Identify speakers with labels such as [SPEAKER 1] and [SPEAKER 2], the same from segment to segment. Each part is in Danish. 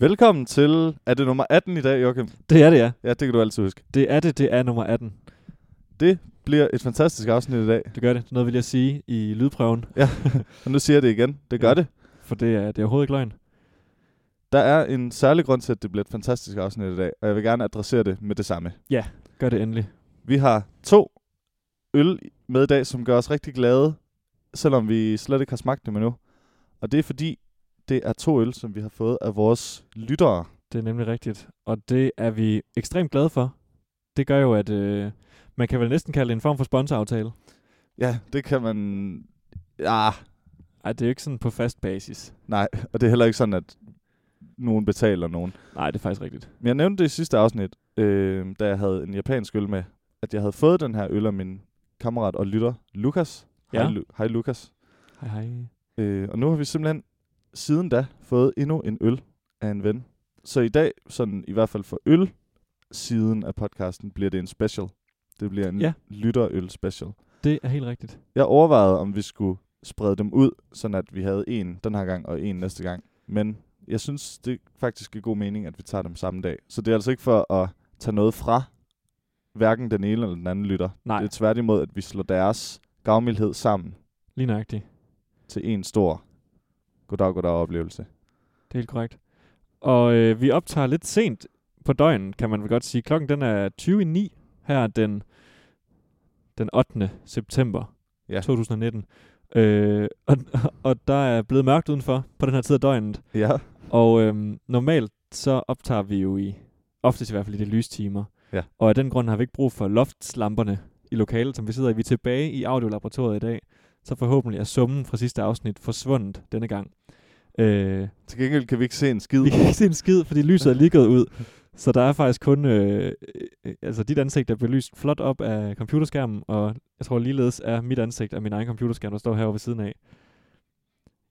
[SPEAKER 1] Velkommen til... Er det nummer 18 i dag, Joachim?
[SPEAKER 2] Det er det, ja.
[SPEAKER 1] Ja, det kan du altid huske.
[SPEAKER 2] Det er det, det er nummer 18.
[SPEAKER 1] Det bliver et fantastisk afsnit i dag.
[SPEAKER 2] Det gør det. Noget vil jeg sige i lydprøven,
[SPEAKER 1] Og nu siger jeg det igen. Det gør ja.
[SPEAKER 2] Ja.
[SPEAKER 1] det.
[SPEAKER 2] for det er, det er overhovedet ikke løgn.
[SPEAKER 1] Der er en særlig grund til, at det bliver et fantastisk afsnit i dag, og jeg vil gerne adressere det med det samme.
[SPEAKER 2] Gør det endelig.
[SPEAKER 1] Vi har to øl med i dag, som gør os rigtig glade, selvom vi slet ikke har smagt dem endnu. Og det er fordi, det er to øl, som vi har fået af vores lyttere.
[SPEAKER 2] Det er nemlig rigtigt. Og det er vi ekstremt glade for. Det gør jo, at øh, man kan vel næsten kalde det en form for sponsoraftale.
[SPEAKER 1] Ja, det kan man... Ja,
[SPEAKER 2] Ej, det er jo ikke sådan på fast basis.
[SPEAKER 1] nej. Og det er heller ikke sådan, at nogen betaler nogen.
[SPEAKER 2] Nej, det er faktisk rigtigt.
[SPEAKER 1] Men jeg nævnte det i sidste afsnit, øh, da jeg havde en japansk øl med, at jeg havde fået den her øl af min kammerat og lytter, Lukas. Hej,
[SPEAKER 2] Ja.
[SPEAKER 1] Lu- hej Lukas.
[SPEAKER 2] Hej, hej.
[SPEAKER 1] Øh, og nu har vi simpelthen siden da fået endnu en øl af en ven. Så i dag, sådan i hvert fald for øl siden af podcasten, bliver det en special. Det bliver en ja.
[SPEAKER 2] Ja.
[SPEAKER 1] lytterøl special.
[SPEAKER 2] Det er helt rigtigt.
[SPEAKER 1] Jeg overvejede, om vi skulle sprede dem ud, sådan at vi havde en den her gang og en næste gang. Men jeg synes, det faktisk giver god mening, at vi tager dem samme dag. Så det er altså ikke for at tage noget fra hverken den ene eller den anden lytter.
[SPEAKER 2] Nej.
[SPEAKER 1] Det er tværtimod, at vi slår deres gavmildhed sammen
[SPEAKER 2] Lige nøjagtigt.
[SPEAKER 1] til en stor goddag, goddag oplevelse.
[SPEAKER 2] Det er helt korrekt. Og øh, vi optager lidt sent på døgnen, kan man vel godt sige. Klokken den er 20.09 her den, den 8. september
[SPEAKER 1] Ja.
[SPEAKER 2] ja. 2019. Øh, og, og der er blevet mørkt udenfor på den her tid af døgnet.
[SPEAKER 1] Ja.
[SPEAKER 2] Og øhm, normalt så optager vi jo i, oftest i hvert fald i de lystimer.
[SPEAKER 1] Ja.
[SPEAKER 2] Og af den grund har vi ikke brug for loftslamperne i lokalet, som vi sidder i. Vi er tilbage i audiolaboratoriet i dag, så forhåbentlig er summen fra sidste afsnit forsvundet denne gang. Øh,
[SPEAKER 1] Til gengæld kan vi ikke se en skid.
[SPEAKER 2] vi kan ikke se en skid, fordi lyset er lige gået ud. Så der er faktisk kun øh, øh, altså dit ansigt, der bliver lyst flot op af computerskærmen, og jeg tror ligeledes er mit ansigt af min egen computerskærm, der står herovre ved siden af.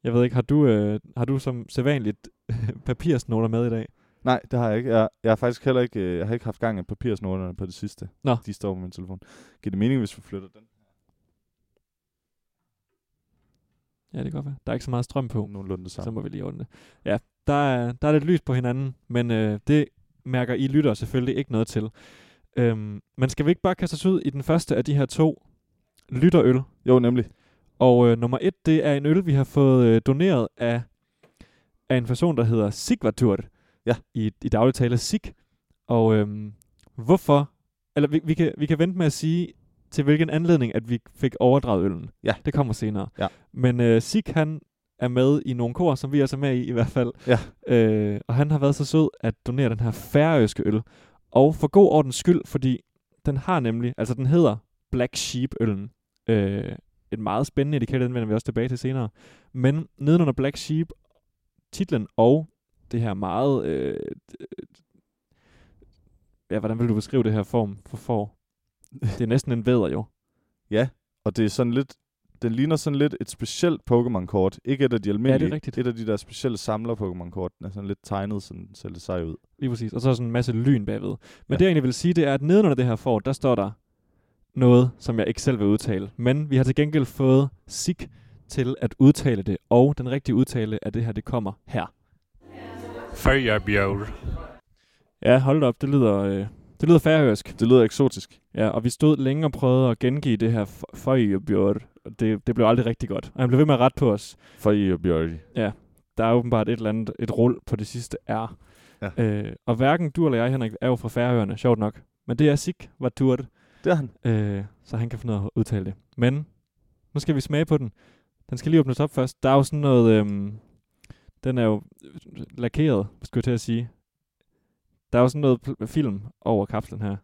[SPEAKER 2] Jeg ved ikke, har du, øh, har du som sædvanligt papirsnoter med i dag?
[SPEAKER 1] Nej, det har jeg ikke. Jeg, jeg har faktisk heller ikke, øh, jeg har ikke haft gang i papirsnoterne på det sidste.
[SPEAKER 2] Nå.
[SPEAKER 1] De står på min telefon. Giver det mening, hvis vi flytter den?
[SPEAKER 2] Ja, det kan godt være. Der er ikke så meget strøm på,
[SPEAKER 1] Nogenlunde det
[SPEAKER 2] så
[SPEAKER 1] samme.
[SPEAKER 2] må vi lige ordne det. Ja, der er, der er lidt lys på hinanden, men øh, det mærker I lytter selvfølgelig ikke noget til. Øhm, men skal vi ikke bare kaste os ud i den første af de her to lytterøl?
[SPEAKER 1] Jo, nemlig.
[SPEAKER 2] Og øh, nummer et, det er en øl, vi har fået øh, doneret af, af en person, der hedder Sigvartur.
[SPEAKER 1] Ja.
[SPEAKER 2] I, i daglig tale Sig. Og øhm, hvorfor? Eller vi, vi, kan, vi kan vente med at sige, til hvilken anledning, at vi fik overdraget øllen.
[SPEAKER 1] Ja.
[SPEAKER 2] Det kommer senere.
[SPEAKER 1] Ja.
[SPEAKER 2] Men øh, Sig, han er med i nogle kor, som vi også er med i i hvert fald.
[SPEAKER 1] Ja.
[SPEAKER 2] Øh, og han har været så sød at donere den her færøske øl. Og for god ordens skyld, fordi den har nemlig, altså den hedder Black Sheep-øllen. Øh, et meget spændende etiket, den vender vi også tilbage til senere. Men nedenunder Black Sheep, titlen og det her meget... Øh, øh, ja, hvordan vil du beskrive det her form for for? Det er næsten en væder jo.
[SPEAKER 1] Og det er sådan lidt, den ligner sådan lidt et specielt Pokémon-kort. Ikke et af de almindelige.
[SPEAKER 2] rigtigt.
[SPEAKER 1] Et af de der specielle samler-Pokémon-kort. Den er sådan lidt tegnet, sådan ser lidt sej ud.
[SPEAKER 2] Lige præcis. Og så er der sådan en masse lyn bagved. Men
[SPEAKER 1] Ja.
[SPEAKER 2] ja. det jeg egentlig vil sige, det er, at nedenunder det her for, der står der noget, som jeg ikke selv vil udtale. Men vi har til gengæld fået SIG til at udtale det, og den rigtige udtale af det her, det kommer her.
[SPEAKER 3] Førjabjørn.
[SPEAKER 2] Ja, hold da op, det lyder, øh, det lyder færøsk.
[SPEAKER 1] Det lyder eksotisk.
[SPEAKER 2] Ja, og vi stod længe og prøvede at gengive det her f- Føjebjørn, og det, det blev aldrig rigtig godt. Og han blev ved med at rette på os.
[SPEAKER 1] For I og Bjørn.
[SPEAKER 2] Der er åbenbart et eller andet, et rul på det sidste R.
[SPEAKER 1] Ja.
[SPEAKER 2] Øh, og hverken du eller jeg, Henrik, er jo fra Færøerne, sjovt nok. Men det er Sig var turt,
[SPEAKER 1] Det er han.
[SPEAKER 2] øh, så han kan finde ud af at udtale det. Men nu skal vi smage på den. Den skal lige åbnes op først. Der er jo sådan noget... Øhm, den er jo øh, lakeret, skulle jeg til at sige. Der er jo sådan noget pl- film over kapslen her.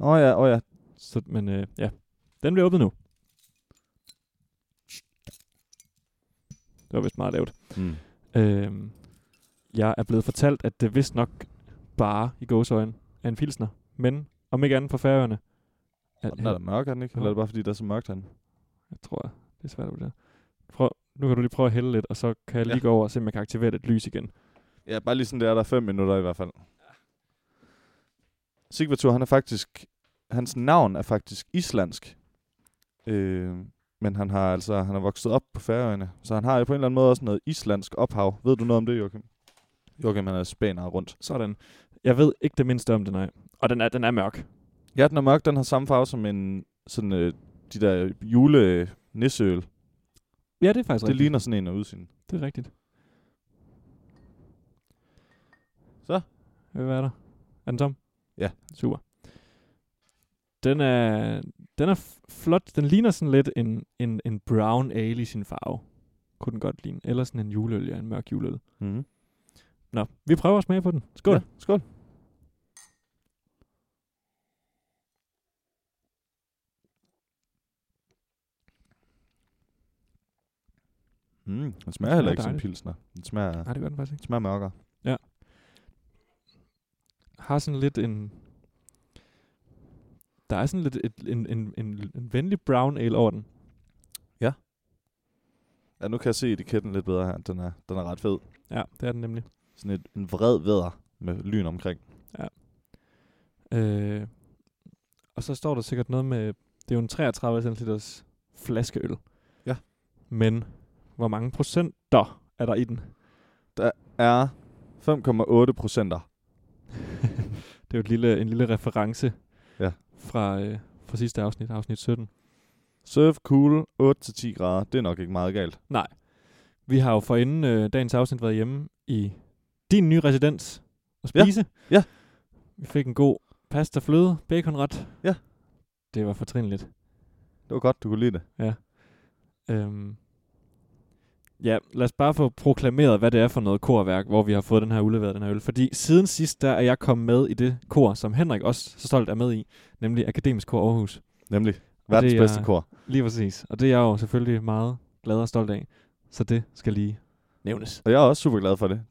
[SPEAKER 1] Åh oh, ja, åh oh, ja.
[SPEAKER 2] Så, men øh, ja, den bliver åbnet nu. Det var vist meget lavt.
[SPEAKER 1] Mm.
[SPEAKER 2] Øhm, jeg er blevet fortalt, at det vist nok bare i gåsøjen er en pilsner. Men om ikke andet for færøerne. At,
[SPEAKER 1] Og den er da mørk, er den ikke? Eller er det bare, fordi der er så mørkt han?
[SPEAKER 2] jeg tror, det er svært at vurdere. Prøv, nu kan du lige prøve at hælde lidt, og så kan jeg lige
[SPEAKER 1] Ja.
[SPEAKER 2] ja. gå over og se, om jeg kan aktivere lidt lys igen.
[SPEAKER 1] Ja, bare lige sådan, det er der fem minutter i hvert fald. Sigvatur, han er faktisk... Hans navn er faktisk islandsk. Øh, men han har altså han er vokset op på Færøerne, så han har jo på en eller anden måde også noget islandsk ophav. Ved du noget om det, Joachim? Joachim han er spæner rundt.
[SPEAKER 2] Sådan. Jeg ved ikke det mindste om den, nej. Og den er, den er mørk.
[SPEAKER 1] Ja, den er mørk. Den har samme farve som en, sådan, øh, de der jule nisseøl. Det
[SPEAKER 2] Ja, det er faktisk rigtigt.
[SPEAKER 1] ligner sådan Altså en af udseendet.
[SPEAKER 2] Det er rigtigt.
[SPEAKER 1] Så.
[SPEAKER 2] Hvad er der? Er den tom?
[SPEAKER 1] Ja.
[SPEAKER 2] Super. Den er, den er f- flot. Den ligner sådan lidt en, en, en brown ale i sin farve. Kunne den godt ligne. Eller sådan en juleøl, ja. En mørk juleøl.
[SPEAKER 1] Mm-hmm.
[SPEAKER 2] Nå, vi prøver at smage på den. Skål.
[SPEAKER 1] Ja, skål. Mm, Mm, den smager heller ikke som
[SPEAKER 2] dejligt.
[SPEAKER 1] pilsner. Den smager,
[SPEAKER 2] Nej, det gør den faktisk
[SPEAKER 1] den
[SPEAKER 2] ikke.
[SPEAKER 1] smager mørkere.
[SPEAKER 2] Har sådan lidt en... Der er sådan lidt et, en, en, en, en venlig brown ale over den.
[SPEAKER 1] Ja, nu kan jeg se etiketten lidt bedre her. Den er, den er ret fed.
[SPEAKER 2] Ja, det er den nemlig.
[SPEAKER 1] Sådan et, en vred vædder med lyn omkring.
[SPEAKER 2] Øh, og så står der sikkert noget med, det er jo en 33 cl flaskeøl.
[SPEAKER 1] Ja.
[SPEAKER 2] Men hvor mange procenter er der i den?
[SPEAKER 1] Er 5,8 procenter.
[SPEAKER 2] Det er jo et lille, en lille reference
[SPEAKER 1] Ja.
[SPEAKER 2] fra, øh, fra sidste afsnit, afsnit 17.
[SPEAKER 1] Surf cool 8-10 grader. Det er nok ikke meget galt.
[SPEAKER 2] Nej, vi har jo forinden øh, dagens afsnit været hjemme i din nye residens og
[SPEAKER 1] Ja.
[SPEAKER 2] spise.
[SPEAKER 1] Ja.
[SPEAKER 2] Vi fik en god pasta fløde, baconret.
[SPEAKER 1] Ja.
[SPEAKER 2] Det var fortrinligt.
[SPEAKER 1] Det var godt, du kunne lide det.
[SPEAKER 2] Øhm. Ja, lad os bare få proklameret, hvad det er for noget korværk, hvor vi har fået den her udleveret, den her øl. Fordi siden sidst, der er jeg kommet med i det kor, som Henrik også så stolt er med i, nemlig Akademisk Kor Aarhus.
[SPEAKER 1] Nemlig verdens
[SPEAKER 2] det
[SPEAKER 1] det
[SPEAKER 2] er-
[SPEAKER 1] bedste kor.
[SPEAKER 2] Lige præcis. Og det er jeg jo selvfølgelig meget glad og stolt af. Så det skal lige nævnes.
[SPEAKER 1] Og jeg er også super glad for det.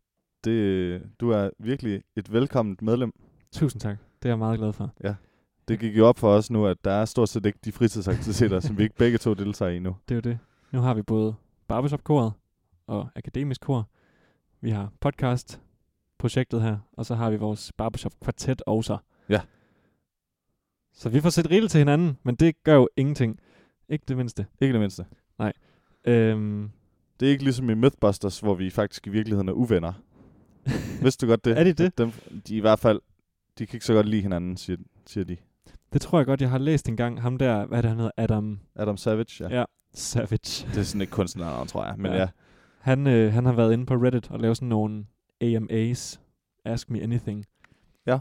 [SPEAKER 1] det du er virkelig et velkomment medlem.
[SPEAKER 2] Tusind tak. Det er jeg meget glad for.
[SPEAKER 1] Det gik jo op for os nu, at der er stort set ikke de fritidsaktiviteter, som vi ikke begge to deltager i nu.
[SPEAKER 2] Det er jo det. Nu har vi både barbershop-koret og akademisk kor. Vi har podcast-projektet her, og så har vi vores barbershop-kvartet også.
[SPEAKER 1] Ja.
[SPEAKER 2] Så vi får set rigeligt til hinanden, men det gør jo ingenting. Ikke det mindste.
[SPEAKER 1] Ikke det mindste.
[SPEAKER 2] Øhm,
[SPEAKER 1] Det er ikke ligesom i Mythbusters, hvor vi faktisk i virkeligheden er uvenner. Vidste du godt det?
[SPEAKER 2] Er de det?
[SPEAKER 1] At Dem, de er i hvert fald, de kan ikke så godt lide hinanden, siger, siger de.
[SPEAKER 2] det tror jeg godt, jeg har læst engang. Ham der, hvad er det, han hedder? Adam
[SPEAKER 1] Adam Savage, ja.
[SPEAKER 2] Ja. Savage.
[SPEAKER 1] Det er sådan et kunstnernavn, tror jeg. Men
[SPEAKER 2] Ja.
[SPEAKER 1] ja. ja.
[SPEAKER 2] Han, øh, han har været inde på Reddit og lavet sådan nogle AMAs. Ask me anything.
[SPEAKER 1] Ja.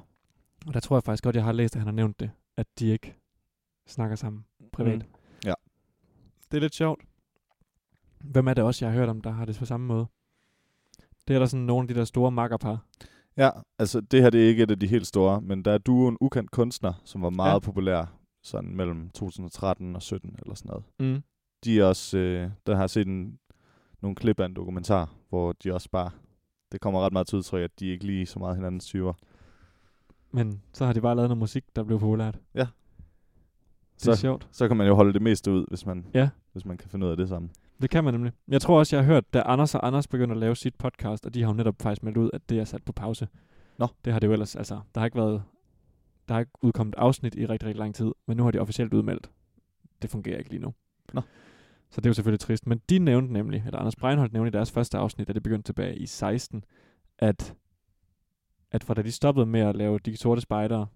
[SPEAKER 2] Og der tror jeg faktisk godt, jeg har læst, at han har nævnt det. At de ikke snakker sammen privat.
[SPEAKER 1] Mm. Ja.
[SPEAKER 2] Det er lidt sjovt. Hvem er det også, jeg har hørt om, der har det på samme måde? Det er der sådan nogle af de der store makkerpar.
[SPEAKER 1] Ja, altså det her det er ikke et af de helt store, men der er duoen Ukendt Kunstner, som var meget ja. populær sådan mellem 2013 og 17 eller sådan noget.
[SPEAKER 2] Mm.
[SPEAKER 1] De er også, øh, der har jeg set en, nogle klip af en dokumentar, hvor de også bare, det kommer ret meget til udtryk, at de ikke lige så meget hinandens typer.
[SPEAKER 2] Men så har de bare lavet noget musik, der blev populært.
[SPEAKER 1] Ja.
[SPEAKER 2] Det er sjovt.
[SPEAKER 1] Så kan man jo holde det meste ud, hvis man,
[SPEAKER 2] Ja.
[SPEAKER 1] hvis man kan finde ud af det sammen.
[SPEAKER 2] Det kan man nemlig. Jeg tror også, jeg har hørt, da Anders og Anders begyndte at lave sit podcast, og de har jo netop faktisk meldt ud, at det er sat på pause.
[SPEAKER 1] Nå.
[SPEAKER 2] Det har det jo ellers, altså. Der har ikke været, der har ikke udkommet afsnit i rigtig, rigtig lang tid, men nu har de officielt udmeldt. Det fungerer ikke lige nu.
[SPEAKER 1] Nå.
[SPEAKER 2] Så det er jo selvfølgelig trist. Men de nævnte nemlig, eller Anders Breinholt nævnte i deres første afsnit, da det begyndte tilbage i 16, at, at fra da de stoppede med at lave De Sorte Spejdere,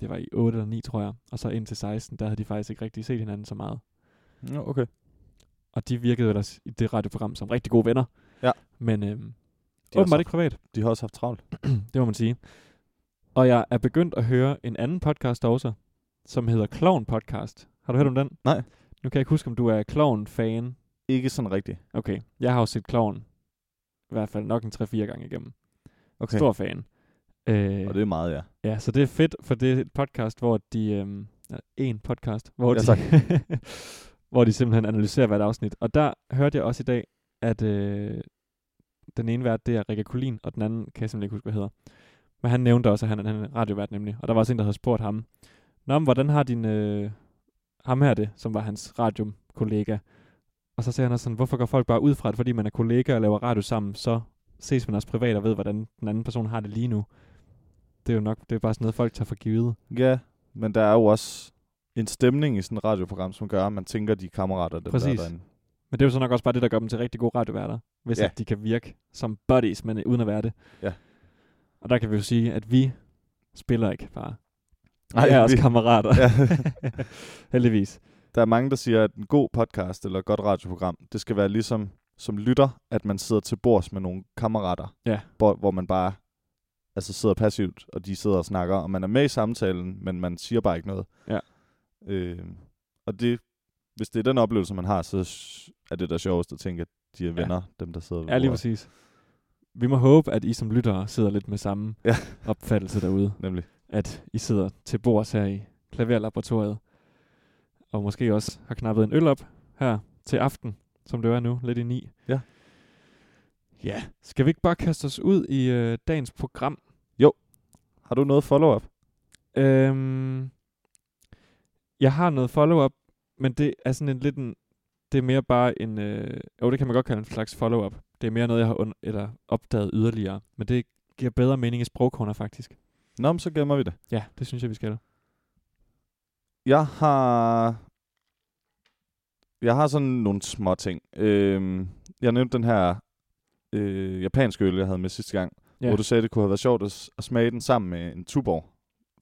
[SPEAKER 2] det var i 8 eller 9, tror jeg, og så ind til 16, der havde de faktisk ikke rigtig set hinanden så meget.
[SPEAKER 1] Ja, okay.
[SPEAKER 2] Og de virkede ellers i det radioprogram som rigtig gode venner.
[SPEAKER 1] Ja.
[SPEAKER 2] Men
[SPEAKER 1] De,
[SPEAKER 2] øhm,
[SPEAKER 1] har
[SPEAKER 2] åbenbart
[SPEAKER 1] også,
[SPEAKER 2] ikke privat,
[SPEAKER 1] de har også haft travlt.
[SPEAKER 2] det må man sige. Og jeg er begyndt at høre en anden podcast også, som hedder Clown Podcast. Har du hørt om den?
[SPEAKER 1] Nej.
[SPEAKER 2] Nu kan jeg ikke huske, om du er Clown-fan.
[SPEAKER 1] Ikke sådan rigtigt.
[SPEAKER 2] Okay, jeg har jo set Clown i hvert fald nok en 3-4 gange igennem.
[SPEAKER 1] Okay.
[SPEAKER 2] Stor fan. Øh,
[SPEAKER 1] Og det er meget, ja.
[SPEAKER 2] Ja, så det er fedt, for det er et podcast, hvor de... Øhm, nej, en podcast, hvor,
[SPEAKER 1] Ja,
[SPEAKER 2] de,
[SPEAKER 1] tak.
[SPEAKER 2] hvor de simpelthen analyserer hvert afsnit. Og der hørte jeg også i dag, at øh, den ene vært, det er Rikke Kulin, og den anden kan jeg simpelthen ikke huske, hvad hedder. Men han nævnte også, at han, han er radiovært nemlig. Og der var også en, der havde spurgt ham, Nå, men hvordan har din... Øh, ham her det, som var hans radiokollega. Og så sagde han også sådan, hvorfor går folk bare ud fra, at fordi man er kollega og laver radio sammen, så ses man også privat og ved, hvordan den anden person har det lige nu. Det er jo nok, det er bare sådan noget, folk tager for givet.
[SPEAKER 1] Ja, men der er jo også en stemning i sådan et radioprogram, som gør, at man tænker, de er kammerater, dem
[SPEAKER 2] Præcis.
[SPEAKER 1] der er derinde.
[SPEAKER 2] Men det er jo så nok også bare det, der gør dem til rigtig gode radioværter, hvis
[SPEAKER 1] Ja.
[SPEAKER 2] ja. at de kan virke som buddies, men øh, uden at være det.
[SPEAKER 1] Ja.
[SPEAKER 2] Og der kan vi jo sige, at vi spiller ikke bare.
[SPEAKER 1] Nej,
[SPEAKER 2] Nej, jeg er også
[SPEAKER 1] vi-
[SPEAKER 2] kammerater.
[SPEAKER 1] Ja.
[SPEAKER 2] Heldigvis.
[SPEAKER 1] Der er mange, der siger, at en god podcast eller et godt radioprogram, det skal være ligesom som lytter, at man sidder til bords med nogle kammerater,
[SPEAKER 2] Ja.
[SPEAKER 1] hvor, hvor man bare altså sidder passivt, og de sidder og snakker, og man er med i samtalen, men man siger bare ikke noget.
[SPEAKER 2] Ja.
[SPEAKER 1] Øh, og det, hvis det er den oplevelse, man har, så s- er det der sjovest at tænke, at de er venner, dem der sidder ved
[SPEAKER 2] Ja, lige
[SPEAKER 1] bordet.
[SPEAKER 2] præcis. Vi må håbe, at I som lyttere sidder lidt med samme
[SPEAKER 1] Ja.
[SPEAKER 2] ja. opfattelse derude.
[SPEAKER 1] Nemlig.
[SPEAKER 2] At I sidder til bords her i klaverlaboratoriet. Og måske også har knappet en øl op her til aften, som det var nu, lidt i ni.
[SPEAKER 1] Ja.
[SPEAKER 2] Ja. Skal vi ikke bare kaste os ud i øh, dagens program?
[SPEAKER 1] Har du noget follow-up?
[SPEAKER 2] Øhm, jeg har noget follow-up, men det er sådan en lidt en, det er mere bare en, øh, jo det kan man godt kalde en slags follow-up. Det er mere noget, jeg har und- eller opdaget yderligere, men det giver bedre mening i sprogkorner faktisk.
[SPEAKER 1] Nå, men så gemmer vi det.
[SPEAKER 2] Ja, det synes jeg, vi skal.
[SPEAKER 1] Jeg har... Jeg har sådan nogle små ting. Øhm, jeg nævnte den her øh, japanske øl, jeg havde med sidste gang,
[SPEAKER 2] Ja.
[SPEAKER 1] hvor du sagde, det kunne have været sjovt at, s- at smage den sammen med en Tuborg.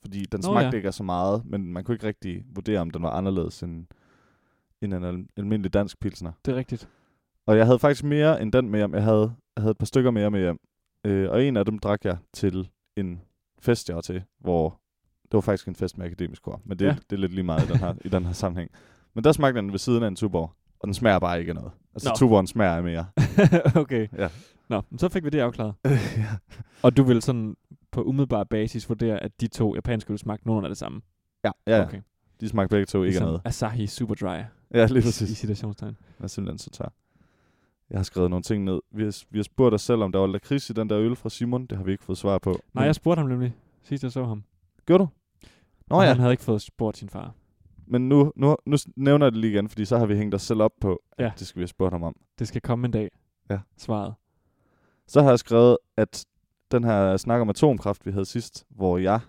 [SPEAKER 1] Fordi den
[SPEAKER 2] Nå,
[SPEAKER 1] smagte
[SPEAKER 2] ja.
[SPEAKER 1] ikke af så meget, men man kunne ikke rigtig vurdere, om den var anderledes end, end en al- almindelig dansk pilsner.
[SPEAKER 2] Det er rigtigt.
[SPEAKER 1] Og jeg havde faktisk mere end den med hjem. Jeg havde, jeg havde et par stykker mere med hjem. Øh, og en af dem drak jeg til en fest, jeg var til, hvor det var faktisk en fest med akademisk kor. Men det, ja.
[SPEAKER 2] Ja.
[SPEAKER 1] det er lidt lige meget i den, her, i den her sammenhæng. Men der smagte den ved siden af en Tuborg, og den smager bare ikke af noget. Altså
[SPEAKER 2] Nå.
[SPEAKER 1] Tuborgen smager af mere.
[SPEAKER 2] okay.
[SPEAKER 1] Ja.
[SPEAKER 2] Nå, men så fik vi det afklaret. Og du vil sådan på umiddelbar basis vurdere, at de to japanske øl smagte nogenlunde af det samme.
[SPEAKER 1] ja, ja, ja.
[SPEAKER 2] Okay.
[SPEAKER 1] De smagte begge to ikke af noget.
[SPEAKER 2] Ligesom Asahi Super Dry.
[SPEAKER 1] Ja, lige
[SPEAKER 2] I
[SPEAKER 1] præcis.
[SPEAKER 2] situationstegn.
[SPEAKER 1] Jeg er simpelthen så tør. Jeg har skrevet nogle ting ned. Vi har, vi har spurgt os selv, om der var lakrids i den der øl fra Simon. Det har vi ikke fået svar på.
[SPEAKER 2] Nej,
[SPEAKER 1] Men-
[SPEAKER 2] jeg spurgte ham nemlig, sidst jeg så ham.
[SPEAKER 1] Gjorde du? Nå
[SPEAKER 2] og
[SPEAKER 1] ja.
[SPEAKER 2] han havde ikke fået spurgt sin far.
[SPEAKER 1] Men nu, nu, nu s- nævner jeg det lige igen, fordi så har vi hængt os selv op på, ja.
[SPEAKER 2] Ja.
[SPEAKER 1] at det skal vi have spurgt ham om.
[SPEAKER 2] Det skal komme en dag.
[SPEAKER 1] Ja.
[SPEAKER 2] Svaret.
[SPEAKER 1] Så har jeg skrevet, at den her snak om atomkraft, vi havde sidst, hvor jeg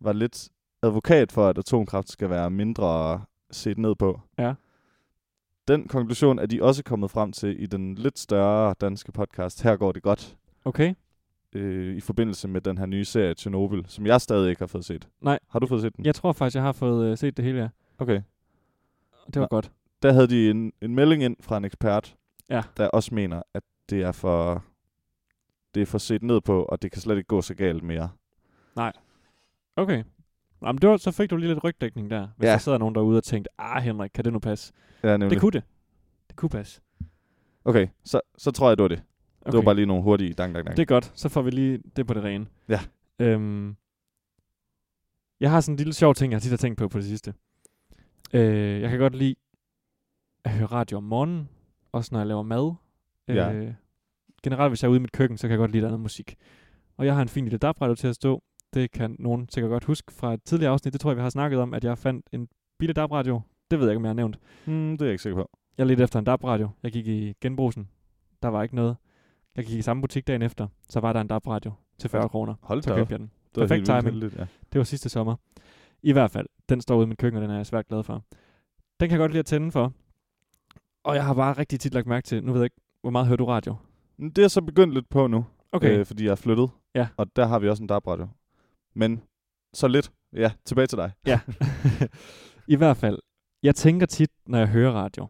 [SPEAKER 1] var lidt advokat for, at atomkraft skal være mindre set ned på.
[SPEAKER 2] Ja.
[SPEAKER 1] Den konklusion er de også kommet frem til i den lidt større danske podcast, Her går det godt,
[SPEAKER 2] Okay.
[SPEAKER 1] øh, i forbindelse med den her nye serie Tjernobyl, som jeg stadig ikke har fået set.
[SPEAKER 2] Nej.
[SPEAKER 1] Har du fået set den?
[SPEAKER 2] Jeg tror faktisk, jeg har fået øh, set det hele, ja.
[SPEAKER 1] Okay.
[SPEAKER 2] Og det var
[SPEAKER 1] Nå.
[SPEAKER 2] godt.
[SPEAKER 1] der havde de en, en melding ind fra en ekspert,
[SPEAKER 2] Ja.
[SPEAKER 1] der også mener, at det er for det er for set ned på, og det kan slet ikke gå så galt mere.
[SPEAKER 2] Okay. Jamen, det var, så fik du lige lidt rygdækning der. Hvis
[SPEAKER 1] Ja.
[SPEAKER 2] ja. der sidder nogen derude og tænkte, ah Henrik, kan det nu passe?
[SPEAKER 1] Ja,
[SPEAKER 2] Det
[SPEAKER 1] nemlig.
[SPEAKER 2] kunne det. Det kunne passe.
[SPEAKER 1] Okay, så, så tror jeg, det var det. Okay.
[SPEAKER 2] Okay.
[SPEAKER 1] Det var bare lige nogle hurtige dang, dang, dang.
[SPEAKER 2] det er godt. Så får vi lige det på det rene.
[SPEAKER 1] Ja.
[SPEAKER 2] Øhm, jeg har sådan en lille sjov ting, jeg tit har tænkt på på det sidste. Øh, jeg kan godt lide at høre radio om morgenen, også når jeg laver mad.
[SPEAKER 1] Ja.
[SPEAKER 2] Øh, generelt, hvis jeg er ude i mit køkken, så kan jeg godt lide, at der er noget musik. Og jeg har en fin lille dab til at stå. Det kan nogen sikkert godt huske fra et tidligere afsnit. Det tror jeg, vi har snakket om, at jeg fandt en billig dab Det ved jeg ikke, om jeg har nævnt.
[SPEAKER 1] Hmm, det er jeg ikke sikker på.
[SPEAKER 2] Jeg ledte efter en DAB-radio. Jeg gik i genbrugsen. Der var ikke noget. Jeg gik i samme butik dagen efter. Så var der en DAB-radio til 40 kroner.
[SPEAKER 1] Hold da
[SPEAKER 2] Så
[SPEAKER 1] op.
[SPEAKER 2] købte jeg den.
[SPEAKER 1] Det var helt
[SPEAKER 2] Perfekt
[SPEAKER 1] vildt
[SPEAKER 2] timing.
[SPEAKER 1] heldigt, Ja.
[SPEAKER 2] Det var sidste sommer. I hvert fald. Den står ude i mit køkken, og den er jeg svært glad for. Den kan jeg godt lide at tænde for. Og jeg har bare rigtig tit lagt mærke til, nu ved jeg ikke, hvor meget hører du radio?
[SPEAKER 1] Men Det er jeg så begyndt lidt på nu,
[SPEAKER 2] Okay.
[SPEAKER 1] øh, fordi jeg er flyttet.
[SPEAKER 2] Ja.
[SPEAKER 1] Og der har vi også en DAB-radio. Men så lidt. Ja, tilbage til dig.
[SPEAKER 2] Ja. I hvert fald. Jeg tænker tit, når jeg hører radio,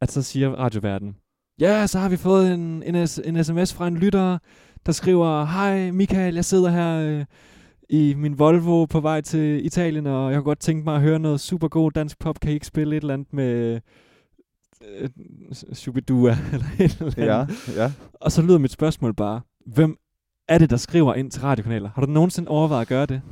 [SPEAKER 2] at så siger radioverden, ja, så har vi fået en, en, s- en sms fra en lytter, der skriver, hej Michael, jeg sidder her øh, i min Volvo på vej til Italien, og jeg kunne godt tænke mig at høre noget super god dansk pop. Kan I ikke spille et eller andet med øh, s- Shubidua eller et eller andet?
[SPEAKER 1] Ja, ja.
[SPEAKER 2] Og så lyder mit spørgsmål bare, hvem er det, der skriver ind til radiokanaler? Har du nogensinde overvejet at gøre det?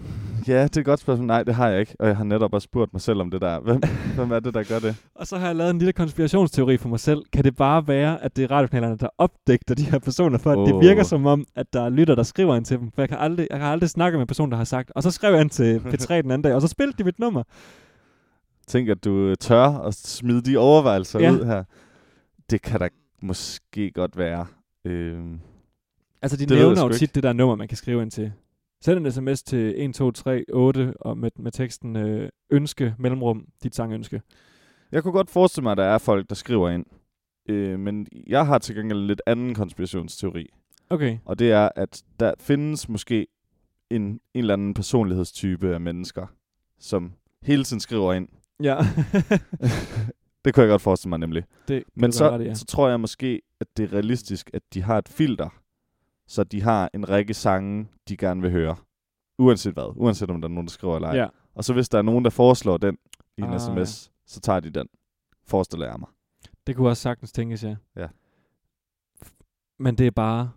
[SPEAKER 1] Ja, det er et godt spørgsmål. Nej, det har jeg ikke. Og jeg har netop også spurgt mig selv om det der. Hvem, hvem er det, der gør det?
[SPEAKER 2] Og så har jeg lavet en lille konspirationsteori for mig selv. Kan det bare være, at det er radiokanalerne, der opdægter de her personer, for at oh.
[SPEAKER 1] Åh.
[SPEAKER 2] det virker som om, at der er lytter, der skriver ind til dem? For jeg kan aldrig, jeg har aldrig snakket med en person, der har sagt, og så skrev jeg ind til P3 den anden dag, og så spillede de mit nummer.
[SPEAKER 1] Tænk, at du øh, tør at smide de overvejelser ja.
[SPEAKER 2] Ja.
[SPEAKER 1] ud her. Det kan da måske godt være. Øhm,
[SPEAKER 2] Altså, de
[SPEAKER 1] Det ved
[SPEAKER 2] det
[SPEAKER 1] jeg
[SPEAKER 2] nævner
[SPEAKER 1] sgu
[SPEAKER 2] jo
[SPEAKER 1] ikke.
[SPEAKER 2] tit det der nummer, man kan skrive ind til. Send en sms til 1238 og med, med teksten øh, ønske mellemrum dit sangønske.
[SPEAKER 1] jeg kunne godt forestille mig, at der er folk, der skriver ind. Øh, men jeg har til gengæld en lidt anden konspirationsteori.
[SPEAKER 2] Okay.
[SPEAKER 1] Og det er, at der findes måske en, en eller anden personlighedstype af mennesker, som hele tiden skriver ind.
[SPEAKER 2] Ja.
[SPEAKER 1] Det kunne jeg godt forestille mig nemlig.
[SPEAKER 2] det,
[SPEAKER 1] Men
[SPEAKER 2] du har
[SPEAKER 1] så,
[SPEAKER 2] ret i, ja.
[SPEAKER 1] så tror jeg måske, at det er realistisk, at de har et filter, så de har en række sange, de gerne vil høre. Uanset hvad. Uanset om der er nogen, der skriver eller ej.
[SPEAKER 2] ja.
[SPEAKER 1] Og så hvis der er nogen, der foreslår den i en
[SPEAKER 2] Ah,
[SPEAKER 1] ah, sms, så tager de den. Forestiller jeg mig.
[SPEAKER 2] Det kunne også sagtens tænkes, ja.
[SPEAKER 1] Ja.
[SPEAKER 2] Men det er bare...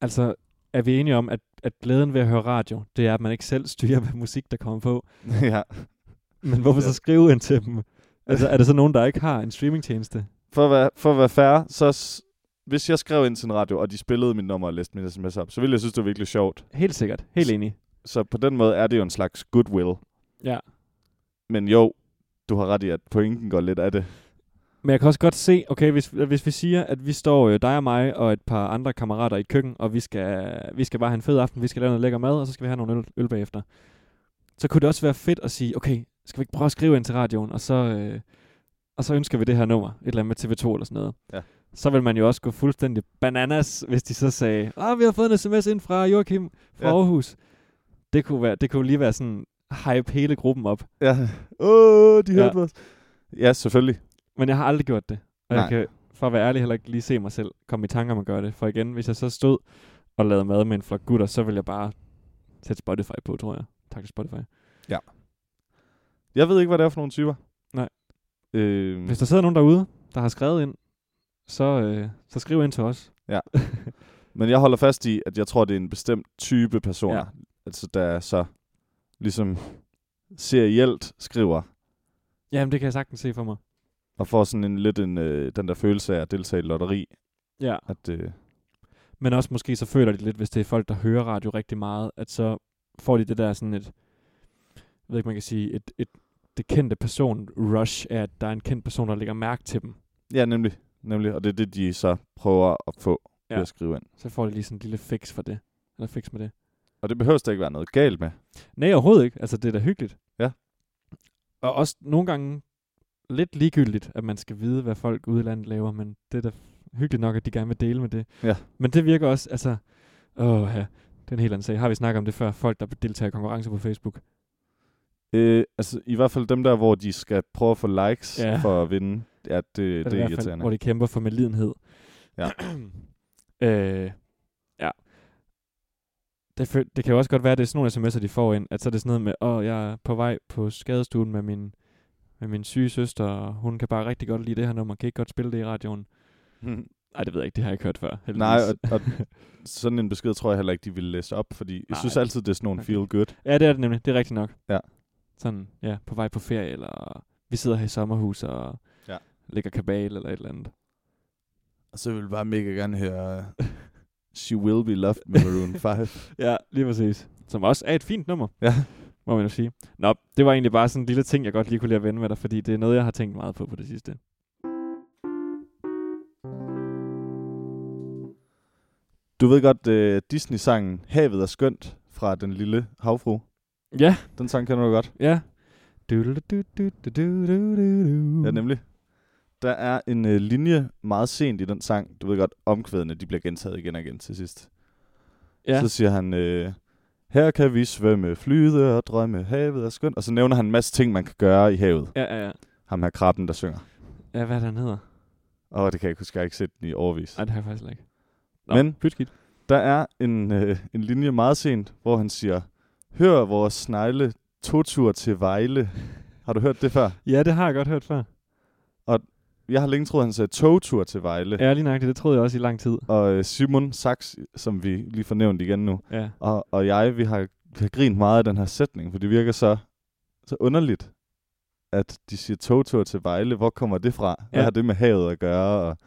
[SPEAKER 2] Altså, er vi enige om, at, at glæden ved at høre radio, det er, at man ikke selv styrer, hvad musik der kommer på.
[SPEAKER 1] ja.
[SPEAKER 2] Men hvorfor
[SPEAKER 1] Ja.
[SPEAKER 2] så skrive ind til dem? Altså, er det så nogen, der ikke har en streamingtjeneste?
[SPEAKER 1] For at være, for at være fair, så s- hvis jeg skrev ind til en radio, og de spillede mit nummer og læste min sms op, så ville jeg synes, det var virkelig sjovt.
[SPEAKER 2] Helt sikkert. Helt
[SPEAKER 1] S-
[SPEAKER 2] enig.
[SPEAKER 1] Så på den måde er det jo en slags goodwill.
[SPEAKER 2] Ja.
[SPEAKER 1] Men jo, du har ret i, at pointen går lidt af det.
[SPEAKER 2] Men jeg kan også godt se, okay, hvis, hvis vi siger, at vi står, øh, dig og mig og et par andre kammerater i et køkken, og vi skal, vi skal bare have en fed aften, vi skal lave noget lækker mad, og så skal vi have nogle øl, øl bagefter. Så kunne det også være fedt at sige, okay, skal vi ikke prøve at skrive ind til radioen, og så, øh, og så ønsker vi det her nummer, et eller andet med TV2 eller sådan noget.
[SPEAKER 1] Ja.
[SPEAKER 2] Så vil man jo også gå fuldstændig bananas, hvis de så sagde, ah, vi har fået en sms ind fra Joachim fra
[SPEAKER 1] Ja.
[SPEAKER 2] ja. Aarhus. Det kunne, være, det kunne lige være sådan, hype hele gruppen op.
[SPEAKER 1] Ja. Åh, de
[SPEAKER 2] Ja.
[SPEAKER 1] hørte os. Ja, selvfølgelig.
[SPEAKER 2] Men jeg har aldrig gjort det. Og Nej. jeg
[SPEAKER 1] Nej.
[SPEAKER 2] kan, for at være ærlig, heller ikke lige se mig selv komme i tanker om at gøre det. For igen, hvis jeg så stod og lavede mad med en flok gutter, så ville jeg bare sætte Spotify på, tror jeg. Tak til Spotify.
[SPEAKER 1] Jeg ved ikke, hvad det er for nogle typer.
[SPEAKER 2] Nej.
[SPEAKER 1] Øh,
[SPEAKER 2] Hvis der sidder nogen derude, der har skrevet ind, så, øh, så skriv ind til os.
[SPEAKER 1] Men jeg holder fast i, at jeg tror, det er en bestemt type personer.
[SPEAKER 2] Ja.
[SPEAKER 1] Ja. Altså, der så ligesom serielt skriver,
[SPEAKER 2] Jamen, det kan jeg sagtens se for mig.
[SPEAKER 1] og får sådan en lidt en, øh, den der følelse af at deltage i lotteri.
[SPEAKER 2] Ja.
[SPEAKER 1] At, øh,
[SPEAKER 2] Men også måske så føler de lidt, hvis det er folk, der hører radio rigtig meget, at så får de det der sådan et, jeg ved ikke, man kan sige, et, et det kendte person rush af, at der er en kendt person, der lægger mærke til dem.
[SPEAKER 1] ja, nemlig. Nemlig, og det er det, de så prøver at få ja.
[SPEAKER 2] Ja.
[SPEAKER 1] ved at skrive ind.
[SPEAKER 2] Så får de lige sådan en lille fix for det. Eller fix med det.
[SPEAKER 1] Og det behøver der ikke være noget galt med.
[SPEAKER 2] Nej, overhovedet ikke. Altså, det er da hyggeligt.
[SPEAKER 1] Ja.
[SPEAKER 2] Og også nogle gange lidt ligegyldigt, at man skal vide, hvad folk ude i landet laver, men det er da hyggeligt nok, at de gerne vil dele med det.
[SPEAKER 1] Ja.
[SPEAKER 2] Men det virker også, altså, åh ja, det er en helt anden sag. Har vi snakket om det før? Folk, der deltager i konkurrencer på Facebook.
[SPEAKER 1] Øh, altså, i hvert fald dem der, hvor de skal prøve at få likes
[SPEAKER 2] Ja.
[SPEAKER 1] ja. for at vinde. Ja, det, det,
[SPEAKER 2] Eller
[SPEAKER 1] det er
[SPEAKER 2] i hvert fald,
[SPEAKER 1] irriterende.
[SPEAKER 2] Hvor de kæmper for medlidenhed.
[SPEAKER 1] Ja.
[SPEAKER 2] øh, ja. Det, fø- det kan jo også godt være, at det er sådan nogle sms'er, de får ind, at så er det sådan noget med, åh, oh, jeg er på vej på skadestuen med min, med min syge søster, og hun kan bare rigtig godt lide det her nummer, kan I ikke godt spille det i radioen?
[SPEAKER 1] Hmm.
[SPEAKER 2] Nej, det ved jeg ikke, det har jeg ikke hørt før. Heldigvis.
[SPEAKER 1] Nej, og, og sådan en besked tror jeg heller ikke, de ville læse op, fordi jeg
[SPEAKER 2] Nej.
[SPEAKER 1] synes altid, det er sådan nogle
[SPEAKER 2] Okay.
[SPEAKER 1] feel good.
[SPEAKER 2] Ja, det er det nemlig, det er rigtigt nok.
[SPEAKER 1] Ja.
[SPEAKER 2] Sådan, ja, på vej på ferie, eller vi sidder her i sommerhus og
[SPEAKER 1] Ja.
[SPEAKER 2] ligger kabal eller et eller andet.
[SPEAKER 1] Og så vil jeg bare mega gerne høre øh, She Will Be Loved med Maroon 5.
[SPEAKER 2] Ja, lige præcis. Som også er et fint nummer.
[SPEAKER 1] Ja.
[SPEAKER 2] Må man jo sige. Nå, det var egentlig bare sådan en lille ting, jeg godt lige kunne lide at vende med dig, fordi det er noget, jeg har tænkt meget på på det sidste.
[SPEAKER 1] Du ved godt uh, Disney-sangen Havet er skønt fra Den Lille Havfru.
[SPEAKER 2] Ja,
[SPEAKER 1] Den sang kender du godt.
[SPEAKER 2] ja. Du-du-du-du-du-du-du-du.
[SPEAKER 1] Ja, nemlig. Der er en uh, linje meget sent i den sang. Du ved godt, omkvædene de bliver gentaget igen og igen til sidst.
[SPEAKER 2] Ja.
[SPEAKER 1] Så siger han, øh, her kan vi svømme, flyde og drømme, havet er skønt. Og så nævner han en masse ting, man kan gøre i havet.
[SPEAKER 2] ja, ja, ja.
[SPEAKER 1] Ham her krabben, der synger.
[SPEAKER 2] Ja, hvad er det, han hedder?
[SPEAKER 1] Åh, oh, det kan jeg ikke huske, jeg har ikke set den i overvis.
[SPEAKER 2] Nej, det har jeg faktisk heller ikke.
[SPEAKER 1] Men-
[SPEAKER 2] pyskidt.
[SPEAKER 1] Der er en, øh, en linje meget sent, hvor han siger, hør vores snegle to-tur til Vejle. Har du hørt det før?
[SPEAKER 2] Ja, det har jeg godt hørt før.
[SPEAKER 1] Jeg har længe troet, han sagde togtur til Vejle. Ja.
[SPEAKER 2] Ja, lige nøjagtigt. Det troede jeg også i lang tid.
[SPEAKER 1] Og øh, Simon Sachs, som vi lige får nævnt igen nu,
[SPEAKER 2] Ja.
[SPEAKER 1] og, og jeg, vi har, vi har grint meget af den her sætning, for det virker så, så underligt, at de siger togtur til Vejle. Hvor kommer det fra? Hvad
[SPEAKER 2] Ja.
[SPEAKER 1] ja. har det med havet at gøre? Og,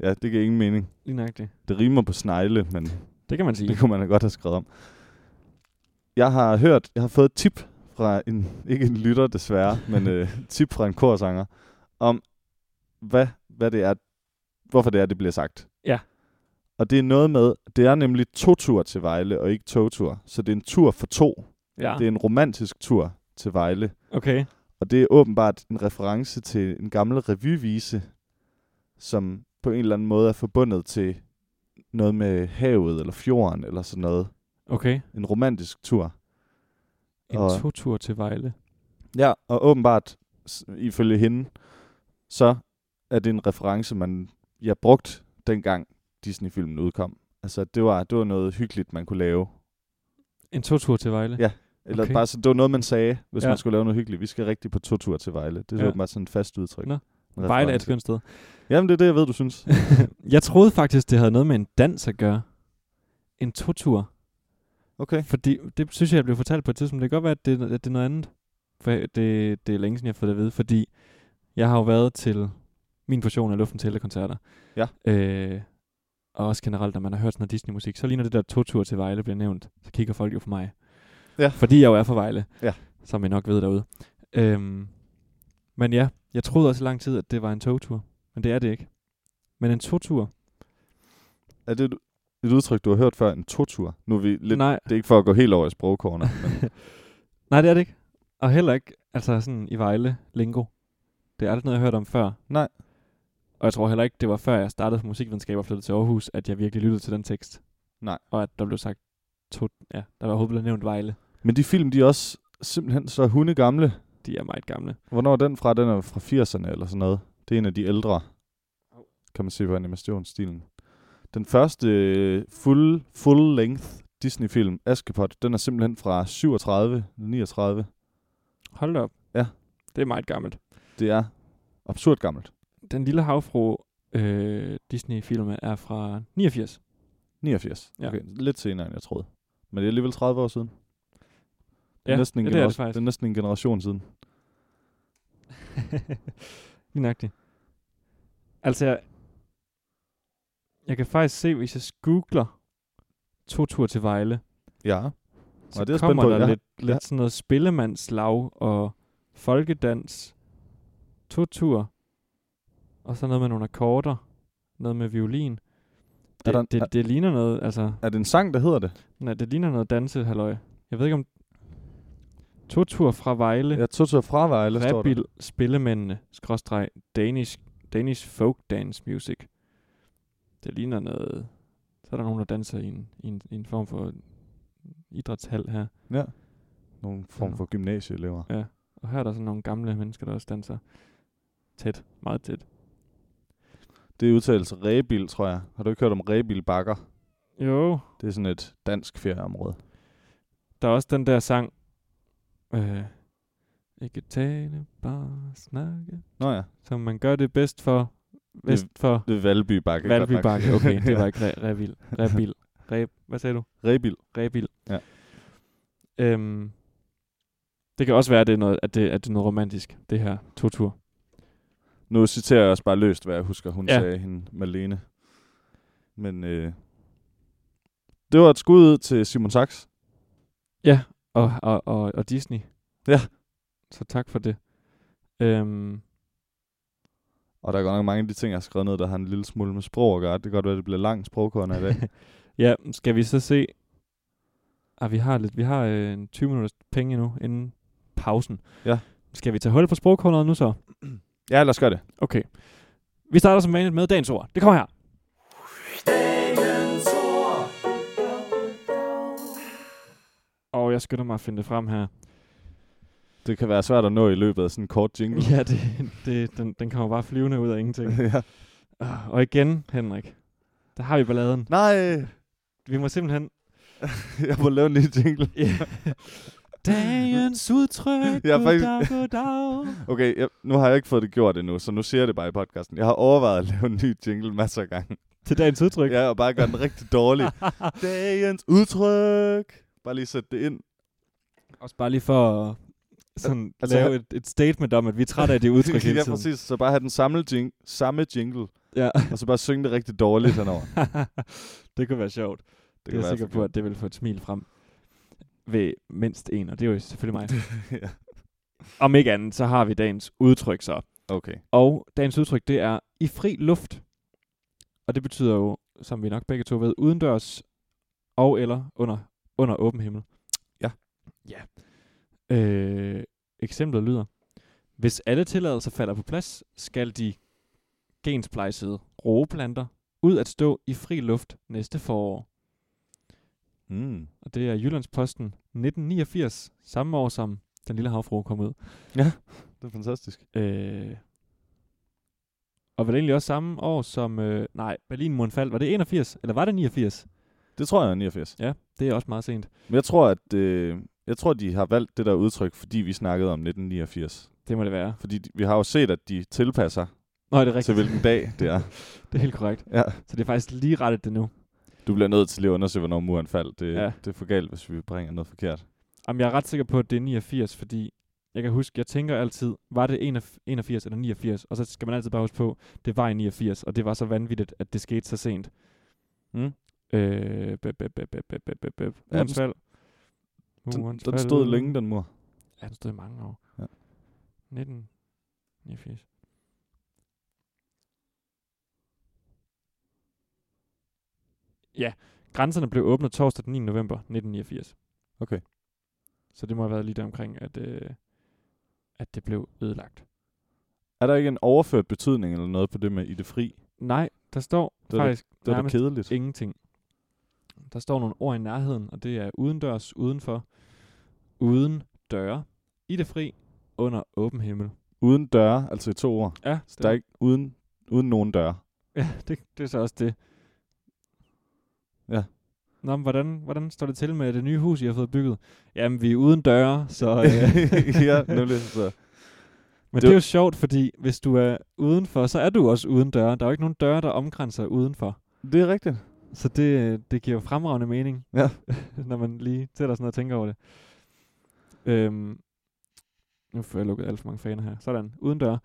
[SPEAKER 1] ja, det giver ingen mening.
[SPEAKER 2] Lige nøjagtigt.
[SPEAKER 1] Det rimer på snegle, men
[SPEAKER 2] Det kan man sige.
[SPEAKER 1] Det kunne man da godt have skrevet om. Jeg har hørt, jeg har fået et tip fra en, ikke en lytter desværre, men øh, tip fra en korsanger, om hvad, hvad det er, hvorfor det er, det bliver sagt.
[SPEAKER 2] Ja.
[SPEAKER 1] Og det er noget med, det er nemlig to tur til Vejle, og ikke togtur. Så det er en tur for to.
[SPEAKER 2] Ja.
[SPEAKER 1] Det er en romantisk tur til Vejle.
[SPEAKER 2] Okay.
[SPEAKER 1] Og det er åbenbart en reference til en gammel revyvise, som på en eller anden måde er forbundet til noget med havet eller fjorden eller sådan noget.
[SPEAKER 2] Okay.
[SPEAKER 1] En romantisk tur.
[SPEAKER 2] En
[SPEAKER 1] Og-
[SPEAKER 2] togtur til Vejle.
[SPEAKER 1] Ja, og åbenbart, s- ifølge hende, så er det en reference, man jeg brugt dengang Disney-filmen udkom. Altså, det var, det var noget hyggeligt, man kunne lave.
[SPEAKER 2] En togtur til Vejle?
[SPEAKER 1] Ja. Eller
[SPEAKER 2] Okay.
[SPEAKER 1] okay. bare, så det var noget, man sagde, hvis
[SPEAKER 2] Ja.
[SPEAKER 1] ja. man skulle lave noget hyggeligt. Vi skal rigtig på to-tur til Vejle. Det er
[SPEAKER 2] Ja.
[SPEAKER 1] ja. bare sådan et fast udtryk.
[SPEAKER 2] Nå.
[SPEAKER 1] En
[SPEAKER 2] Vejle er et
[SPEAKER 1] reference.
[SPEAKER 2] skønt sted.
[SPEAKER 1] Jamen, det er det, jeg ved, du synes.
[SPEAKER 2] Jeg troede faktisk, det havde noget med en dans at gøre. En togtur.
[SPEAKER 1] Okay.
[SPEAKER 2] Fordi det synes jeg, jeg blev fortalt på et tidspunkt. Det kan godt være, at det, at det er noget andet. For jeg- det, det er længe siden, jeg har fået det at vide. Fordi jeg har jo været til min version af Luften til koncerter.
[SPEAKER 1] Ja.
[SPEAKER 2] Øh, og også generelt, når man har hørt sådan noget Disney-musik, så lige når det der togtur til Vejle bliver nævnt, så kigger folk jo på mig.
[SPEAKER 1] Ja.
[SPEAKER 2] Fordi jeg jo er fra Vejle.
[SPEAKER 1] Ja.
[SPEAKER 2] Som I nok ved derude. Øhm, men ja, jeg troede også i lang tid, at det var en togtur. Men det er det ikke. Men en togtur?
[SPEAKER 1] Er det et, et udtryk, du har hørt før? En to-tur? Nu er vi lidt...
[SPEAKER 2] Nej,
[SPEAKER 1] Det er ikke for at gå helt over i sprogkornet. men-
[SPEAKER 2] Nej, det er det ikke. Og heller ikke, altså sådan i Vejle, lingo. Det er aldrig noget, jeg har hørt om før.
[SPEAKER 1] Nej.
[SPEAKER 2] Og jeg tror heller ikke, det var før jeg startede på musikvidenskab og flyttede til Aarhus, at jeg virkelig lyttede til den tekst.
[SPEAKER 1] Nej.
[SPEAKER 2] Og at der blev sagt, to, ja, der var overhovedet blevet nævnt Vejle.
[SPEAKER 1] Men de film, de er også simpelthen så hundegamle.
[SPEAKER 2] De er meget gamle.
[SPEAKER 1] Hvornår er den fra? Den er fra 80'erne eller sådan noget. Det er en af de ældre, kan man se på animationsstilen. Den første øh, full, full-length Disney-film, Askepot, den er simpelthen fra 37, 39.
[SPEAKER 2] Hold da op.
[SPEAKER 1] Ja.
[SPEAKER 2] Det er meget gammelt.
[SPEAKER 1] Det er absurd gammelt.
[SPEAKER 2] Den lille havfru øh, Disney-film er fra 89.
[SPEAKER 1] 89.
[SPEAKER 2] Ja.
[SPEAKER 1] Okay, lidt senere, end jeg troede. Men det er alligevel 30 år siden. Det er
[SPEAKER 2] Ja,
[SPEAKER 1] næsten en
[SPEAKER 2] ja, det er det
[SPEAKER 1] genera-
[SPEAKER 2] faktisk.
[SPEAKER 1] det er næsten en generation siden.
[SPEAKER 2] Lige nøjagtigt. Altså, jeg, jeg kan faktisk se, hvis jeg googler to tur til Vejle,
[SPEAKER 1] Ja.
[SPEAKER 2] så
[SPEAKER 1] det er jeg
[SPEAKER 2] kommer
[SPEAKER 1] spændt på.
[SPEAKER 2] der
[SPEAKER 1] Ja,
[SPEAKER 2] lidt,
[SPEAKER 1] ja.
[SPEAKER 2] lidt sådan noget spillemandslag og folkedans, to tur, og så noget med nogle akkorder, noget med violin.
[SPEAKER 1] Er
[SPEAKER 2] Det,
[SPEAKER 1] der-
[SPEAKER 2] det,
[SPEAKER 1] er-
[SPEAKER 2] det ligner noget, altså,
[SPEAKER 1] Er det en sang, der hedder det?
[SPEAKER 2] nej, det ligner noget dansehalløj. Jeg ved ikke om... To tur fra Vejle.
[SPEAKER 1] Ja, Toto fra Vejle, står der.
[SPEAKER 2] Rabil Spillemændene, skråstreg, Danish, Danish Folk Dance Music. Det ligner noget... Så er der nogen, der danser i en, i en, i en form for idrætshal her.
[SPEAKER 1] Ja. Nogle form for gymnasieelever.
[SPEAKER 2] Og her er der sådan nogle gamle mennesker, der også danser tæt, meget tæt.
[SPEAKER 1] Det er udtales Rebil, tror jeg. Har du ikke hørt om Rebil Bakker?
[SPEAKER 2] Jo,
[SPEAKER 1] Det er sådan et dansk ferieområde.
[SPEAKER 2] der er også den der sang. Øh, ikke tale, bare snakke.
[SPEAKER 1] Nå ja,
[SPEAKER 2] Som man gør det bedst for, bedst for
[SPEAKER 1] det er Valby Bakke. godt
[SPEAKER 2] Valby
[SPEAKER 1] nok.
[SPEAKER 2] Bakke. Okay, det var
[SPEAKER 1] Ja.
[SPEAKER 2] ikke re- Rebil. Rebil. Re, hvad sagde du?
[SPEAKER 1] Rebil.
[SPEAKER 2] Rebil.
[SPEAKER 1] Ja.
[SPEAKER 2] Øhm, det kan også være, at det er noget, at det, at det er noget romantisk, det her to-tur.
[SPEAKER 1] Nu citerer jeg også bare løst, hvad jeg husker, hun
[SPEAKER 2] Ja.
[SPEAKER 1] ja. sagde, hende Malene. Men øh, det var et skud ud til Simon Sachs.
[SPEAKER 2] Og, og, og, og Disney.
[SPEAKER 1] Ja.
[SPEAKER 2] Så tak for det. Øhm,
[SPEAKER 1] Og der er godt nok mange af de ting, jeg har skrevet ned, der har en lille smule med sprog at gøre. Det kan godt være, det bliver lang sprogkorn i dag.
[SPEAKER 2] ja, skal vi så se... Ah, vi har lidt, vi har øh, en 20 minutters penge endnu, inden pausen.
[SPEAKER 1] Ja.
[SPEAKER 2] Skal vi tage hul på sprogkornet nu så?
[SPEAKER 1] ja, lad os gøre det.
[SPEAKER 2] Okay. Vi starter som vanligt med dagens ord. Det kommer her. Og jeg skynder mig at finde det frem her.
[SPEAKER 1] Det kan være svært at nå i løbet af sådan en kort jingle.
[SPEAKER 2] Ja, det, det, den, den kommer bare flyvende ud af ingenting.
[SPEAKER 1] ja.
[SPEAKER 2] Ah, Og igen, Henrik. Der har vi balladen.
[SPEAKER 1] Nej,
[SPEAKER 2] Vi må simpelthen...
[SPEAKER 1] jeg må lave en ny jingle.
[SPEAKER 2] Dagens
[SPEAKER 1] Jeg
[SPEAKER 2] udtryk
[SPEAKER 1] er
[SPEAKER 2] på
[SPEAKER 1] faktisk-
[SPEAKER 2] dag på dag.
[SPEAKER 1] Okay, jeg, nu har jeg ikke fået det gjort endnu, så nu siger jeg det bare i podcasten. Jeg har overvejet at lave en ny jingle masser af gange.
[SPEAKER 2] Til dagens udtryk.
[SPEAKER 1] Ja, og bare gøre den rigtig dårlig. Dagens udtryk! Bare lige sætte det ind.
[SPEAKER 2] Også bare lige for at sådan altså,
[SPEAKER 1] Altså,
[SPEAKER 2] lave et, et statement om, at vi er trætte af det udtryk hele
[SPEAKER 1] ja,
[SPEAKER 2] tiden.
[SPEAKER 1] præcis. Så bare have den samme, jing- samme jingle,
[SPEAKER 2] Ja.
[SPEAKER 1] og så bare synge det rigtig dårligt henover. Det,
[SPEAKER 2] det kunne være sjovt. Det, det er jeg sikker på, at det vil få et smil frem ved mindst en, og det er jo selvfølgelig mig.
[SPEAKER 1] ja.
[SPEAKER 2] Om ikke andet, så har vi dagens udtryk så.
[SPEAKER 1] Okay.
[SPEAKER 2] Og dagens udtryk, det er i fri luft. Og det betyder jo, som vi nok begge to ved, udendørs og eller under, under åben himmel.
[SPEAKER 1] Ja.
[SPEAKER 2] Ja. Øh, eksemplet lyder, hvis alle tilladelser falder på plads, skal de gensplejsede roeplanter ud at stå i fri luft næste forår.
[SPEAKER 1] Mm.
[SPEAKER 2] Og det er Jyllandsposten 1989, samme år som Den Lille Havfru kom ud.
[SPEAKER 1] Det er fantastisk.
[SPEAKER 2] Øh, og vel egentlig også samme år som, øh, nej, Berlinmuren faldt. Var det 81, eller var det 89?
[SPEAKER 1] Det tror jeg er 89.
[SPEAKER 2] Ja, det er også meget sent.
[SPEAKER 1] Men jeg tror, at øh, jeg tror, de har valgt det der udtryk, fordi vi snakkede om 1989.
[SPEAKER 2] Det må det være.
[SPEAKER 1] Fordi de, vi har jo set, at de tilpasser
[SPEAKER 2] Nå, det er
[SPEAKER 1] til
[SPEAKER 2] rigtigt.
[SPEAKER 1] hvilken dag det er.
[SPEAKER 2] Det er helt korrekt.
[SPEAKER 1] Ja.
[SPEAKER 2] Så det er faktisk lige rettet det nu.
[SPEAKER 1] Du bliver nødt til lige at undersøge, hvornår muren faldt. Det,
[SPEAKER 2] Ja.
[SPEAKER 1] ja. det er for galt, hvis vi bringer noget forkert.
[SPEAKER 2] Jamen, jeg er ret sikker på, at det er 89, fordi jeg kan huske, jeg tænker altid, var det 81 81 eller 89? Og så skal man altid bare huske på, det var i 89, og det var så vanvittigt, at det skete så sent. Hmm?
[SPEAKER 1] Mm.
[SPEAKER 2] Øh, bæb, bæb, bæb, bæb, bæb, bæb, bæb, bæb.
[SPEAKER 1] Ja,
[SPEAKER 2] Murens
[SPEAKER 1] den-
[SPEAKER 2] fald.
[SPEAKER 1] Den,
[SPEAKER 2] Murens
[SPEAKER 1] den
[SPEAKER 2] fald.
[SPEAKER 1] stod længe, den mur.
[SPEAKER 2] Ja, den stod i mange år.
[SPEAKER 1] Ja.
[SPEAKER 2] 1989. Ja, grænserne blev åbnet torsdag den 9. november 1989.
[SPEAKER 1] Okay.
[SPEAKER 2] Så det må have været lige der omkring, at, øh, at det blev ødelagt.
[SPEAKER 1] Er der ikke en overført betydning eller noget på det med i det fri?
[SPEAKER 2] Nej, der står
[SPEAKER 1] Det er da-
[SPEAKER 2] faktisk
[SPEAKER 1] Det er da
[SPEAKER 2] nærmest
[SPEAKER 1] kedeligt.
[SPEAKER 2] ingenting. Der står nogle ord i nærheden, og det er udendørs, udenfor, uden døre, i det fri, under åben himmel.
[SPEAKER 1] Uden døre, altså i to ord.
[SPEAKER 2] Ja,
[SPEAKER 1] Så der er ikke uden, uden nogen døre.
[SPEAKER 2] Ja, det, det er så også det.
[SPEAKER 1] Ja.
[SPEAKER 2] Nå, men hvordan, hvordan står det til med det nye hus, I har fået bygget? Jamen, vi er uden døre, så... Øh.
[SPEAKER 1] ja, nemlig. Så.
[SPEAKER 2] men det
[SPEAKER 1] Det
[SPEAKER 2] er
[SPEAKER 1] var-
[SPEAKER 2] jo sjovt, fordi hvis du er udenfor, så er du også uden døre. Der er jo ikke nogen døre, der omkranser udenfor.
[SPEAKER 1] Det er rigtigt.
[SPEAKER 2] Så det, øh, det giver jo fremragende mening,
[SPEAKER 1] Ja.
[SPEAKER 2] når man lige sætter sådan noget og tænker over det. Øhm, nu får jeg lukket alt for mange faner her. Sådan, uden døre.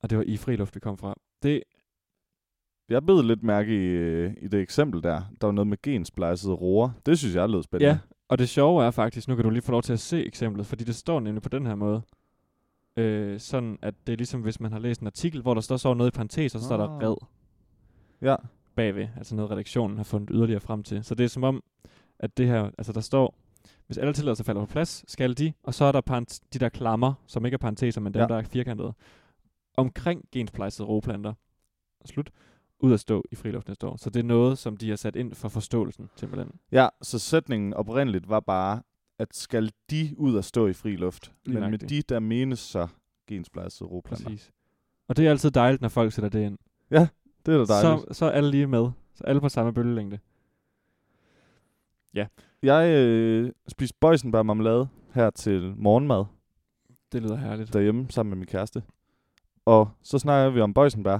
[SPEAKER 2] Og det var i friluft, vi kom fra. Det,
[SPEAKER 1] Jeg bed lidt mærke i, øh, i det eksempel der. Der var noget med gensplejsede roer. Det synes jeg lød spændende.
[SPEAKER 2] Ja, og det sjove er faktisk, nu kan du lige få lov til at se eksemplet, fordi det står nemlig på den her måde. Øh, sådan, at det er ligesom, hvis man har læst en artikel, hvor der står så noget i parentes, og så står
[SPEAKER 1] Ah.
[SPEAKER 2] der red
[SPEAKER 1] Ja.
[SPEAKER 2] bagved. Altså noget, redaktionen har fundet yderligere frem til. Så det er som om, at det her, altså der står, hvis alle tilladelser falder på plads, skal de, og så er der parent- de der klammer, som ikke er parenteser, men dem,
[SPEAKER 1] Ja.
[SPEAKER 2] der er firkantede, omkring gensplejsede råplanter. Slut. Ud at stå i friluft næste år. Så det er noget, som de har sat ind for forståelsen, simpelthen.
[SPEAKER 1] Ja, så sætningen oprindeligt var bare, at skal de ud og stå i fri luft?
[SPEAKER 2] Lige
[SPEAKER 1] Men med
[SPEAKER 2] nøjagtigt.
[SPEAKER 1] de, der menes så gensplejsede roplanter.
[SPEAKER 2] Præcis. Og det er altid dejligt, når folk sætter det ind.
[SPEAKER 1] Det er da dejligt.
[SPEAKER 2] Så,
[SPEAKER 1] Så...
[SPEAKER 2] så er alle lige med. Så alle på samme bølgelængde.
[SPEAKER 1] Jeg øh, spiste boysenbær marmelade her til morgenmad
[SPEAKER 2] Det lyder herligt.
[SPEAKER 1] derhjemme sammen med min kæreste. Og så snakker vi om boysenbær.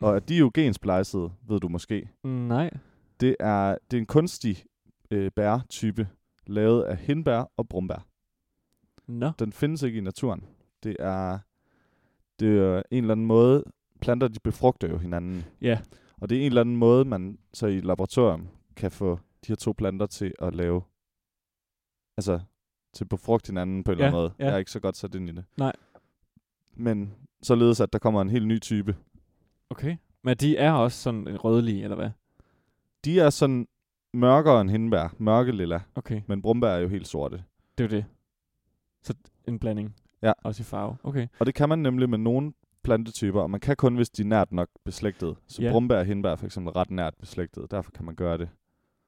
[SPEAKER 1] Og at de er jo gensplejsede, ved du måske.
[SPEAKER 2] Nej.
[SPEAKER 1] Det er, det er en kunstig øh, bærtype, lavet af hindbær og brumbær.
[SPEAKER 2] Nå.
[SPEAKER 1] den findes ikke i naturen. Det er, det er en eller anden måde, planter de befrugter jo hinanden.
[SPEAKER 2] Ja.
[SPEAKER 1] Og det er en eller anden måde, man så i et laboratorium kan få de her to planter til at lave, altså til at befrugte hinanden på en
[SPEAKER 2] Ja,
[SPEAKER 1] eller anden måde.
[SPEAKER 2] ja.
[SPEAKER 1] Jeg er ikke så godt sat ind i det.
[SPEAKER 2] Nej.
[SPEAKER 1] Men således, at der kommer en helt ny type.
[SPEAKER 2] Okay. Men de er også sådan øh, rødlige, eller hvad?
[SPEAKER 1] De er sådan mørkere end hindbær, mørke lilla,
[SPEAKER 2] Okay.
[SPEAKER 1] men brumbær er jo helt sorte.
[SPEAKER 2] Det er jo det. Så en blanding.
[SPEAKER 1] Ja.
[SPEAKER 2] Også i farve. Okay.
[SPEAKER 1] Og det kan man nemlig med nogle plantetyper, og man kan kun, hvis de er nært nok beslægtet. Så
[SPEAKER 2] Ja.
[SPEAKER 1] yeah. brumbær og hindbær er for eksempel ret nært beslægtet, derfor kan man gøre det.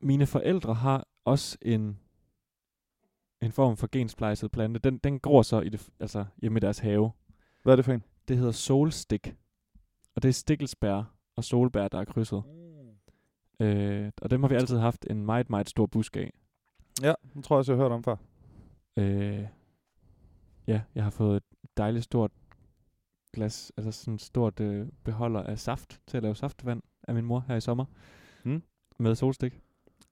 [SPEAKER 2] Mine forældre har også en en form for gensplejset plante. Den, den gror så i det, f- altså hjemme i deres have.
[SPEAKER 1] Hvad er det for en?
[SPEAKER 2] Det hedder solstik. Og det er stikkelsbær og solbær, der er krydset. Øh, og dem har vi altid haft en meget, meget stor busk af.
[SPEAKER 1] Ja, den tror jeg også, jeg har hørt om før.
[SPEAKER 2] Øh, ja, jeg har fået et dejligt stort glas, altså sådan et stort øh, beholder af saft til at lave saftvand af min mor her i sommer.
[SPEAKER 1] Mm.
[SPEAKER 2] Med solstik.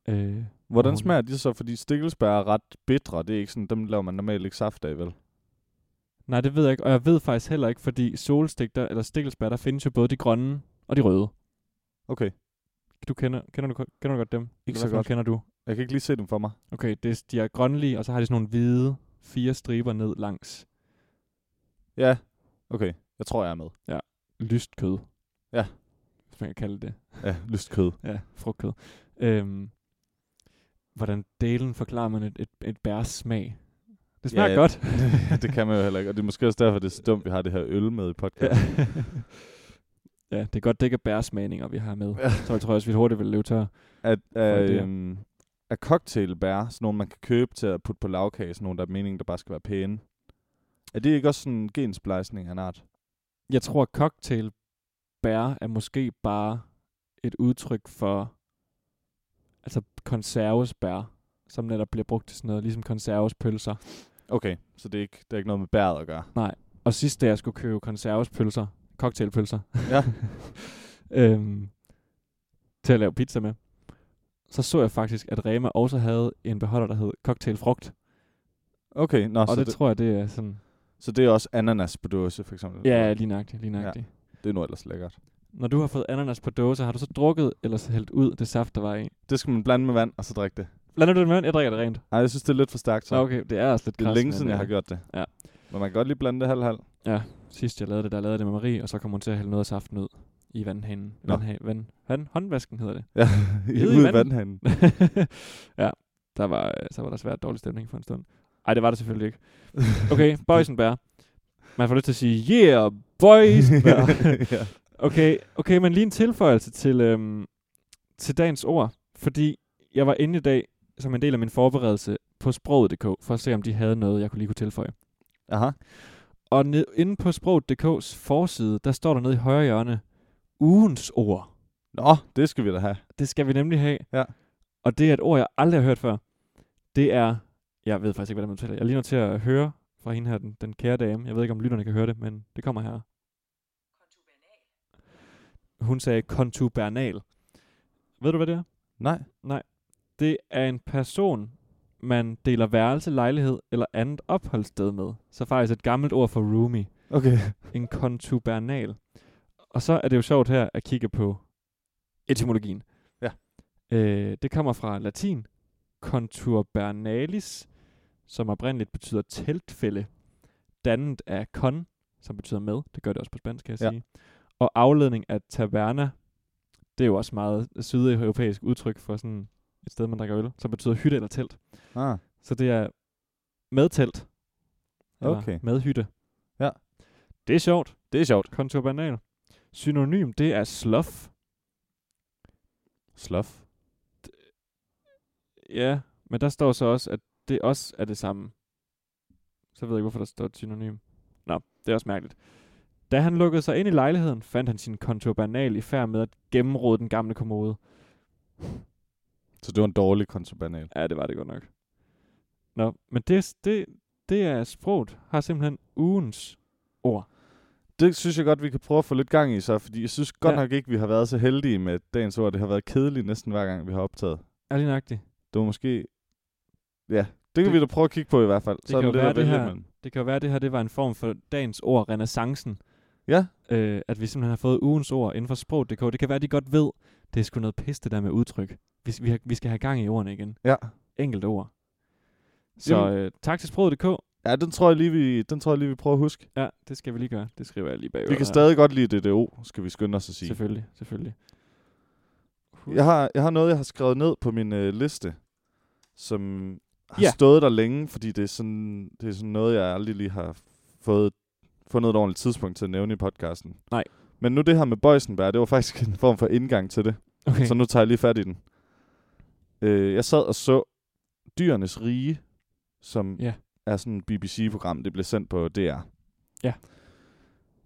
[SPEAKER 2] Øh,
[SPEAKER 1] Hvordan
[SPEAKER 2] Åh,
[SPEAKER 1] smager de så? Fordi stikkelsbær er ret bitre, det er ikke sådan, dem laver man normalt ikke saft af, vel?
[SPEAKER 2] nej, det ved jeg ikke, og jeg ved faktisk heller ikke, fordi solstik, der, eller stikkelsbær, der findes jo både de grønne og de røde.
[SPEAKER 1] Okay,
[SPEAKER 2] Du kender, kender, du, kender du godt dem? Eller
[SPEAKER 1] så
[SPEAKER 2] hvad for nogle
[SPEAKER 1] godt.
[SPEAKER 2] kender du?
[SPEAKER 1] jeg kan ikke lige se dem for mig.
[SPEAKER 2] Okay, det, er- de er grønlige, og så har de sådan nogle hvide fire striber ned langs
[SPEAKER 1] Ja, okay, jeg tror, jeg er med.
[SPEAKER 2] lyst kød.
[SPEAKER 1] Ja.
[SPEAKER 2] Hvis man kan kalde det det.
[SPEAKER 1] Ja, lystkød.
[SPEAKER 2] Ja, frugtkød. Øhm, hvordan delen forklarer man et, et, et bærs smag? Det
[SPEAKER 1] Ja,
[SPEAKER 2] smager
[SPEAKER 1] ja.
[SPEAKER 2] godt.
[SPEAKER 1] det kan man jo heller ikke, og det er måske også derfor, det er så dumt, vi har det her øl med i podcasten.
[SPEAKER 2] Ja. Ja, det er godt, det ikke er bæresmagninger, vi har med. Så jeg tror også, vi hurtigt vil løbe tør.
[SPEAKER 1] at,
[SPEAKER 2] Får idéer.
[SPEAKER 1] af, øhm, af cocktailbær, sådan nogle, man kan købe til at putte på lavkage, sådan nogle, der er meningen, der bare skal være pæne. Er det ikke også sådan en gensplejsning af en art?
[SPEAKER 2] Jeg tror, at cocktail bær er måske bare et udtryk for altså konservesbær, som netop bliver brugt til sådan noget, ligesom konservespølser.
[SPEAKER 1] Okay, så det er ikke, det er ikke noget med bæret at gøre.
[SPEAKER 2] Og sidst, da jeg skulle købe konservespølser, cocktailpølser,
[SPEAKER 1] Ja.
[SPEAKER 2] øhm, til at lave pizza med, så så jeg faktisk, at Rema også havde en beholder, der hed cocktailfrugt.
[SPEAKER 1] Okay, nå,
[SPEAKER 2] Og,
[SPEAKER 1] så,
[SPEAKER 2] det,
[SPEAKER 1] det,
[SPEAKER 2] det tror jeg, det er sådan...
[SPEAKER 1] så det er også ananas på dåse, for eksempel.
[SPEAKER 2] Ja, lige nøjagtigt, lige nøjagtigt. Ja.
[SPEAKER 1] Det er nu ellers lækkert.
[SPEAKER 2] Når du har fået ananas på dåse, har du så drukket eller så hældt ud det saft, der var i?
[SPEAKER 1] Det skal man blande med vand, og så drikke det.
[SPEAKER 2] Blander du det med vand? Jeg drikker det rent.
[SPEAKER 1] Nej, jeg synes, det er lidt for stærkt. Så.
[SPEAKER 2] Så okay, det er også lidt
[SPEAKER 1] Det er
[SPEAKER 2] krads,
[SPEAKER 1] længe
[SPEAKER 2] men,
[SPEAKER 1] siden, jeg
[SPEAKER 2] øh,
[SPEAKER 1] har gjort det.
[SPEAKER 2] ja.
[SPEAKER 1] Men man kan godt lige blande det halv-halv.
[SPEAKER 2] Sidst jeg lavede det, der lavede jeg det med Marie, og så kom hun til at hælde noget af saften ud i vandhanen.
[SPEAKER 1] Nå.
[SPEAKER 2] Vandha- vand, vand, håndvasken hedder det.
[SPEAKER 1] Ja,
[SPEAKER 2] Ude i
[SPEAKER 1] ude i
[SPEAKER 2] vandet.
[SPEAKER 1] vandhanen.
[SPEAKER 2] ja, der var, øh, så var der svært dårlig stemning for en stund. Nej, det var der selvfølgelig ikke. Okay, Boysenberg. Man får lyst til at sige, yeah, Boysenberg.
[SPEAKER 1] ja.
[SPEAKER 2] okay, okay, men lige en tilføjelse til, øhm, til dagens ord, fordi jeg var inde i dag som en del af min forberedelse på sproget.dk, for at se, om de havde noget, jeg kunne lige kunne tilføje.
[SPEAKER 1] Aha.
[SPEAKER 2] Og ned, inde på sproget.dk's forside, der står der nede i højre hjørne, ugens ord.
[SPEAKER 1] Nå, det skal vi da have.
[SPEAKER 2] Det skal vi nemlig have.
[SPEAKER 1] Ja.
[SPEAKER 2] Og det er et ord, jeg aldrig har hørt før. Det er, jeg ved faktisk ikke, hvordan man taler. Jeg er lige nødt til at høre fra hende her, den, den kære dame. Jeg ved ikke, om lytterne kan høre det, men det kommer her. Hun sagde kontubernal. Ved du, hvad det er?
[SPEAKER 1] Nej.
[SPEAKER 2] Det er en person, man deler værelse, lejlighed eller andet opholdssted med. Så faktisk et gammelt ord for roomie.
[SPEAKER 1] Okay.
[SPEAKER 2] En kontubernal. Og så er det jo sjovt her at kigge på etymologien.
[SPEAKER 1] Ja.
[SPEAKER 2] Øh, det kommer fra latin conturbernalis, som oprindeligt betyder teltfælde, dannet af con, som betyder med, det gør det også på spansk, kan jeg
[SPEAKER 1] Ja.
[SPEAKER 2] sige, og afledning af taverna, det er jo også meget sydeuropæisk udtryk for sådan et sted, man drikker øl, som betyder hytte eller telt.
[SPEAKER 1] Ah.
[SPEAKER 2] Så det er med telt. Eller
[SPEAKER 1] Okay.
[SPEAKER 2] Med hytte.
[SPEAKER 1] Ja.
[SPEAKER 2] Det er sjovt.
[SPEAKER 1] Det er sjovt.
[SPEAKER 2] Konturbanal. Synonym, det er slof.
[SPEAKER 1] Slof.
[SPEAKER 2] Ja, men der står så også, at det også er det samme. Så ved jeg ikke, hvorfor der står et synonym. Nå, det er også mærkeligt. Da han lukkede sig ind i lejligheden, fandt han sin konturbanal i færd med at gennemrode den gamle kommode.
[SPEAKER 1] Så det var en dårlig kontrabanal.
[SPEAKER 2] Ja, det var det godt nok. Nå, men det, det, det er sproget, har simpelthen ugens ord.
[SPEAKER 1] Det synes jeg godt, vi kan prøve at få lidt gang i så, fordi jeg synes godt
[SPEAKER 2] Ja.
[SPEAKER 1] ja. nok ikke, vi har været så heldige med dagens ord. Det har været kedeligt næsten hver gang, vi har optaget.
[SPEAKER 2] Er lige nøjagtigt.
[SPEAKER 1] Det var måske... Ja, det kan
[SPEAKER 2] Det-
[SPEAKER 1] det, vi da prøve at kigge på i hvert fald.
[SPEAKER 2] kan jo
[SPEAKER 1] lidt
[SPEAKER 2] være
[SPEAKER 1] at
[SPEAKER 2] det
[SPEAKER 1] vælge
[SPEAKER 2] her.
[SPEAKER 1] imellem.
[SPEAKER 2] Det kan jo være, at det her det var en form for dagens ord, renaissancen.
[SPEAKER 1] Ja.
[SPEAKER 2] Øh, at vi simpelthen har fået ugens ord inden for sprog.dk. Det kan være, at de godt ved, det er sgu noget pis, det der med udtryk. Vi, vi, har, vi skal have gang i ordene igen.
[SPEAKER 1] Ja.
[SPEAKER 2] Enkelt ord. Så
[SPEAKER 1] Jamen-
[SPEAKER 2] øh, tak til sprog.dk.
[SPEAKER 1] Ja, den tror jeg lige, vi, den tror jeg lige, vi prøver at huske.
[SPEAKER 2] Ja, det skal vi lige gøre. Det skriver jeg lige bagøver.
[SPEAKER 1] Vi kan
[SPEAKER 2] her.
[SPEAKER 1] stadig godt lide DDO, skal vi skynde os at sige.
[SPEAKER 2] Selvfølgelig, selvfølgelig. Huh.
[SPEAKER 1] Jeg har, jeg har noget, jeg har skrevet ned på min øh, liste, som har
[SPEAKER 2] Ja.
[SPEAKER 1] ja. stået der længe, fordi det er, sådan, det er sådan noget, jeg aldrig lige har fået, fundet et ordentligt tidspunkt til at nævne i podcasten.
[SPEAKER 2] Nej.
[SPEAKER 1] Men nu det her med Bøjsenberg, det var faktisk en form for indgang til det.
[SPEAKER 2] Okay.
[SPEAKER 1] Okay. altså, Så nu tager jeg lige fat i den. Øh, jeg sad og så Dyrenes Rige, som
[SPEAKER 2] Ja.
[SPEAKER 1] ja. er sådan et BBC-program, det blev sendt på DR.
[SPEAKER 2] Ja.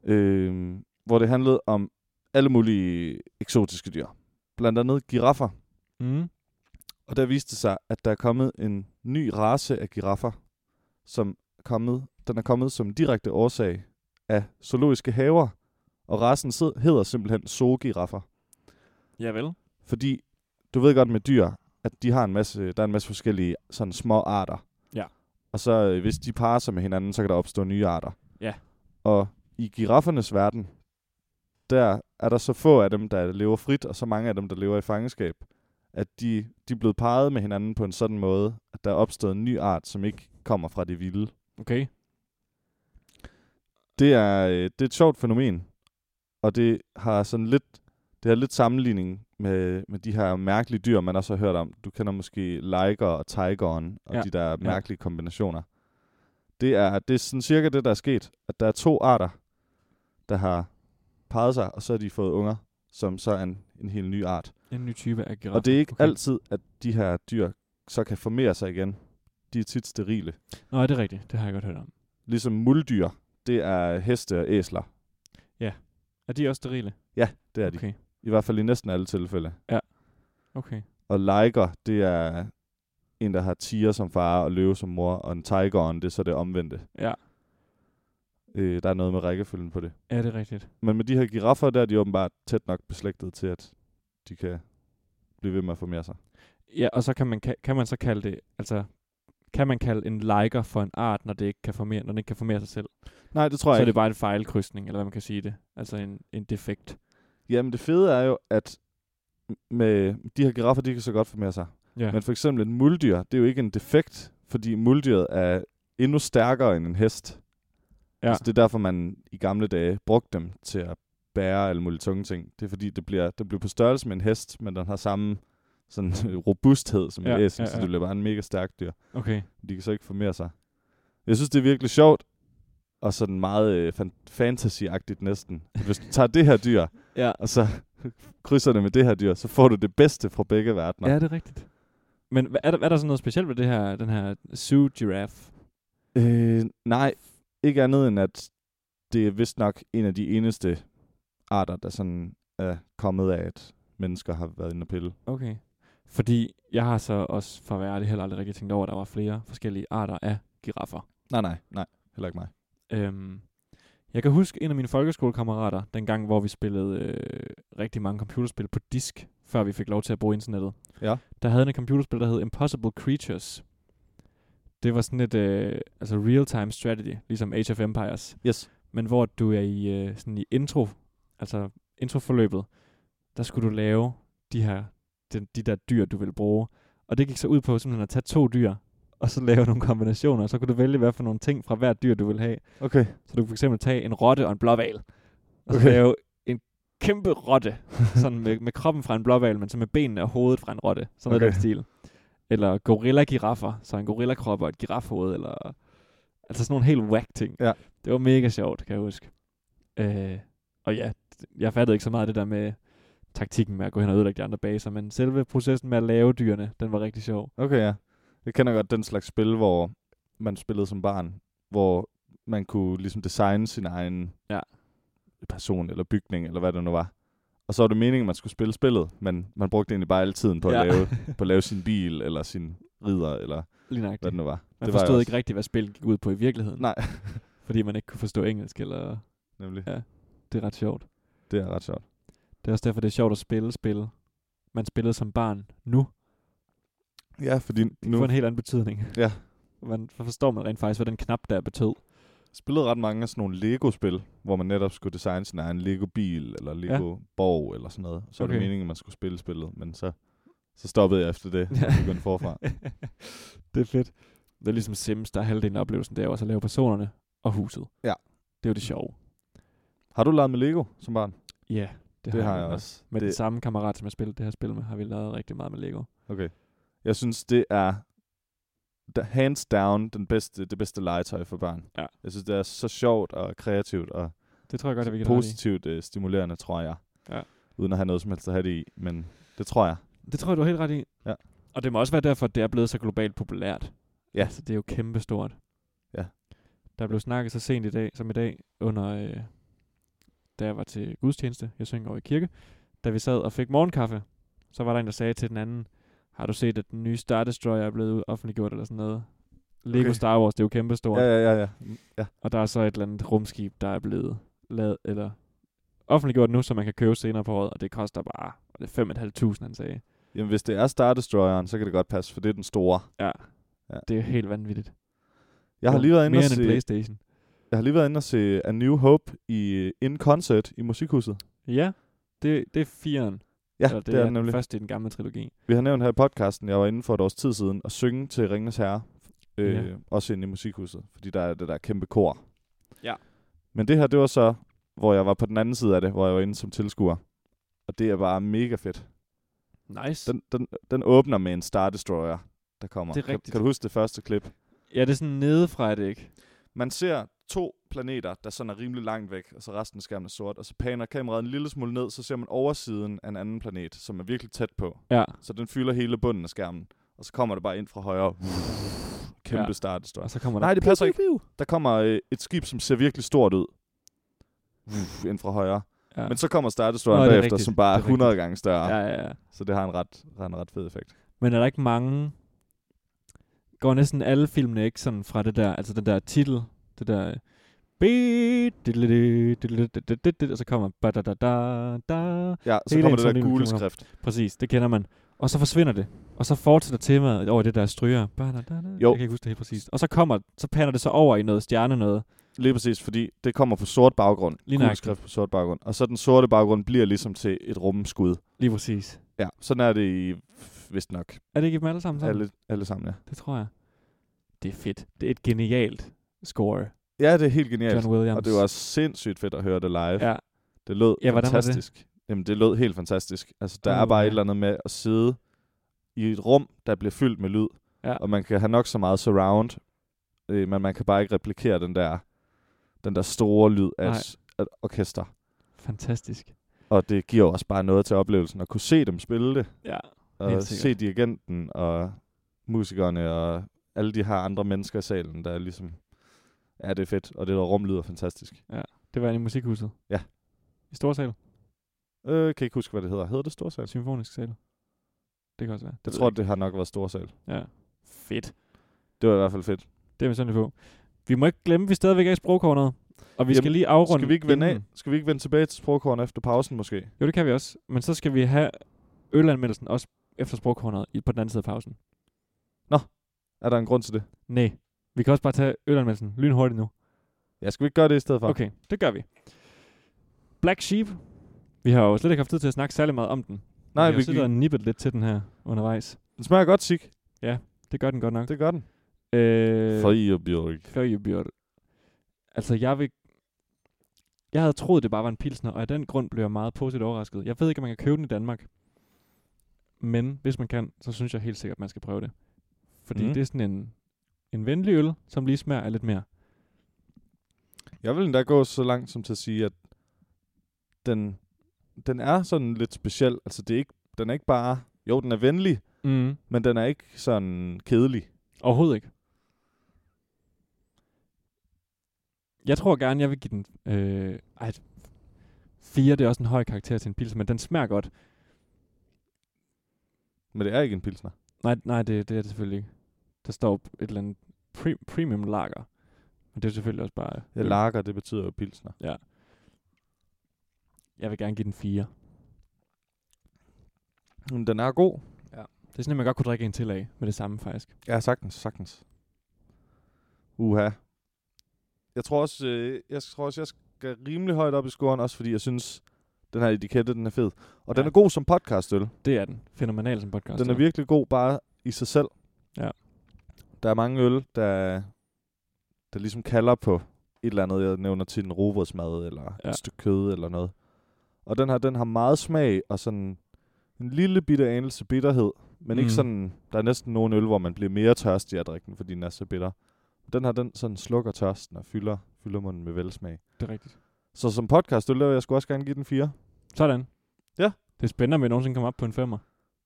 [SPEAKER 1] Øh, hvor det handlede om alle mulige eksotiske dyr. Blandt andet giraffer.
[SPEAKER 2] Mm.
[SPEAKER 1] Og der viste det sig, at der er kommet en ny race af giraffer, som er kommet, den er kommet som direkte årsag af zoologiske haver. Og racen sid- hedder simpelthen zoogiraffer.
[SPEAKER 2] Javel.
[SPEAKER 1] Fordi du ved godt med dyr, at de har en masse, der er en masse forskellige sådan små arter.
[SPEAKER 2] Ja.
[SPEAKER 1] Og så øh, hvis de parer sig med hinanden, så kan der opstå nye arter.
[SPEAKER 2] Ja.
[SPEAKER 1] Og i giraffernes verden, der er der så få af dem, der lever frit, og så mange af dem, der lever i fangenskab, at de, de er blevet parret med hinanden på en sådan måde, at der er opstået en ny art, som ikke kommer fra det vilde.
[SPEAKER 2] Okay.
[SPEAKER 1] Det er, øh, det er et sjovt fænomen, og det har sådan lidt, det har lidt sammenligning med, med de her mærkelige dyr, man også har hørt om. Du kender måske liger og tigeren og
[SPEAKER 2] Ja,
[SPEAKER 1] ja. de der mærkelige ja. kombinationer. Det er, det er sådan cirka det, der er sket, at der er to arter, der har parret sig, og så har de fået unger, som så er en, en helt ny art.
[SPEAKER 2] En ny type af giraffer.
[SPEAKER 1] Og det er ikke
[SPEAKER 2] okay.
[SPEAKER 1] okay. altid, at de her dyr så kan formere sig igen. De er tit sterile.
[SPEAKER 2] Nå, er det rigtigt? Det har jeg godt hørt om.
[SPEAKER 1] Ligesom muldyr, det er heste og æsler.
[SPEAKER 2] Er de også sterile?
[SPEAKER 1] Det er de.
[SPEAKER 2] Okay.
[SPEAKER 1] I hvert fald i næsten alle tilfælde.
[SPEAKER 2] Okay.
[SPEAKER 1] Og liger, det er en, der har tiger som far og løve som mor, og en tigeren, det er så det omvendte.
[SPEAKER 2] Ja,
[SPEAKER 1] Øh, der er noget med rækkefølgen på det.
[SPEAKER 2] er det rigtigt?
[SPEAKER 1] Men med de her giraffer, der er de åbenbart tæt nok beslægtet til, at de kan blive ved med at formere sig.
[SPEAKER 2] Ja, og så kan man, ka- kan man så kalde det, altså, kan man kalde en liker for en art, når det ikke kan formere, når den ikke kan formere sig selv?
[SPEAKER 1] Nej, det tror
[SPEAKER 2] Så
[SPEAKER 1] jeg
[SPEAKER 2] er
[SPEAKER 1] ikke.
[SPEAKER 2] det bare en fejlkrydsning, eller hvad man kan sige det. Altså en, en defekt.
[SPEAKER 1] Jamen det fede er jo, at med de her giraffer, de kan så godt formere sig.
[SPEAKER 2] Ja.
[SPEAKER 1] Ja. Men for eksempel en muldyr, det er jo ikke en defekt, fordi muldyret er endnu stærkere end en hest.
[SPEAKER 2] Ja.
[SPEAKER 1] Altså, det er derfor, man i gamle dage brugte dem til at bære alle mulige tunge ting. Det er fordi, det bliver, det bliver på størrelse med en hest, men den har samme sådan, robusthed som ja,
[SPEAKER 2] Ja,
[SPEAKER 1] en æsel,
[SPEAKER 2] ja,
[SPEAKER 1] ja, ja. så
[SPEAKER 2] ja.
[SPEAKER 1] det bliver bare en mega stærk dyr.
[SPEAKER 2] Okay.
[SPEAKER 1] De kan så ikke formere sig. Jeg synes, det er virkelig sjovt, og sådan meget øh, fan- fantasy-agtigt næsten. Hvis du tager det her dyr,
[SPEAKER 2] Ja.
[SPEAKER 1] og så krydser det med det her dyr, så får du det bedste fra begge verdener.
[SPEAKER 2] Ja, det er rigtigt. Men hva- er der, er der sådan noget specielt ved det her, den her zoo giraffe?
[SPEAKER 1] Øh, nej, ikke andet end at det er vist nok en af de eneste arter, der sådan er kommet af, at mennesker har været inde og pille.
[SPEAKER 2] Okay. Fordi jeg har så også, for at være ærlig, heller aldrig rigtig tænkt over, at der var flere forskellige arter af giraffer.
[SPEAKER 1] Nej, nej, nej. Heller ikke mig.
[SPEAKER 2] Øhm, jeg kan huske en af mine folkeskolekammerater, dengang, hvor vi spillede øh, rigtig mange computerspil på disk, før vi fik lov til at bruge internettet.
[SPEAKER 1] Ja.
[SPEAKER 2] Der havde han et computerspil, der hed Impossible Creatures. Det var sådan et øh, altså real-time strategy, ligesom Age of Empires.
[SPEAKER 1] Yes.
[SPEAKER 2] men hvor du er i, øh, sådan i intro, altså introforløbet, der skulle du lave de her, de, de der dyr, du vil bruge. Og det gik så ud på simpelthen at tage to dyr, og så lave nogle kombinationer, og så kunne du vælge, hvad for nogle ting fra hvert dyr, du vil have.
[SPEAKER 1] Okay.
[SPEAKER 2] Så du kunne fx tage en rotte og en blåval, og så
[SPEAKER 1] Okay.
[SPEAKER 2] lave en kæmpe rotte, sådan med, med kroppen fra en blåval, men så med benene og hovedet fra en rotte, sådan noget okay.
[SPEAKER 1] Okay.
[SPEAKER 2] den stil. Eller gorilla-giraffer, så en gorillakrop og et girafhoved, eller altså sådan nogle helt whack ting.
[SPEAKER 1] Ja.
[SPEAKER 2] Det var mega sjovt, kan jeg huske. Øh, og ja, jeg fattede ikke så meget af det der med taktikken med at gå hen og ødelægge de andre baser, men selve processen med at lave dyrene, den var rigtig sjov.
[SPEAKER 1] Okay, ja. Jeg kender godt den slags spil, hvor man spillede som barn, hvor man kunne ligesom designe sin egen
[SPEAKER 2] Ja.
[SPEAKER 1] person eller bygning, eller hvad det nu var. Og så var det meningen, at man skulle spille spillet, men man brugte egentlig bare al tiden på, at, lave, på at lave sin bil, eller sin ridder, eller
[SPEAKER 2] Lige nøjagtigt.
[SPEAKER 1] hvad det nu var.
[SPEAKER 2] Man
[SPEAKER 1] det var jeg
[SPEAKER 2] forstod
[SPEAKER 1] også.
[SPEAKER 2] ikke rigtigt, hvad spillet gik ud på i virkeligheden.
[SPEAKER 1] Nej,
[SPEAKER 2] Fordi man ikke kunne forstå engelsk, eller
[SPEAKER 1] nemlig.
[SPEAKER 2] Ja. det er ret sjovt.
[SPEAKER 1] Det er ret sjovt.
[SPEAKER 2] Det er også derfor, det er sjovt at spille spil. Man spillede som barn nu.
[SPEAKER 1] Ja, fordi
[SPEAKER 2] Det nu. får
[SPEAKER 1] nu
[SPEAKER 2] en helt anden betydning.
[SPEAKER 1] Ja.
[SPEAKER 2] Man så forstår man rent faktisk, hvad den knap der betød.
[SPEAKER 1] spillede ret mange af sådan nogle Lego-spil, hvor man netop skulle designe sin egen Lego-bil, eller Lego-borg, eller sådan noget. Så okay. var
[SPEAKER 2] Okay.
[SPEAKER 1] det meningen, at man skulle spille spillet, men så, så stoppede jeg efter det, og
[SPEAKER 2] Ja.
[SPEAKER 1] begyndte forfra.
[SPEAKER 2] det er fedt. Det er ligesom Sims, der er halvdelen af oplevelsen, det er jo også at lave personerne og huset.
[SPEAKER 1] Ja.
[SPEAKER 2] Det er jo det sjove.
[SPEAKER 1] Har du leget med Lego som barn?
[SPEAKER 2] Ja,
[SPEAKER 1] Det, det har jeg
[SPEAKER 2] nok.
[SPEAKER 1] også.
[SPEAKER 2] Med det... den
[SPEAKER 1] det,
[SPEAKER 2] samme kammerat, som jeg spillede det her spil med, har vi lavet rigtig meget med Lego.
[SPEAKER 1] okay. Jeg synes, det er da- hands down den bedste, det bedste legetøj for børn.
[SPEAKER 2] Ja.
[SPEAKER 1] Jeg synes, det er så sjovt og kreativt og
[SPEAKER 2] Det tror jeg godt, at vi kan lade det
[SPEAKER 1] positivt øh, stimulerende, tror jeg.
[SPEAKER 2] Ja.
[SPEAKER 1] Uden at have noget som helst at have det i, men det tror jeg.
[SPEAKER 2] i. Det tror jeg, du har helt ret i.
[SPEAKER 1] Ja.
[SPEAKER 2] Og det må også være derfor, at det er blevet så globalt populært.
[SPEAKER 1] Ja.
[SPEAKER 2] Altså, det er jo kæmpestort.
[SPEAKER 1] Ja.
[SPEAKER 2] Der blev snakket så sent i dag, som i dag, under, øh, da jeg var til gudstjeneste, jeg synger over i kirke, da vi sad og fik morgenkaffe, så var der en, der sagde til den anden, har du set, at den nye Star Destroyer er blevet offentliggjort, eller sådan noget? Lego
[SPEAKER 1] Okay.
[SPEAKER 2] Star Wars, det er jo kæmpestort.
[SPEAKER 1] Ja, ja, ja. ja. ja.
[SPEAKER 2] Og der er så et eller andet rumskib, der er blevet lavet, eller offentliggjort nu, som man kan købe senere på året, og det koster bare var det 5.500, han sagde.
[SPEAKER 1] Jamen, hvis det er Star Destroyeren, så kan det godt passe, for det er den store.
[SPEAKER 2] Ja.
[SPEAKER 1] Ja.
[SPEAKER 2] Det er helt vanvittigt.
[SPEAKER 1] Jeg har lige været inde
[SPEAKER 2] Mere
[SPEAKER 1] og
[SPEAKER 2] end en
[SPEAKER 1] se,
[SPEAKER 2] Playstation.
[SPEAKER 1] jeg har lige været inde og se A New Hope i in concert i Musikhuset.
[SPEAKER 2] Ja, det, det er firen.
[SPEAKER 1] Ja,
[SPEAKER 2] eller
[SPEAKER 1] det, det er den
[SPEAKER 2] den
[SPEAKER 1] nemlig.
[SPEAKER 2] første i den gamle trilogi.
[SPEAKER 1] Vi har nævnt her i podcasten, jeg var inde for et års tid siden, og synge til Ringens Herre. Øh,
[SPEAKER 2] Ja.
[SPEAKER 1] Også inde i Musikhuset, fordi der er det der kæmpe kor.
[SPEAKER 2] Ja.
[SPEAKER 1] Men det her, det var så, hvor jeg var på den anden side af det, hvor jeg var inde som tilskuer. Og det er bare mega fedt.
[SPEAKER 2] Nice. Den.
[SPEAKER 1] Den, den, den åbner med en Star Destroyer, der kommer.
[SPEAKER 2] Det er
[SPEAKER 1] kan,
[SPEAKER 2] rigtigt.
[SPEAKER 1] kan du huske det første klip?
[SPEAKER 2] Ja, det er sådan nedefra, er det ikke?
[SPEAKER 1] Man ser to planeter, der sådan er rimelig langt væk, og så resten af skærmen er sort, og så paner kameraet en lille smule ned, så ser man oversiden af en anden planet, som er virkelig tæt på.
[SPEAKER 2] Ja.
[SPEAKER 1] Så den fylder hele bunden af skærmen, og så kommer det bare ind fra højre. Kæmpe
[SPEAKER 2] Ja.
[SPEAKER 1] ja. start, står
[SPEAKER 2] Og så kommer der...
[SPEAKER 1] Nej, det passer ikke.
[SPEAKER 2] Piu, piu.
[SPEAKER 1] Der kommer øh, et skib, som ser virkelig stort ud. Ind fra højre.
[SPEAKER 2] Ja.
[SPEAKER 1] Men så kommer
[SPEAKER 2] Nå,
[SPEAKER 1] startestorien
[SPEAKER 2] det er
[SPEAKER 1] bagefter,
[SPEAKER 2] rigtigt.
[SPEAKER 1] rigtigt. som bare
[SPEAKER 2] Det
[SPEAKER 1] er
[SPEAKER 2] er rigtigt.
[SPEAKER 1] 100 gange større. Ja.
[SPEAKER 2] ja, ja, ja.
[SPEAKER 1] Så det har en ret, har en ret fed effekt.
[SPEAKER 2] Men er der ikke mange... Går næsten alle filmene ikke sådan fra det der, altså den der titel, det der... øh, bi- diddle-di, diddle-di, diddle-di, Og så kommer... ba-da-da-da-da.
[SPEAKER 1] Ja, så
[SPEAKER 2] Hele
[SPEAKER 1] kommer det der
[SPEAKER 2] introen,
[SPEAKER 1] gule
[SPEAKER 2] den kommer.
[SPEAKER 1] skrift.
[SPEAKER 2] Præcis, det kender man. Og så forsvinder det. Og så fortsætter temaet over i det der stryger. Ba-da-da-da. Jeg kan ikke huske det helt præcist. Og så kommer, så pander det så over i noget stjerne noget.
[SPEAKER 1] Lige præcis, fordi det kommer på sort baggrund.
[SPEAKER 2] Lige
[SPEAKER 1] Gul
[SPEAKER 2] nøjagtigt.
[SPEAKER 1] skrift på sort baggrund. Og så den sorte baggrund bliver ligesom til et rumskud.
[SPEAKER 2] Lige præcis.
[SPEAKER 1] Ja, sådan er det i, vist nok,
[SPEAKER 2] Er det ikke dem alle sammen sammen?
[SPEAKER 1] alle, alle sammen, ja.
[SPEAKER 2] Det tror jeg. Det er fedt. Det er et genialt score,
[SPEAKER 1] Ja, det er helt genialt.
[SPEAKER 2] John Williams.
[SPEAKER 1] Og det var sindssygt fedt at høre det live.
[SPEAKER 2] Ja,
[SPEAKER 1] Det lød
[SPEAKER 2] Ja,
[SPEAKER 1] ja,
[SPEAKER 2] hvordan var det?
[SPEAKER 1] fantastisk. Det? Jamen, det lød helt fantastisk. Altså, der
[SPEAKER 2] Åh,
[SPEAKER 1] er bare
[SPEAKER 2] ja.
[SPEAKER 1] et eller andet med at sidde i et rum, der bliver fyldt med lyd.
[SPEAKER 2] Ja.
[SPEAKER 1] Og man kan have nok så meget surround, øh, men man kan bare ikke replikere den der, den der store lyd af,
[SPEAKER 2] Nej.
[SPEAKER 1] s- af et orkester.
[SPEAKER 2] fantastisk.
[SPEAKER 1] Og det giver jo også bare noget til oplevelsen at kunne se dem spille det.
[SPEAKER 2] Ja. Helt
[SPEAKER 1] Og
[SPEAKER 2] sikkert.
[SPEAKER 1] se dirigenten og musikerne og alle de her andre mennesker i salen, der er ligesom... Ja, det er fedt, og det der rum lyder fantastisk.
[SPEAKER 2] Det var inde i musikhuset.
[SPEAKER 1] Ja.
[SPEAKER 2] I Storsal.
[SPEAKER 1] Øh, kan ikke huske, hvad det hedder. Hedder det Storsal?
[SPEAKER 2] Symfonisk sal. Det kan også være.
[SPEAKER 1] Jeg
[SPEAKER 2] ved
[SPEAKER 1] tror, det har nok været Storsal.
[SPEAKER 2] ikke. Ja. Fedt.
[SPEAKER 1] Det var i hvert fald fedt.
[SPEAKER 2] Det er vi sådan lidt på. Vi må ikke glemme, at vi stadigvæk er i sprogkornet. Og vi skal
[SPEAKER 1] Jamen,
[SPEAKER 2] lige afrunde.
[SPEAKER 1] Skal vi ikke vende af?
[SPEAKER 2] inden-
[SPEAKER 1] Skal vi ikke vende tilbage til sprogkorn efter pausen måske?
[SPEAKER 2] Jo, det kan vi også. Men så skal vi have ølanmeldelsen også efter sprogkornet i- på den anden side af pausen.
[SPEAKER 1] Er der en grund til det?
[SPEAKER 2] Nej. Vi kan også bare tage ølanmeldelsen lynhurtigt nu.
[SPEAKER 1] Ja, skal vi ikke gøre det i stedet for?
[SPEAKER 2] Okay, det gør vi. Black Sheep. Vi har jo slet ikke haft tid til at snakke særlig meget om den.
[SPEAKER 1] Nej,
[SPEAKER 2] vi har
[SPEAKER 1] vi-
[SPEAKER 2] siddet og nippet lidt til den her undervejs.
[SPEAKER 1] Den smager godt, Sik.
[SPEAKER 2] Det gør den godt nok.
[SPEAKER 1] Det gør den.
[SPEAKER 2] Øh,
[SPEAKER 1] Freiburg.
[SPEAKER 2] Færgebjørn. Altså, jeg vil... Jeg havde troet, det bare var en pilsner, og af den grund blev jeg meget positivt overrasket. Jeg ved ikke, om man kan købe den i Danmark. Men hvis man kan, så synes jeg helt sikkert, at man skal prøve det. Fordi mm.
[SPEAKER 1] Mhm.
[SPEAKER 2] det er sådan en, en venlig øl, som lige smager af lidt mere.
[SPEAKER 1] Jeg vil endda gå så langt som til at sige, at den, den er sådan lidt speciel. Altså, det er ikke, den er ikke bare... Jo, den er venlig,
[SPEAKER 2] Mm.
[SPEAKER 1] men den er ikke sådan kedelig.
[SPEAKER 2] Overhovedet ikke. Jeg tror gerne, jeg vil give den... Øh, ej, 4 det er også en høj karakter til en pils, men den smager godt.
[SPEAKER 1] Men det er ikke en pilsner.
[SPEAKER 2] Nej, nej det, det er det selvfølgelig ikke. Der står et eller andet pre- premium lager. Men det er selvfølgelig også bare...
[SPEAKER 1] Ja, lager, det betyder jo pilsner.
[SPEAKER 2] Jeg vil gerne give den 4.
[SPEAKER 1] Men den er god.
[SPEAKER 2] Det er sådan, at man godt kunne drikke en til af med det samme faktisk.
[SPEAKER 1] Ja, sagtens, sagtens. Uha. Jeg tror også, øh, jeg tror også, jeg skal rimelig højt op i scoren, også fordi jeg synes, den her etikette, den er fed. Og ja. den
[SPEAKER 2] Ja.
[SPEAKER 1] er god som podcastøl.
[SPEAKER 2] Det er den. Fænomenal som podcast.
[SPEAKER 1] Den er virkelig god bare i sig selv.
[SPEAKER 2] Ja.
[SPEAKER 1] Der er mange øl, der, der ligesom kalder på et eller andet. Jeg nævner til en robrødsmad, eller ja.
[SPEAKER 2] Ja.
[SPEAKER 1] et stykke kød, eller noget. Og den her, den har meget smag, og sådan en lille bitte anelse bitterhed. Men mm.
[SPEAKER 2] Mm.
[SPEAKER 1] ikke sådan, der er næsten nogen øl, hvor man bliver mere tørstig af at drikke den, fordi den er så bitter. Den her, den sådan slukker tørsten og fylder, fylder munden med velsmag.
[SPEAKER 2] Det er rigtigt.
[SPEAKER 1] Så som podcast, øl, jeg skulle også gerne give den 4.
[SPEAKER 2] Sådan.
[SPEAKER 1] Ja.
[SPEAKER 2] Det er spændende, om vi nogensinde kommer op på en femmer.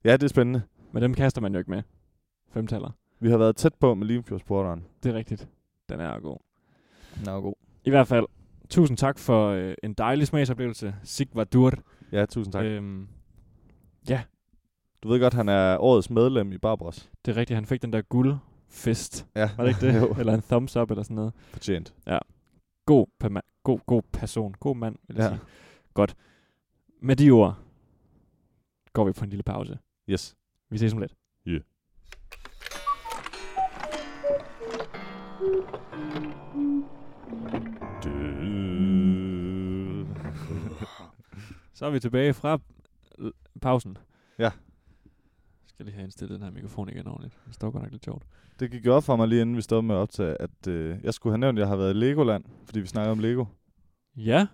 [SPEAKER 1] Ja, det er spændende.
[SPEAKER 2] Men dem kaster man jo ikke med. Femtaller.
[SPEAKER 1] Vi har været tæt på med Limfjordsporteren.
[SPEAKER 2] Det er rigtigt. Den er god.
[SPEAKER 1] Den er god.
[SPEAKER 2] I hvert fald, tusind tak for øh, en dejlig smagsoplevelse, Sigvardur.
[SPEAKER 1] Ja, tusind tak.
[SPEAKER 2] Øhm,
[SPEAKER 1] Du ved godt, han er årets medlem i Barbaros.
[SPEAKER 2] det er rigtigt, han fik den der guldfest.
[SPEAKER 1] Ja,
[SPEAKER 2] Var det ikke det?
[SPEAKER 1] jo,
[SPEAKER 2] eller en thumbs up eller sådan noget.
[SPEAKER 1] fortjent.
[SPEAKER 2] God, perma- god, god person. God mand, vil jeg ja.
[SPEAKER 1] Ja.
[SPEAKER 2] sige. Godt. Med de ord går vi på en lille pause.
[SPEAKER 1] Yes.
[SPEAKER 2] Vi ses om lidt.
[SPEAKER 1] Ja.
[SPEAKER 2] Så er vi tilbage fra l- pausen.
[SPEAKER 1] Ja.
[SPEAKER 2] Jeg skal lige have indstillet den her mikrofon igen ordentligt. Det står godt nok lidt sjovt.
[SPEAKER 1] Det gik jo op for mig lige inden vi stoppede med at optage, at øh, jeg skulle have nævnt, at jeg har været i Legoland, fordi vi snakker om Lego.
[SPEAKER 2] Ja,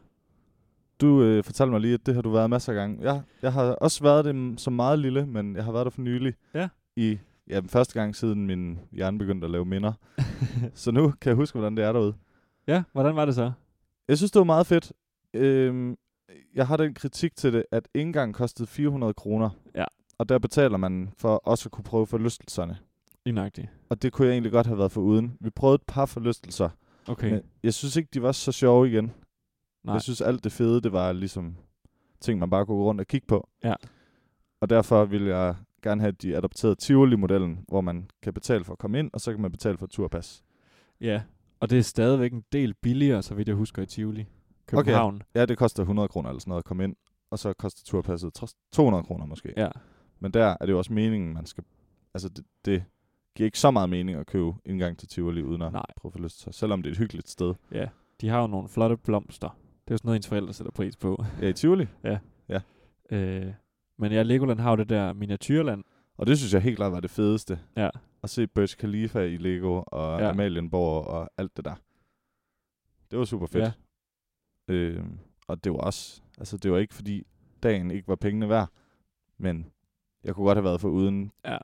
[SPEAKER 1] Du øh, fortalte mig lige, at det har du været masser af gange. Jeg, jeg har også været det som meget lille, men jeg har været der for nylig.
[SPEAKER 2] Ja.
[SPEAKER 1] I ja, den første gang siden min hjerne begyndte at lave minder. så nu kan jeg huske, hvordan det er derude.
[SPEAKER 2] Ja, hvordan var det så?
[SPEAKER 1] Jeg synes, det var meget fedt. Øhm, jeg har den kritik til det, at indgang kostede 400 kroner.
[SPEAKER 2] Ja.
[SPEAKER 1] Og der betaler man for også at kunne prøve forlystelserne.
[SPEAKER 2] Indagtigt.
[SPEAKER 1] Og det kunne jeg egentlig godt have været for uden. Vi prøvede et par forlystelser,
[SPEAKER 2] Okay.
[SPEAKER 1] men jeg synes ikke, de var så sjove igen.
[SPEAKER 2] Nej.
[SPEAKER 1] Jeg synes, alt det fede, det var ligesom ting, man bare kunne gå rundt og kigge på.
[SPEAKER 2] Ja.
[SPEAKER 1] Og derfor ville jeg gerne have, at de adopterede Tivoli-modellen, hvor man kan betale for at komme ind, og så kan man betale for turpas.
[SPEAKER 2] Ja, og det er stadigvæk en del billigere, så vidt jeg husker, i Tivoli. København. Okay.
[SPEAKER 1] Ja, det koster 100 kroner eller sådan noget at komme ind, og så koster turpasset trods- 200 kroner måske.
[SPEAKER 2] Ja.
[SPEAKER 1] Men der er det jo også meningen, man skal... Altså, det, det giver ikke så meget mening at købe indgang til Tivoli uden at
[SPEAKER 2] Nej.
[SPEAKER 1] prøve for lyst. Så selvom det er et hyggeligt sted.
[SPEAKER 2] ja, de har jo nogle flotte blomster. Det er jo sådan noget, ens forældre sætter pris på.
[SPEAKER 1] Ja, i Tivoli.
[SPEAKER 2] øh, men ja, Legoland har jo det der miniatyrland.
[SPEAKER 1] Og det synes jeg helt klart var det fedeste.
[SPEAKER 2] Ja.
[SPEAKER 1] At se Burj Khalifa i Lego og
[SPEAKER 2] Ja.
[SPEAKER 1] ja. Amalienborg og alt det der. Det var super fedt. Ja. Øhm, og det var også... Altså, det var ikke fordi dagen ikke var pengene værd, men jeg kunne godt have været for uden.
[SPEAKER 2] Ja,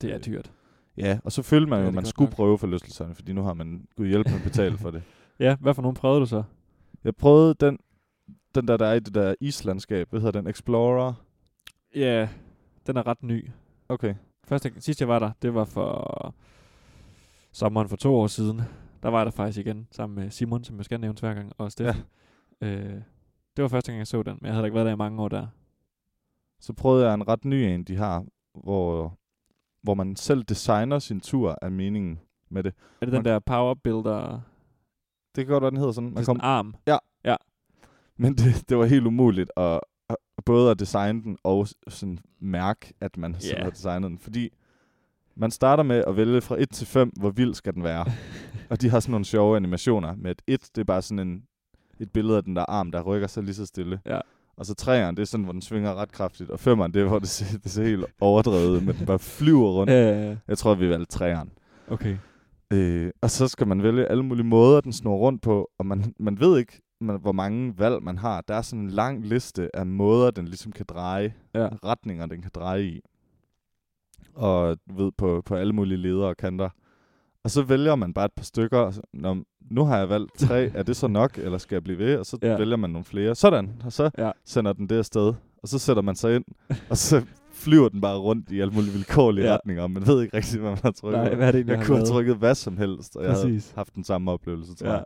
[SPEAKER 2] det er
[SPEAKER 1] Øh,
[SPEAKER 2] dyrt.
[SPEAKER 1] Ja, og så følte man
[SPEAKER 2] Ja,
[SPEAKER 1] jo,
[SPEAKER 2] det
[SPEAKER 1] at
[SPEAKER 2] er
[SPEAKER 1] man
[SPEAKER 2] godt
[SPEAKER 1] skulle
[SPEAKER 2] nok.
[SPEAKER 1] prøve forlystelserne, fordi nu har man gået hjælp med at betale for det.
[SPEAKER 2] Ja, hvad for nogen prøvede du så?
[SPEAKER 1] Jeg prøvede den, den der, der er i det der islandskab. Hvad hedder den? Explorer?
[SPEAKER 2] Ja, den er ret ny.
[SPEAKER 1] Okay.
[SPEAKER 2] Første, sidst jeg var der, det var for sommeren for to år siden. Der var jeg der faktisk igen, sammen med Simon, som jeg skal nævne hver gang, og Steffen. Ja. Øh, det var første gang, jeg så den, men jeg havde da ikke været der i mange år der.
[SPEAKER 1] Så prøvede jeg en ret ny en, de har, hvor, hvor man selv designer sin tur af meningen med det.
[SPEAKER 2] Er det den
[SPEAKER 1] Okay.
[SPEAKER 2] der power builder?
[SPEAKER 1] Det kan godt være, den hedder sådan.
[SPEAKER 2] Man
[SPEAKER 1] Man
[SPEAKER 2] sådan
[SPEAKER 1] kom,
[SPEAKER 2] en arm.
[SPEAKER 1] men det, det var helt umuligt at, at både at designe den og s- sådan mærke, at man selv
[SPEAKER 2] Ja.
[SPEAKER 1] har designet den. Fordi man starter med at vælge fra 1 til 5, hvor vild skal den være. og de har sådan nogle sjove animationer med et 1, det er bare sådan en, et billede af den der arm, der rykker sig lige så stille.
[SPEAKER 2] Ja.
[SPEAKER 1] Og så træeren, det er sådan, hvor den svinger ret kraftigt. Og femeren, det er, hvor det ser, det ser helt overdrevet ud, men den bare flyver rundt.
[SPEAKER 2] Øh,
[SPEAKER 1] Jeg tror, vi valgte træeren.
[SPEAKER 2] okay.
[SPEAKER 1] Øh, og så skal man vælge alle mulige måder, den snor rundt på, og man, man ved ikke, man, hvor mange valg man har. Der er sådan en lang liste af måder, den ligesom kan dreje,
[SPEAKER 2] Ja.
[SPEAKER 1] retninger, den kan dreje i. Og du ved, på, på alle mulige ledere og kanter. Og så vælger man bare et par stykker. og så, Nå, nu har jeg valgt tre, er det så nok, eller skal jeg blive ved? Og så
[SPEAKER 2] Ja.
[SPEAKER 1] ja. vælger man nogle flere. Sådan, og så
[SPEAKER 2] Ja.
[SPEAKER 1] ja. sender den det afsted. Og så sætter man sig ind, og så flyver den bare rundt i alle mulige vilkårlige
[SPEAKER 2] Ja.
[SPEAKER 1] ja. retninger, og man ved ikke rigtig, hvad man har trykket.
[SPEAKER 2] Nej, hvad er det egentlig,
[SPEAKER 1] Jeg
[SPEAKER 2] han
[SPEAKER 1] kunne have
[SPEAKER 2] lavede?
[SPEAKER 1] trykket hvad som helst, og jeg
[SPEAKER 2] Præcis.
[SPEAKER 1] havde haft den samme oplevelse, tror
[SPEAKER 2] Ja.
[SPEAKER 1] ja. jeg.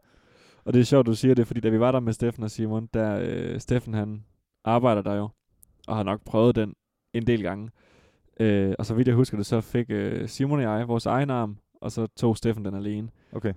[SPEAKER 2] Og det er sjovt, du siger det, fordi da vi var der med Steffen og Simon, der øh, Steffen han arbejder der jo, og har nok prøvet den en del gange. Øh, og så vidt jeg husker det, så fik øh, Simon og jeg vores egen arm, og så tog Steffen den alene.
[SPEAKER 1] Okay.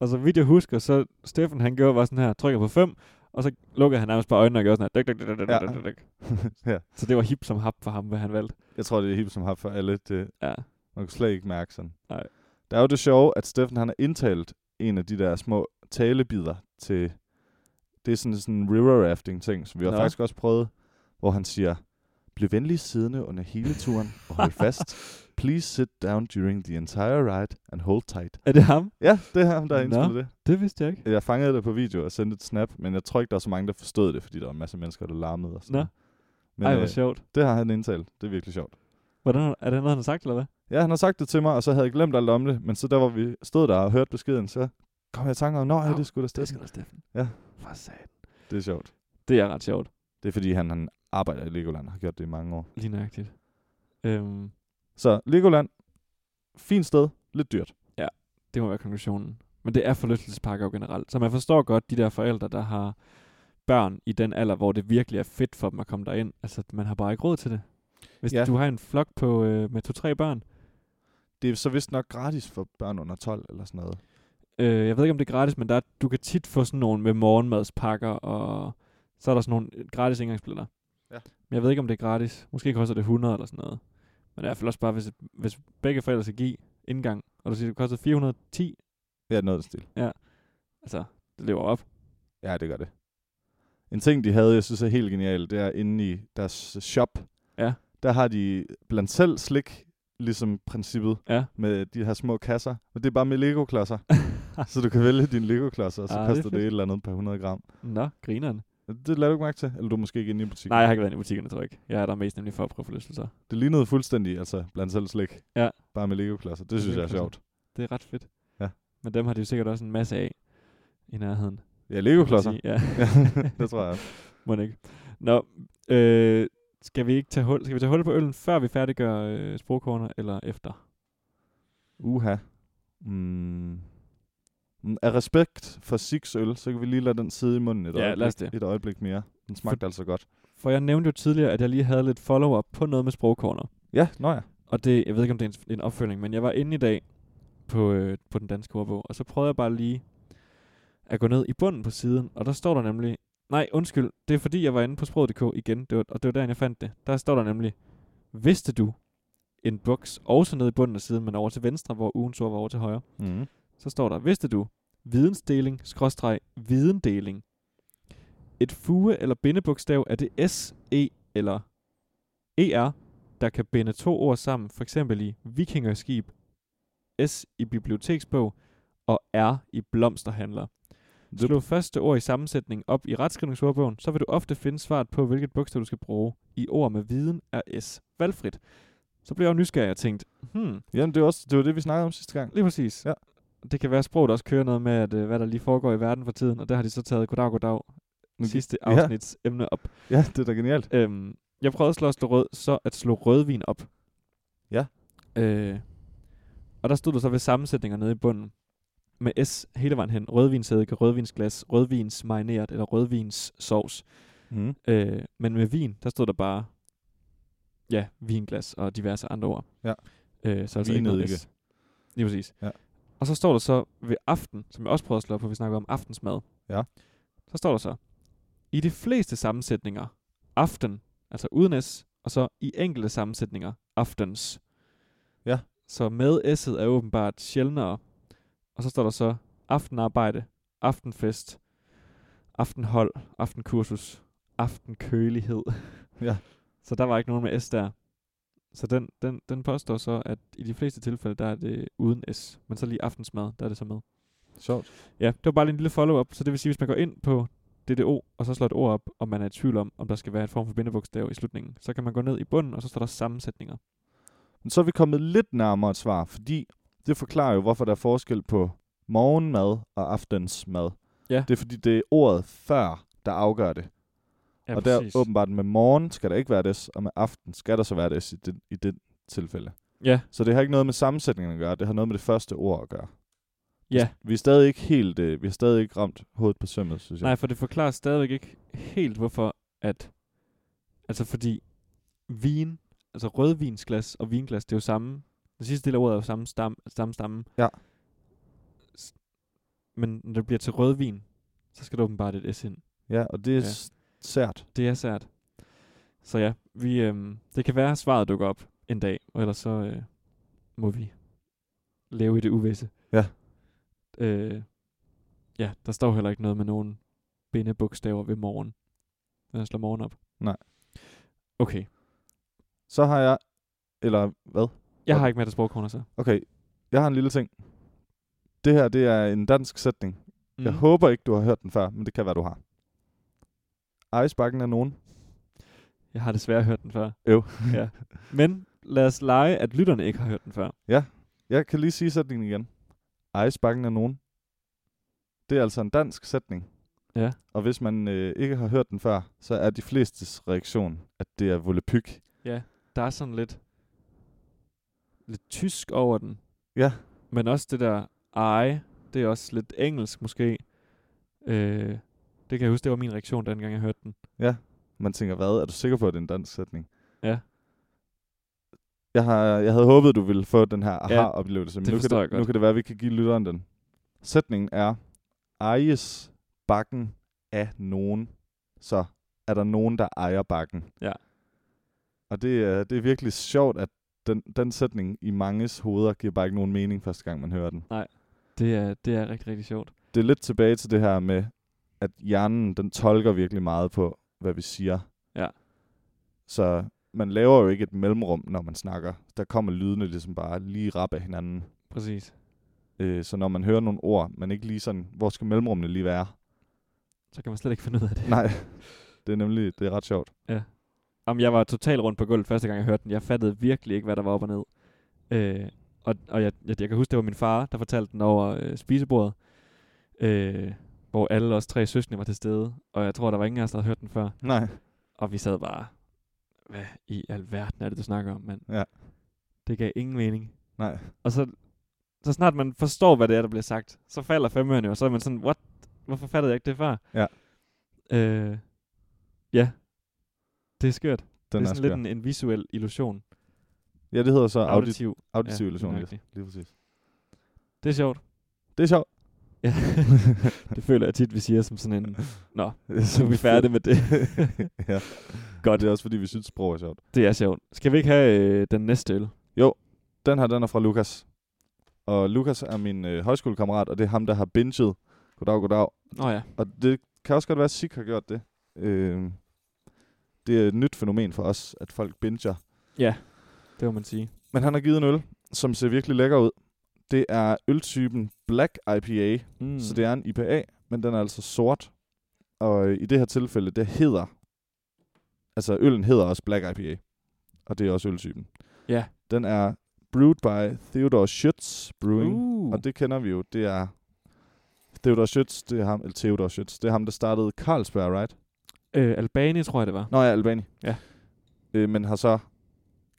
[SPEAKER 2] Og så vidt jeg husker, så Steffen han gjorde var sådan her, trykker på 5, og så lukkede han nærmest bare øjnene og gjorde sådan her. Dyk, dyk, dyk, dyk,
[SPEAKER 1] Ja.
[SPEAKER 2] dyk, dyk, dyk.
[SPEAKER 1] ja.
[SPEAKER 2] Så det var hip som hap for ham, hvad han valgte.
[SPEAKER 1] Jeg tror, det er helt som har for alle. Det,
[SPEAKER 2] Ja.
[SPEAKER 1] man kunne slet ikke mærke sådan.
[SPEAKER 2] Nej.
[SPEAKER 1] Der er jo det sjove, at Steffen han har indtalt en af de der små talebider til... Det er sådan sådan en river rafting ting, som vi har
[SPEAKER 2] Nå.
[SPEAKER 1] faktisk også prøvet, hvor han siger, bliv venlig siddende under hele turen og hold fast. Please sit down during the entire ride and hold tight.
[SPEAKER 2] Er det ham?
[SPEAKER 1] Ja, det er ham, der har
[SPEAKER 2] Nå.
[SPEAKER 1] indspillet det.
[SPEAKER 2] Det vidste jeg ikke.
[SPEAKER 1] Jeg fangede det på video og sendte et snap, men jeg tror ikke, der var så mange, der forstod det, fordi der var en masse mennesker, der larmede og sådan
[SPEAKER 2] Nå.
[SPEAKER 1] noget. Men,
[SPEAKER 2] Men, Ej,
[SPEAKER 1] øh,
[SPEAKER 2] hvor sjovt.
[SPEAKER 1] Det har han indtalt. Det er virkelig sjovt.
[SPEAKER 2] Hvordan, er det noget, han har sagt, eller hvad?
[SPEAKER 1] Ja, han har sagt det til mig, og så havde jeg glemt alt om det. Men så der, hvor vi stod der og hørte beskeden, så kom jeg i tanke om, nå, ja,
[SPEAKER 2] Au,
[SPEAKER 1] det skulle da Steffen.
[SPEAKER 2] skal da Steffen.
[SPEAKER 1] Ja.
[SPEAKER 2] For satan.
[SPEAKER 1] Det er sjovt.
[SPEAKER 2] Det er ret sjovt.
[SPEAKER 1] Det er fordi, han, han arbejder i Legoland og har gjort det i mange år.
[SPEAKER 2] Lige nøjagtigt. Øhm,
[SPEAKER 1] Så Legoland, fint sted, lidt dyrt.
[SPEAKER 2] det må være konklusionen. Men det er forlystelsespakker jo generelt. Så man forstår godt de der forældre, der har børn i den alder, hvor det virkelig er fedt for dem at komme derind. Altså, man har bare ikke råd til det. Hvis ja.
[SPEAKER 1] Ja.
[SPEAKER 2] du har en flok på, øh, med to-tre børn,
[SPEAKER 1] Det er så vist nok gratis for børn under 12 eller sådan noget.
[SPEAKER 2] Øh, jeg ved ikke, om det er gratis, men der, er- du kan tit få sådan nogle med morgenmadspakker, og så er der sådan nogle øh, gratis indgangsbilletter.
[SPEAKER 1] Ja.
[SPEAKER 2] Men jeg ved ikke, om det er gratis. Måske koster det 100 eller sådan noget. Men i hvert fald også bare, hvis, hvis begge forældre skal give indgang, og du siger, det koster 410,
[SPEAKER 1] Ja, noget af den stil.
[SPEAKER 2] altså, det lever op.
[SPEAKER 1] Ja, det gør det. En ting, de havde, jeg synes er helt genial, det er inde i deres shop.
[SPEAKER 2] Ja.
[SPEAKER 1] Der har de blandt selv slik, ligesom princippet
[SPEAKER 2] Ja.
[SPEAKER 1] med de her små kasser. Og det er bare med Lego-klodser. Så du kan vælge dine Lego-klodser, og så
[SPEAKER 2] Ah, det
[SPEAKER 1] ah,
[SPEAKER 2] er
[SPEAKER 1] koster det,
[SPEAKER 2] fedt.
[SPEAKER 1] et eller andet per 100 gram.
[SPEAKER 2] Nå, grineren.
[SPEAKER 1] Det lader du ikke mærke til? Eller du er måske ikke inde i butikken?
[SPEAKER 2] Nej, jeg har ikke været inde i butikkerne, tror jeg ikke. Jeg er der mest nemlig for at prøve forlystelser.
[SPEAKER 1] Det lignede fuldstændig, altså blandt selv slik.
[SPEAKER 2] Ja.
[SPEAKER 1] Bare med Lego-klodser. Det synes jeg er
[SPEAKER 2] Lego-klodser.
[SPEAKER 1] sjovt.
[SPEAKER 2] Det er ret fedt.
[SPEAKER 1] Ja.
[SPEAKER 2] Men dem har de jo sikkert også en masse af. i nærheden.
[SPEAKER 1] Ja, legoklodser.
[SPEAKER 2] Fordi- Ja,
[SPEAKER 1] det tror jeg.
[SPEAKER 2] må ikke. Nå, øh, skal vi ikke tage hul, skal vi tage hul på øllen, før vi færdiggør øh, sprogkorner, eller efter?
[SPEAKER 1] Uha. Mm. Mm, Af respekt for Sigs øl, så kan vi lige lade den sidde i munden et,
[SPEAKER 2] Ja,
[SPEAKER 1] øjeblik,
[SPEAKER 2] lad os det.
[SPEAKER 1] et øjeblik mere. Den smagte altså godt.
[SPEAKER 2] For jeg nævnte jo tidligere, at jeg lige havde lidt follow-up på noget med sprogkorner.
[SPEAKER 1] Ja, nå ja.
[SPEAKER 2] Og det, jeg ved ikke, om det er en, en opfølging, men jeg var inde i dag på, øh, på den danske ordbog, og så prøvede jeg bare lige at gå ned i bunden på siden, og der står der nemlig, nej, undskyld, det er fordi, jeg var inde på sproget.dk igen, det var, og det var der, jeg fandt det. Der står der nemlig, vidste du en boks, også nede i bunden af siden, men over til venstre, hvor ugens ord var over til højre,
[SPEAKER 1] Mm.
[SPEAKER 2] så står der, vidste du, vidensdeling, skråstreg, videndeling. Et fuge eller bindebogstav er det S, E eller ER, der kan binde to ord sammen, for eksempel i vikingeskib, S i biblioteksbog og R i blomsterhandler.
[SPEAKER 1] Yep.
[SPEAKER 2] Slå første ord i sammensætning op i retskrivningsordbogen, så vil du ofte finde svaret på, hvilket bogstav du skal bruge. I ord med viden er S valgfrit. Så blev jeg jo nysgerrig og tænkte, hmm,
[SPEAKER 1] Jamen, det var, også, det var det, vi snakkede om sidste gang.
[SPEAKER 2] Lige præcis.
[SPEAKER 1] Ja.
[SPEAKER 2] Det kan være, at sproget også kører noget med, at, øh, hvad der lige foregår i verden for tiden, og der har de så taget goddag, goddag
[SPEAKER 1] Nu-
[SPEAKER 2] sidste
[SPEAKER 1] ja.
[SPEAKER 2] afsnits emne op.
[SPEAKER 1] Ja, det er da genialt.
[SPEAKER 2] Øhm, jeg prøvede at slå, at slå rød, så at slå rødvin op.
[SPEAKER 1] Ja.
[SPEAKER 2] Øh, og der stod du så ved sammensætninger nede i bunden med S hele vejen hen. Rødvinsædike, rødvinsglas, rødvinsmarineret eller rødvinssovs.
[SPEAKER 1] Mm.
[SPEAKER 2] Øh, men med vin, der stod der bare, ja, vinglas og diverse andre ord.
[SPEAKER 1] Ja.
[SPEAKER 2] Øh, så altså ikke noget
[SPEAKER 1] Vinedike.
[SPEAKER 2] S. Lige præcis.
[SPEAKER 1] Ja.
[SPEAKER 2] Og så står der så ved aften, som jeg også prøvede at slå op, for vi snakker om aftensmad.
[SPEAKER 1] Ja.
[SPEAKER 2] Så står der så, i de fleste sammensætninger, aften, altså uden S, og så i enkelte sammensætninger, aftens.
[SPEAKER 1] Ja.
[SPEAKER 2] Så med S'et er åbenbart sjældnere. Og så står der så, aftenarbejde, aftenfest, aftenhold, aftenkursus, aftenkølighed.
[SPEAKER 1] Ja.
[SPEAKER 2] Så der var ikke nogen med S der. Så den, den, den påstår så, at i de fleste tilfælde, der er det uden S. Men så lige aftensmad, der er det så med.
[SPEAKER 1] Sjovt.
[SPEAKER 2] Ja, det var bare lige en lille follow-up. Så det vil sige, hvis man går ind på DDO, og så slår et ord op, og man er i tvivl om, om der skal være en form for bindebogstav i slutningen, så kan man gå ned i bunden, og så står der sammensætninger.
[SPEAKER 1] Men så er vi kommet lidt nærmere et svar, fordi det forklarer jo, hvorfor der er forskel på morgenmad og aftensmad.
[SPEAKER 2] Ja.
[SPEAKER 1] Det er, fordi det er ordet før, der afgør det.
[SPEAKER 2] Ja,
[SPEAKER 1] og der åbenbart med morgen skal der ikke være det, og med aften skal der så være det i det, i det tilfælde.
[SPEAKER 2] Ja,
[SPEAKER 1] Så det har ikke noget med sammensætningen at gøre, det har noget med det første ord at gøre.
[SPEAKER 2] ja.
[SPEAKER 1] Vi er stadig ikke helt, øh, vi har stadig ikke ramt hovedet på sømmet, synes jeg.
[SPEAKER 2] Nej, for det forklarer stadigvæk ikke helt, hvorfor at... Altså fordi vin, altså rødvinsglas og vinglas, det er jo samme... Den sidste del af ordet er jo samme stam, samme stamme.
[SPEAKER 1] Ja.
[SPEAKER 2] S- Men når det bliver til rødvin, så skal der åbenbart et S ind.
[SPEAKER 1] Ja, og det er
[SPEAKER 2] Ja.
[SPEAKER 1] ja. sært.
[SPEAKER 2] Det er sært. Så ja, vi, øhm, det kan være, at svaret dukker op en dag, og ellers så øh, må vi leve i det uvisse.
[SPEAKER 1] Ja.
[SPEAKER 2] Øh, ja, der står heller ikke noget med nogen bindebogstaver ved morgen. Når jeg slår morgen op.
[SPEAKER 1] Nej.
[SPEAKER 2] Okay,
[SPEAKER 1] Så har jeg, eller hvad?
[SPEAKER 2] jeg
[SPEAKER 1] Og-
[SPEAKER 2] har ikke med at sprogkorner så.
[SPEAKER 1] Okay, jeg har en lille ting. Det her, det er en dansk sætning. Mm.
[SPEAKER 2] Mm.
[SPEAKER 1] Jeg håber ikke, du har hørt den før, men det kan være, du har. Ejesbakken er nogen.
[SPEAKER 2] jeg har desværre hørt den før.
[SPEAKER 1] Øv.
[SPEAKER 2] ja. Men lad os lege, at lytterne ikke har hørt den før.
[SPEAKER 1] Jeg kan lige sige sætningen igen. Ejesbakken er nogen. Det er altså en dansk sætning.
[SPEAKER 2] Ja.
[SPEAKER 1] Og hvis man øh, ikke har hørt den før, så er de flestes reaktion, at det er volapyk.
[SPEAKER 2] Ja, der er sådan lidt, lidt tysk over den.
[SPEAKER 1] Ja,
[SPEAKER 2] Men også det der ej, det er også lidt engelsk måske. Øh, det kan jeg huske, det var min reaktion, dengang jeg hørte den.
[SPEAKER 1] man tænker, hvad? Er du sikker på, at det er en dansk sætning?
[SPEAKER 2] Ja.
[SPEAKER 1] Jeg, har, jeg havde håbet, du ville få den her aha-oplevelse, men
[SPEAKER 2] det
[SPEAKER 1] nu kan,
[SPEAKER 2] forstår jeg
[SPEAKER 1] det,
[SPEAKER 2] godt.
[SPEAKER 1] nu kan det være, at vi kan give lytteren den. Sætningen er, ejes bakken af nogen, så er der nogen, der ejer bakken.
[SPEAKER 2] Ja.
[SPEAKER 1] Og det, er- det er virkelig sjovt, at den, den sætning i manges hoveder giver bare ikke nogen mening første gang, man hører den.
[SPEAKER 2] Det er, det er rigtig, rigtig sjovt.
[SPEAKER 1] Det er lidt tilbage til det her med, at hjernen den tolker virkelig meget på, hvad vi siger.
[SPEAKER 2] Ja.
[SPEAKER 1] Så man laver jo ikke et mellemrum, når man snakker. Der kommer lydene ligesom bare lige rap af hinanden.
[SPEAKER 2] Præcis.
[SPEAKER 1] Øh, så når man hører nogle ord, man ikke lige sådan, hvor skal mellemrummene lige være?
[SPEAKER 2] Så kan man slet ikke finde ud af det.
[SPEAKER 1] Nej, det er nemlig det er ret sjovt.
[SPEAKER 2] Jamen, jeg var totalt rundt på gulvet første gang, jeg hørte den. Jeg fattede virkelig ikke, hvad der var op og ned. Øh, og og jeg, jeg, jeg kan huske, det var min far, der fortalte den over øh, spisebordet. Øh, hvor alle os tre søskende var til stede, og jeg tror, der var ingen af os, der havde hørt den før.
[SPEAKER 1] Nej.
[SPEAKER 2] Og vi sad bare, hvad i alverden er det, du snakker om, mand?
[SPEAKER 1] Ja.
[SPEAKER 2] Det gav ingen mening.
[SPEAKER 1] Nej.
[SPEAKER 2] Og så, så snart man forstår, hvad det er, der bliver sagt, så falder femøren jo, og så er man sådan, what? Hvorfor fattede jeg ikke det før?
[SPEAKER 1] Ja.
[SPEAKER 2] Øh, ja. Det er skørt.
[SPEAKER 1] Den
[SPEAKER 2] det
[SPEAKER 1] er,
[SPEAKER 2] er sådan
[SPEAKER 1] skør.
[SPEAKER 2] lidt en, en visuel illusion.
[SPEAKER 1] Ja, det hedder så audit,
[SPEAKER 2] Auditiv.
[SPEAKER 1] auditiv
[SPEAKER 2] ja,
[SPEAKER 1] illusion.
[SPEAKER 2] nøjagtigt.
[SPEAKER 1] Lige, lige præcis.
[SPEAKER 2] Det er sjovt.
[SPEAKER 1] Det er sjovt.
[SPEAKER 2] Ja. det føler jeg tit, vi siger som sådan en, nå, så er vi
[SPEAKER 1] fedt.
[SPEAKER 2] færdige med det.
[SPEAKER 1] ja.
[SPEAKER 2] Godt.
[SPEAKER 1] Det er også fordi, vi synes, sprog er sjovt.
[SPEAKER 2] Det er sjovt. Skal vi ikke have øh, den næste øl?
[SPEAKER 1] Den her, den er fra Lukas. Og Lukas er min øh, højskolekammerat, og det er ham, der har binget. Goddag, goddag.
[SPEAKER 2] Nå oh, ja.
[SPEAKER 1] Og det kan også godt være, at Sik har gjort det. Øh, det er et nyt fænomen for os, at folk binger.
[SPEAKER 2] Ja, det må man sige.
[SPEAKER 1] Men han har givet en øl, som ser virkelig lækker ud. Det er øltypen Black IPA,
[SPEAKER 2] Mm.
[SPEAKER 1] mm. så det er en IPA, men den er altså sort. Og øh, i det her tilfælde, det hedder... Altså, øllen hedder også Black IPA. Og det er også øltypen.
[SPEAKER 2] Ja.
[SPEAKER 1] Den er brewed by Theodore Schütz Brewing.
[SPEAKER 2] Uh.
[SPEAKER 1] Og det kender vi jo, det er... Theodor Schütz, det er ham, eller Theodor Schütz, det er ham, der startede Carlsberg, right?
[SPEAKER 2] Øh, Albani, tror jeg, det var.
[SPEAKER 1] Nå ja, Albani.
[SPEAKER 2] Ja.
[SPEAKER 1] Øh, men har så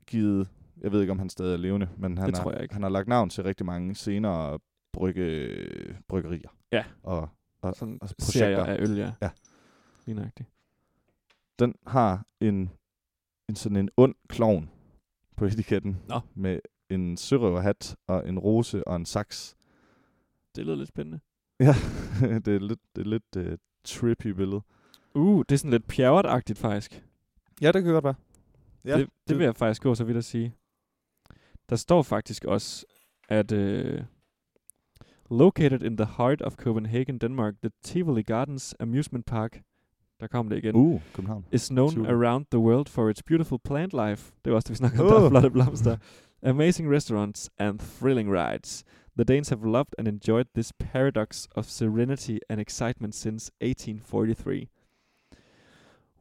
[SPEAKER 1] givet, jeg ved ikke, om han stadig er levende, men han,
[SPEAKER 2] Det
[SPEAKER 1] har,
[SPEAKER 2] tror jeg ikke.
[SPEAKER 1] han har lagt navn til rigtig mange senere brygge, bryggerier.
[SPEAKER 2] Ja.
[SPEAKER 1] Og, og,
[SPEAKER 2] Sådan
[SPEAKER 1] og
[SPEAKER 2] serier
[SPEAKER 1] projekter.
[SPEAKER 2] af øl, ja.
[SPEAKER 1] Ja.
[SPEAKER 2] Lige nøjagtigt.
[SPEAKER 1] den har en, en sådan en ond klovn på etiketten.
[SPEAKER 2] Nå.
[SPEAKER 1] Med en sørøverhat og en rose og en saks.
[SPEAKER 2] Det lyder lidt spændende.
[SPEAKER 1] Ja, det er lidt, det er lidt uh, trippy billede.
[SPEAKER 2] Uh, det er sådan lidt pjerret faktisk.
[SPEAKER 1] Ja, det kan godt være.
[SPEAKER 2] Ja, det, det vil jeg faktisk gå så vidt at sige. Der står faktisk også, at øh, located in the heart of Copenhagen, Denmark, the Tivoli Gardens Amusement Park, der kom det igen, uh.
[SPEAKER 1] Uh, København.
[SPEAKER 2] is known
[SPEAKER 1] Tivoli.
[SPEAKER 2] around the world for its beautiful plant life. Det var også det, vi snakkede om, der er
[SPEAKER 1] Uh.
[SPEAKER 2] flotte blomster. Amazing restaurants and thrilling rides. The Danes have loved and enjoyed this paradox of serenity and excitement since 1843.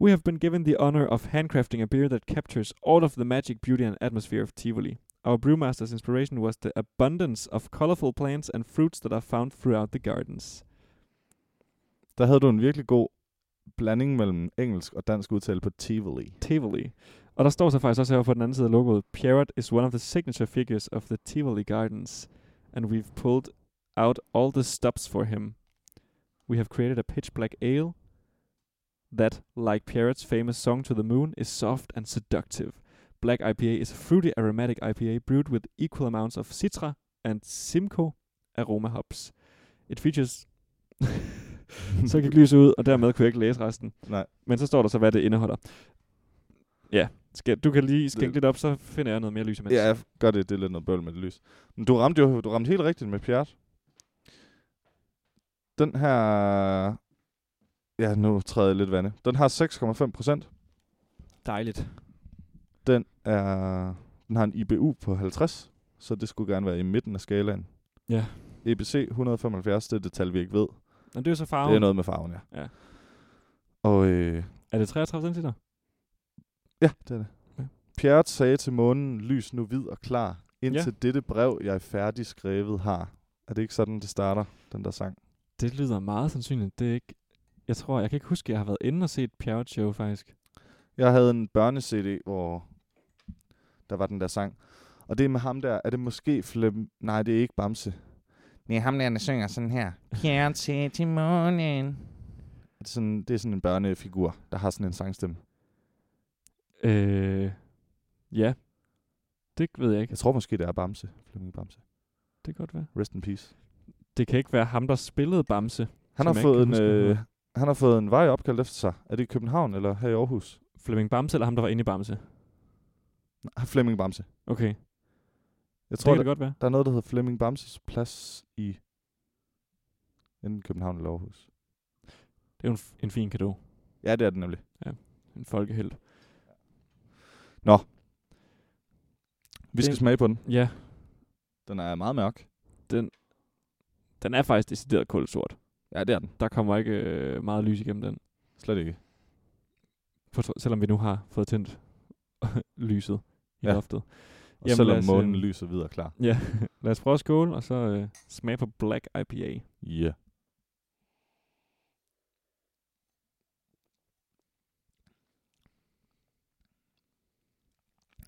[SPEAKER 2] We have been given the honor of handcrafting a beer that captures all of the magic, beauty, and atmosphere of Tivoli. Our brewmaster's inspiration was the abundance of colorful plants and fruits that are found throughout the gardens.
[SPEAKER 1] Der havde du en virkelig god blanding mellem engelsk og dansk udtale på Tivoli.
[SPEAKER 2] Tivoli. Og der står så faktisk også her på den anden side af logoet, Pierrot is one of the signature figures of the Tivoli Gardens, and we've pulled out all the stops for him. We have created a pitch black ale that, like Pierrot's famous song to the moon, is soft and seductive. Black IPA is a fruity aromatic IPA brewed with equal amounts of Citra and Simcoe aroma hops. It features... så gik lyset ud, og dermed kunne jeg ikke læse resten.
[SPEAKER 1] Nej.
[SPEAKER 2] Men så står der så, hvad det indeholder. Ja, skal, du kan lige skænke
[SPEAKER 1] Det-
[SPEAKER 2] lidt op, så finder jeg noget mere lys imens.
[SPEAKER 1] Ja, jeg gør det. Det er lidt noget bøvl med det lys. Men du ramte jo du ramte helt rigtigt med Pjert. Den her... Ja, nu træder jeg lidt vande. Den har 6,5 procent.
[SPEAKER 2] Dejligt.
[SPEAKER 1] Den er... Den har en IBU på 50, så det skulle gerne være i midten af skalaen. E
[SPEAKER 2] Ja.
[SPEAKER 1] EBC 175, det er det tal, vi ikke ved.
[SPEAKER 2] Men det er jo så farven.
[SPEAKER 1] Det er noget med farven, ja.
[SPEAKER 2] Ja.
[SPEAKER 1] Og øh,
[SPEAKER 2] er det 33 cm?
[SPEAKER 1] Ja, det er det.
[SPEAKER 2] Ja.
[SPEAKER 1] Pierre sagde til månen, lys nu hvid og klar, indtil
[SPEAKER 2] Ja.
[SPEAKER 1] ja. dette brev, jeg færdig skrevet har. Er det ikke sådan, det starter, den der sang?
[SPEAKER 2] Det lyder meget sandsynligt. Det er ikke... Jeg tror, jeg kan ikke huske, at jeg har været inde og set Pierrot Show, faktisk.
[SPEAKER 1] Jeg havde en børne-CD, hvor der var den der sang. Og det er med ham der, er det måske Flem... Nej, det er ikke Bamse.
[SPEAKER 3] Det er ham der, der synger sådan her. Kære til til månen.
[SPEAKER 1] Det er sådan, det er sådan en børnefigur, der har sådan en sangstemme.
[SPEAKER 2] Øh, ja. Det ved jeg ikke.
[SPEAKER 1] Jeg tror måske, det er Bamse. Flemming Bamse.
[SPEAKER 2] Det kan godt være.
[SPEAKER 1] Rest in peace.
[SPEAKER 2] Det kan ikke være ham, der spillede Bamse.
[SPEAKER 1] Han
[SPEAKER 2] Som
[SPEAKER 1] har,
[SPEAKER 2] jeg
[SPEAKER 1] fået
[SPEAKER 2] ikke
[SPEAKER 1] en,
[SPEAKER 2] kan huske, hvad
[SPEAKER 1] øh,
[SPEAKER 2] hedder.
[SPEAKER 1] han har fået en vej opkaldt efter sig. Er det i København eller her i Aarhus?
[SPEAKER 2] Flemming Bamse, eller ham, der var inde i Bamse?
[SPEAKER 1] Nej, Flemming Bamse.
[SPEAKER 2] Okay,
[SPEAKER 1] Jeg
[SPEAKER 2] jeg tror,
[SPEAKER 1] tror,
[SPEAKER 2] det kan det godt være.
[SPEAKER 1] Der er noget, der hedder Flemming Bamses Plads i enten København eller Aarhus.
[SPEAKER 2] Det er jo en, f- en fin gave.
[SPEAKER 1] Ja, det er det nemlig.
[SPEAKER 2] En folkehelt.
[SPEAKER 1] Vi skal
[SPEAKER 2] Det-
[SPEAKER 1] smage på den.
[SPEAKER 2] Ja,
[SPEAKER 1] Den er meget mørk.
[SPEAKER 2] den er faktisk decideret kulsort.
[SPEAKER 1] Ja, det er den.
[SPEAKER 2] Der kommer ikke øh, meget lys igennem den.
[SPEAKER 1] Slet ikke.
[SPEAKER 2] på, tr- selvom vi nu har fået tændt lyset i ja.
[SPEAKER 1] Ja.
[SPEAKER 2] loftet.
[SPEAKER 1] Og
[SPEAKER 2] Jamen,
[SPEAKER 1] Jamen,
[SPEAKER 2] lad
[SPEAKER 1] selvom
[SPEAKER 2] os,
[SPEAKER 1] månen
[SPEAKER 2] øh,
[SPEAKER 1] lyser videre klar.
[SPEAKER 2] Ja, lad os prøve at skåle, og så øh, smage på Black IPA.
[SPEAKER 1] Ja. Yeah.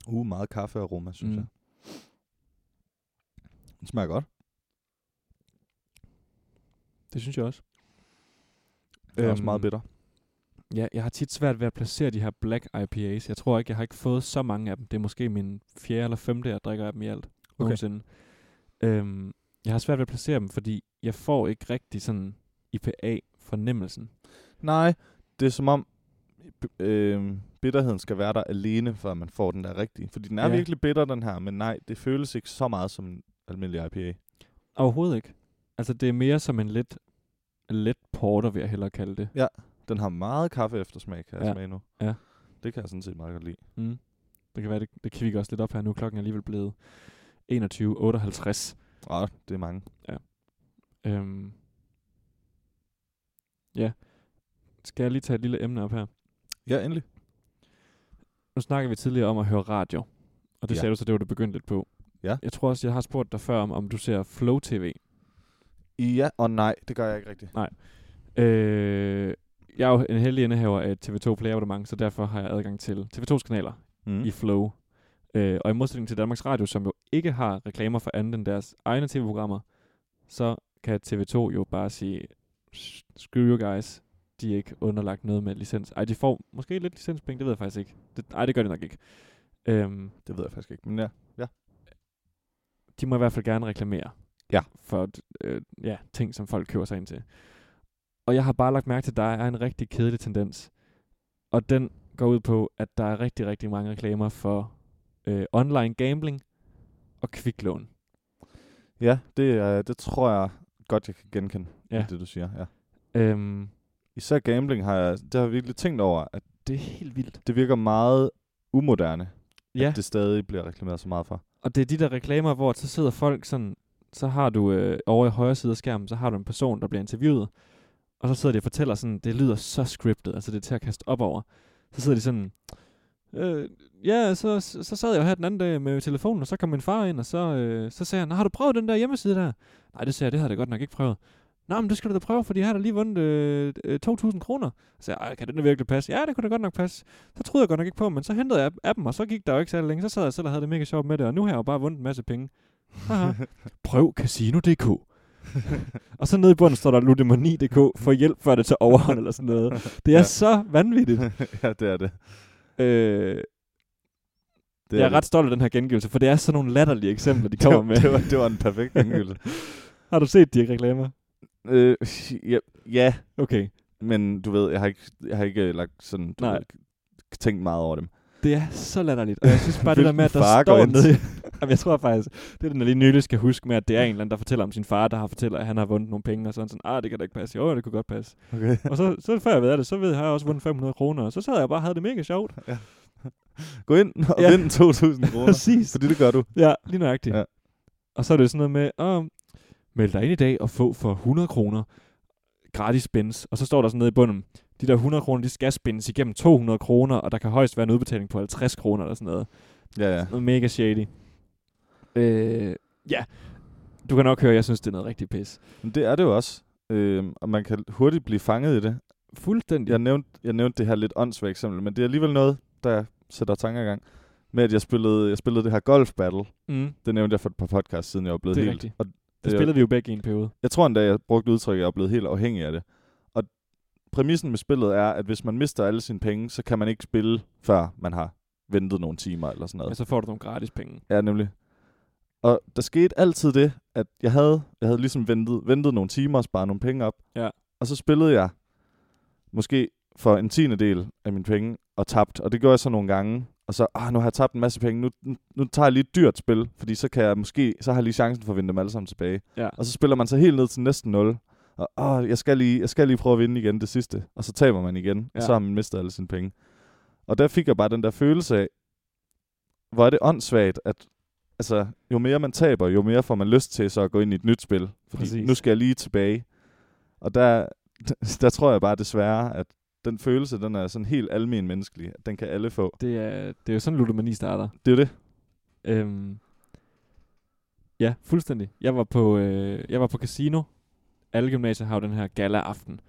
[SPEAKER 1] Uh, meget kaffearoma, synes
[SPEAKER 2] Mm.
[SPEAKER 1] mm. jeg. Den smager godt.
[SPEAKER 2] Det synes jeg også.
[SPEAKER 1] Den er også
[SPEAKER 2] Øhm,
[SPEAKER 1] meget bitter.
[SPEAKER 2] Ja, jeg har tit svært ved at placere de her black IPAs. Jeg tror ikke, jeg har ikke fået så mange af dem. Det er måske min fjerde eller femte, jeg drikker af dem i alt. Okay. Nogensinde. Øhm, jeg har svært ved at placere dem, fordi jeg får ikke rigtig sådan IPA-fornemmelsen.
[SPEAKER 1] Nej, det er som om b- øh, bitterheden skal være der alene, før man får den der rigtige. Fordi den er
[SPEAKER 2] Ja.
[SPEAKER 1] ja. virkelig bitter, den her, men nej, det føles ikke så meget som en almindelig IPA.
[SPEAKER 2] Overhovedet ikke. Altså, det er mere som en lidt, let porter, vil jeg hellere kalde det.
[SPEAKER 1] Den har meget kaffe eftersmag, kan jeg
[SPEAKER 2] Ja.
[SPEAKER 1] smage nu.
[SPEAKER 2] Ja.
[SPEAKER 1] Det kan jeg sådan set meget godt lide.
[SPEAKER 2] Mm. Det kan være, det, det kigger også lidt op her nu. Klokken er alligevel blevet 21.58.
[SPEAKER 1] Ah, det er mange.
[SPEAKER 2] Øhm. Ja. Skal jeg lige tage et lille emne op her?
[SPEAKER 1] Ja, endelig.
[SPEAKER 2] Nu snakker vi tidligere om at høre radio. Og det ja.
[SPEAKER 1] Ja.
[SPEAKER 2] sagde du så, det var du begyndt lidt på.
[SPEAKER 1] Ja.
[SPEAKER 2] Jeg tror også, jeg har spurgt dig før om, om du ser Flow TV.
[SPEAKER 1] Ja og nej, det gør jeg ikke rigtigt.
[SPEAKER 2] Øh, jeg er jo en heldig indehaver af et TV2 Play abonnement, så derfor har jeg adgang til TV2's kanaler
[SPEAKER 1] Mm.
[SPEAKER 2] mm. i Flow. Øh, og i modsætning til Danmarks Radio, som jo ikke har reklamer for andet end deres egne tv-programmer, så kan TV2 jo bare sige, "Sh- screw you guys, de er ikke underlagt noget med licens. Ej, de får måske lidt licenspenge, det ved jeg faktisk ikke. Det, ej, det gør de nok ikke. Øhm,
[SPEAKER 1] Det ved jeg faktisk ikke, men ja.
[SPEAKER 2] de må i hvert fald gerne reklamere
[SPEAKER 1] Ja.
[SPEAKER 2] for øh, ja, ting, som folk køber sig ind til. Og jeg har bare lagt mærke til, at der er en rigtig kedelig tendens. Og den går ud på, at der er rigtig, rigtig mange reklamer for øh, online gambling og kviklån.
[SPEAKER 1] Ja, det, øh, det tror jeg godt, jeg kan genkende,
[SPEAKER 2] Ja.
[SPEAKER 1] ja. det du siger. Ja.
[SPEAKER 2] Øhm,
[SPEAKER 1] Især gambling har jeg, det har jeg virkelig tænkt over, at
[SPEAKER 2] det er helt vildt.
[SPEAKER 1] det virker meget umoderne,
[SPEAKER 2] Ja,
[SPEAKER 1] at det stadig bliver reklameret så meget for.
[SPEAKER 2] og det er de der reklamer, hvor så sidder folk sådan, så har du øh, over i højre side af skærmen, så har du en person, der bliver interviewet, og så sidder de og fortæller sådan, det lyder så scriptet, altså det er til at kaste op over. Så sidder de sådan, øh, ja, så, så sad jeg jo her den anden dag med telefonen, og så kom min far ind, og så, øh, så sagde han, "Nå, har du prøvet den der hjemmeside der? Nej, det sagde jeg, det har jeg da godt nok ikke prøvet. Nå, men det skal du da prøve, fordi jeg har da lige vundet øh, øh, 2.000 kroner. Så sagde jeg, "Ej, kan den da virkelig passe? Ja, det kunne da godt nok passe. Så troede jeg godt nok ikke på, men så hentede jeg appen, og så gik der jo ikke særlig længe. Så sad jeg selv og havde det mega sjovt med det, og nu har jeg jo bare vundet en masse penge. Haha. Prøv casino.dk. og så nede i bunden står der ludemoni.dk, for hjælp før det tager overhånd eller sådan noget. Det er ja.
[SPEAKER 1] Ja.
[SPEAKER 2] så vanvittigt.
[SPEAKER 1] ja, det er det.
[SPEAKER 2] Øh,
[SPEAKER 1] det
[SPEAKER 2] jeg er
[SPEAKER 1] det.
[SPEAKER 2] ret stolt af den her gengivelse, for det er sådan nogle latterlige eksempler, de kommer med.
[SPEAKER 1] det, var, det var en perfekt gengivelse.
[SPEAKER 2] Har du set de reklamer?
[SPEAKER 1] øh, ja, ja,
[SPEAKER 2] Okay.
[SPEAKER 1] men du ved, jeg har ikke, jeg har ikke øh, lagt sådan, du
[SPEAKER 2] Nej.
[SPEAKER 1] ved, k- tænkt meget over dem.
[SPEAKER 2] Det er så latterligt. Og jeg synes bare, det der med, at
[SPEAKER 1] Hvilken far
[SPEAKER 2] der
[SPEAKER 1] går
[SPEAKER 2] står
[SPEAKER 1] ind
[SPEAKER 2] nede... i- Jamen, jeg tror faktisk, det er den, jeg lige nylig skal huske med, at det er en eller anden, der fortæller om sin far, der har fortæller, at han har vundet nogle penge, og sådan sådan, ah, det kan da ikke passe. Jo, det kunne godt passe.
[SPEAKER 1] Okay.
[SPEAKER 2] Og så, så før jeg ved af det, så ved jeg, har jeg også vundet 500 kroner, og så sad jeg bare og havde det mega sjovt.
[SPEAKER 1] Gå ind og
[SPEAKER 2] Ja.
[SPEAKER 1] ja. vind 2.000 kroner.
[SPEAKER 2] Præcis.
[SPEAKER 1] Fordi det gør du.
[SPEAKER 2] Ja, lige nøjagtigt. Ja.
[SPEAKER 1] Ja.
[SPEAKER 2] Og så er det sådan noget med, at meld dig ind i dag og få for 100 kroner gratis spins. Og så står der sådan nede i bunden, de der 100 kroner, de skal spindes igennem 200 kroner, og der kan højst være en udbetaling på 50 kroner eller sådan noget.
[SPEAKER 1] Ja, ja.
[SPEAKER 2] Noget mega shady. Øh, ja. Du kan nok høre, jeg synes, det er noget rigtig pis.
[SPEAKER 1] Men det er det jo også. Øhm, og man kan hurtigt blive fanget i det.
[SPEAKER 2] Fuldstændig.
[SPEAKER 1] Jeg nævnte, jeg nævnte det her lidt åndssvagt eksempel, men det er alligevel noget, der sætter tanker i gang. Med at jeg spillede, jeg spillede det her golf battle.
[SPEAKER 2] Mm,
[SPEAKER 1] Det nævnte jeg for et par podcasts siden, jeg var blevet
[SPEAKER 2] Det er
[SPEAKER 1] helt...
[SPEAKER 2] rigtigt.
[SPEAKER 1] Og
[SPEAKER 2] det
[SPEAKER 1] det
[SPEAKER 2] spillede vi jo begge i en periode.
[SPEAKER 1] Jeg tror endda, jeg brugte udtrykket, at jeg er blevet helt afhængig af det. Og præmissen med spillet er, at hvis man mister alle sine penge, så kan man ikke spille, før man har ventet nogle timer eller sådan
[SPEAKER 2] Men
[SPEAKER 1] noget.
[SPEAKER 2] så får du nogle gratis penge.
[SPEAKER 1] Ja, nemlig. Og der skete altid det, at jeg havde, jeg havde ligesom ventet, ventet nogle timer og sparet nogle penge op.
[SPEAKER 2] Ja.
[SPEAKER 1] Og så spillede jeg måske for en tiende del af mine penge og tabt. Og det gjorde jeg så nogle gange. Og så, ah, nu har jeg tabt en masse penge. Nu, nu, nu tager jeg lige et dyrt spil, fordi så kan jeg måske, så har jeg lige chancen for at vinde dem alle sammen tilbage.
[SPEAKER 2] Ja.
[SPEAKER 1] Og så spiller man så helt ned til næsten 0. Og åh, jeg, skal lige, jeg skal lige prøve at vinde igen det sidste. Og så taber man igen,
[SPEAKER 2] Ja.
[SPEAKER 1] og så har man mistet alle sine penge. Og der fik jeg bare den der følelse af, hvor er det åndssvagt, at altså, jo mere man taber, jo mere får man lyst til så at gå ind i et nyt spil. Fordi
[SPEAKER 2] Præcis.
[SPEAKER 1] Præcis. nu skal jeg lige tilbage. Og der, der tror jeg bare desværre, at den følelse, den er sådan helt almen menneskelig. Den kan alle få.
[SPEAKER 2] Det er, det er jo sådan, ludomani starter.
[SPEAKER 1] Det er jo det.
[SPEAKER 2] Øhm, ja, fuldstændig. Jeg var på, øh, jeg var på casino. Alle gymnasier har jo den her gala-aften.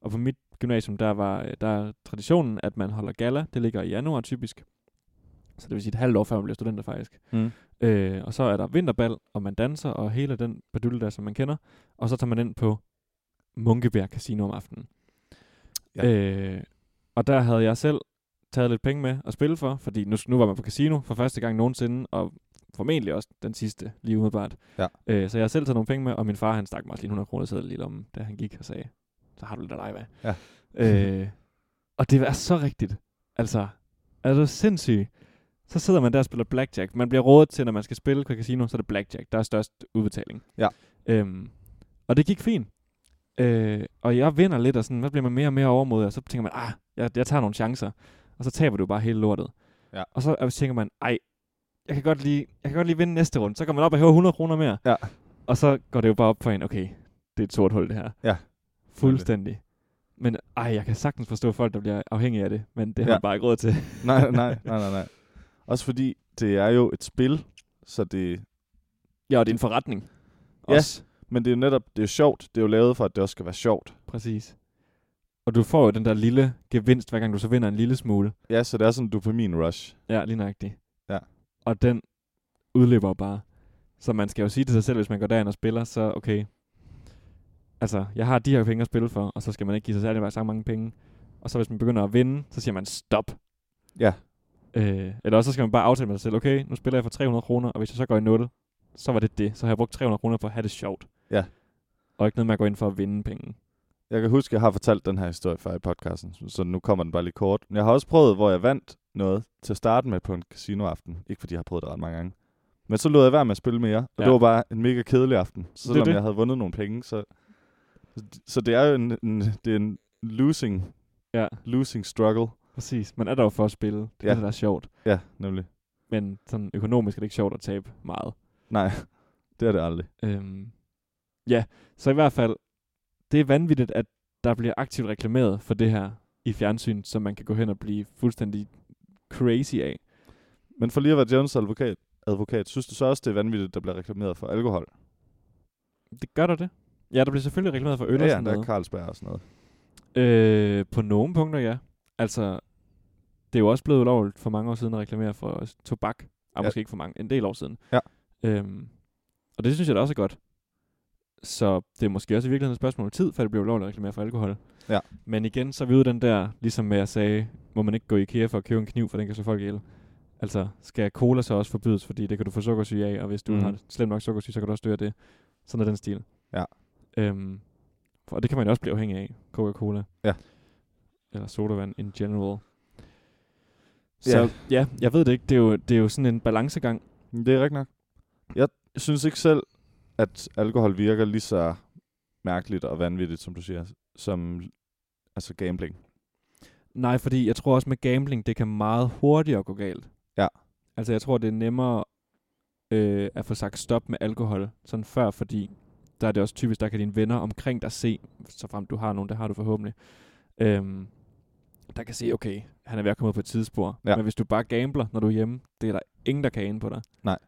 [SPEAKER 2] Og på mit gymnasium, der, var, øh, der er traditionen, at man holder gala. Det ligger i januar typisk. Så det vil sige et halvt år før man bliver studenter faktisk.
[SPEAKER 1] Mm.
[SPEAKER 2] Øh, og så er der vinterbal, og man danser, og hele den badylle der, som man kender. Og så tager man ind på Munkebjerg Casino om aftenen.
[SPEAKER 1] Ja.
[SPEAKER 2] Øh, og der havde jeg selv taget lidt penge med at spille for, fordi nu, nu var man på casino for første gang nogensinde, og formentlig også den sidste, lige umiddelbart.
[SPEAKER 1] Ja.
[SPEAKER 2] Øh, så jeg har selv taget nogle penge med, og min far han stak mig også lige en 100 kroner seddel lige om, da han gik og sagde, så har du lidt af dig med.
[SPEAKER 1] Ja.
[SPEAKER 2] Øh, og det er så rigtigt. Altså, er du sindssyg? Så sidder man der og spiller blackjack. Man bliver rådet til, når man skal spille på casino, så er det blackjack. Der er størst udbetaling.
[SPEAKER 1] Ja.
[SPEAKER 2] Øhm, og det gik fint. Øh, og jeg vinder lidt, og sådan, så bliver man mere og mere overmodig, og så tænker man, ah, jeg, jeg tager nogle chancer. Og så taber du bare hele lortet.
[SPEAKER 1] Ja.
[SPEAKER 2] Og så øh, tænker man, ej, jeg kan godt lige, jeg kan godt lige vinde næste runde. Så kommer man op og hæver 100 kroner mere.
[SPEAKER 1] Ja.
[SPEAKER 2] Og så går det jo bare op for en, okay, det er et sort hul det her.
[SPEAKER 1] Ja.
[SPEAKER 2] Fuldstændig. Men ej, jeg kan sagtens forstå folk, der bliver afhængige af det, men det har
[SPEAKER 1] Ja.
[SPEAKER 2] man bare ikke råd til.
[SPEAKER 1] Nej, nej, nej, nej, nej. Også fordi, det er jo et spil, så det...
[SPEAKER 2] Ja, og det er en forretning.
[SPEAKER 1] Ja.
[SPEAKER 2] Også.
[SPEAKER 1] Men det er jo netop, det er jo sjovt. Det er jo lavet for, at det også skal være sjovt.
[SPEAKER 2] Præcis. Og du får jo den der lille gevinst, hver gang du så vinder en lille smule.
[SPEAKER 1] Ja, så det er sådan en dopamin-rush.
[SPEAKER 2] Ja, lige nøjagtigt.
[SPEAKER 1] Ja.
[SPEAKER 2] Og den udløber jo bare. Så man skal jo sige til sig selv, hvis man går derind og spiller, så okay. Altså, jeg har de her penge at spille for, og så skal man ikke give sig særlig så mange penge. Og så hvis man begynder at vinde, så siger man stop.
[SPEAKER 1] Ja.
[SPEAKER 2] Øh, eller også så skal man bare aftale med sig selv, okay, nu spiller jeg for 300 kroner, og hvis jeg så går i 0, så var det det. Så har jeg brugt 300 kroner på at have det sjovt.
[SPEAKER 1] Ja.
[SPEAKER 2] Og ikke noget med at gå ind for at vinde penge.
[SPEAKER 1] Jeg kan huske, jeg har fortalt den her historie før i podcasten, så- så nu kommer den bare lige kort. Men jeg har også prøvet, hvor jeg vandt noget til at starte med på en casinoaften. Ikke fordi jeg har prøvet det ret mange gange. Men så lod jeg være med at spille mere, og ja.
[SPEAKER 2] Ja.
[SPEAKER 1] det var bare en mega kedelig aften. Så
[SPEAKER 2] Det er
[SPEAKER 1] selvom
[SPEAKER 2] det.
[SPEAKER 1] jeg havde vundet nogle penge, så... Så det er jo en, en, det er en losing,
[SPEAKER 2] Ja,
[SPEAKER 1] losing struggle.
[SPEAKER 2] præcis. Man er der jo for at spille. Det er
[SPEAKER 1] Ja.
[SPEAKER 2] det, der er sjovt.
[SPEAKER 1] Ja, nemlig.
[SPEAKER 2] Men sådan økonomisk er det ikke sjovt at tabe meget.
[SPEAKER 1] Nej, det er det aldrig.
[SPEAKER 2] Øhm, ja, så i hvert fald, det er vanvittigt, at der bliver aktivt reklameret for det her i fjernsyn, som man kan gå hen og blive fuldstændig crazy af.
[SPEAKER 1] Men for lige at være Jones advokat, advokat synes du så også, det er vanvittigt, der bliver reklameret for alkohol?
[SPEAKER 2] Det gør der det. Ja, der bliver selvfølgelig reklameret for øl og
[SPEAKER 1] ja, ja,
[SPEAKER 2] sådan
[SPEAKER 1] der er
[SPEAKER 2] noget.
[SPEAKER 1] Carlsberg og sådan noget.
[SPEAKER 2] Øh, på nogle punkter, ja. Altså, det er jo også blevet ulovligt for mange år siden at reklamere for s- tobak. Ah,
[SPEAKER 1] Ja.
[SPEAKER 2] ja. måske ikke for mange, en del år siden.
[SPEAKER 1] Ja.
[SPEAKER 2] Øhm, og det synes jeg da også er godt. Så det er måske også i virkeligheden et spørgsmål om tid, før det bliver ulovligt at reklamere for alkohol.
[SPEAKER 1] Ja.
[SPEAKER 2] Men igen, så er vi ude i den der, ligesom med jeg sagde, må man ikke gå i IKEA for at købe en kniv, for den kan slå folk ihjel. Altså, skal cola så også forbydes, fordi det kan du få sukkersyge af, og hvis du
[SPEAKER 1] Mhm.
[SPEAKER 2] mm. har slemt nok sukkersyge, så kan du også dø af det. Sådan er den stil.
[SPEAKER 1] Ja.
[SPEAKER 2] Øhm, for- og det kan man jo også blive afhængig af, Coca-Cola eller sodavand in general. Så
[SPEAKER 1] Ja.
[SPEAKER 2] ja, ja jeg ved det ikke. Det er jo, det er jo sådan en balancegang.
[SPEAKER 1] Men Det er rigtigt nok. Jeg synes ikke selv, at alkohol virker lige så mærkeligt og vanvittigt, som du siger, som altså gambling.
[SPEAKER 2] Nej, fordi jeg tror også med gambling, det kan meget hurtigere gå galt.
[SPEAKER 1] Ja.
[SPEAKER 2] Altså jeg tror, det er nemmere øh, at få sagt stop med alkohol, sådan før, fordi der er det også typisk, der kan dine venner omkring dig se, så frem du har nogen, der har du forhåbentlig, øhm, der kan se, okay, han er ved at komme ud på et tidsspor.
[SPEAKER 1] Ja.
[SPEAKER 2] Men hvis du bare gambler, når du er hjemme, det er der ingen, der kan ane på dig.
[SPEAKER 1] Nej.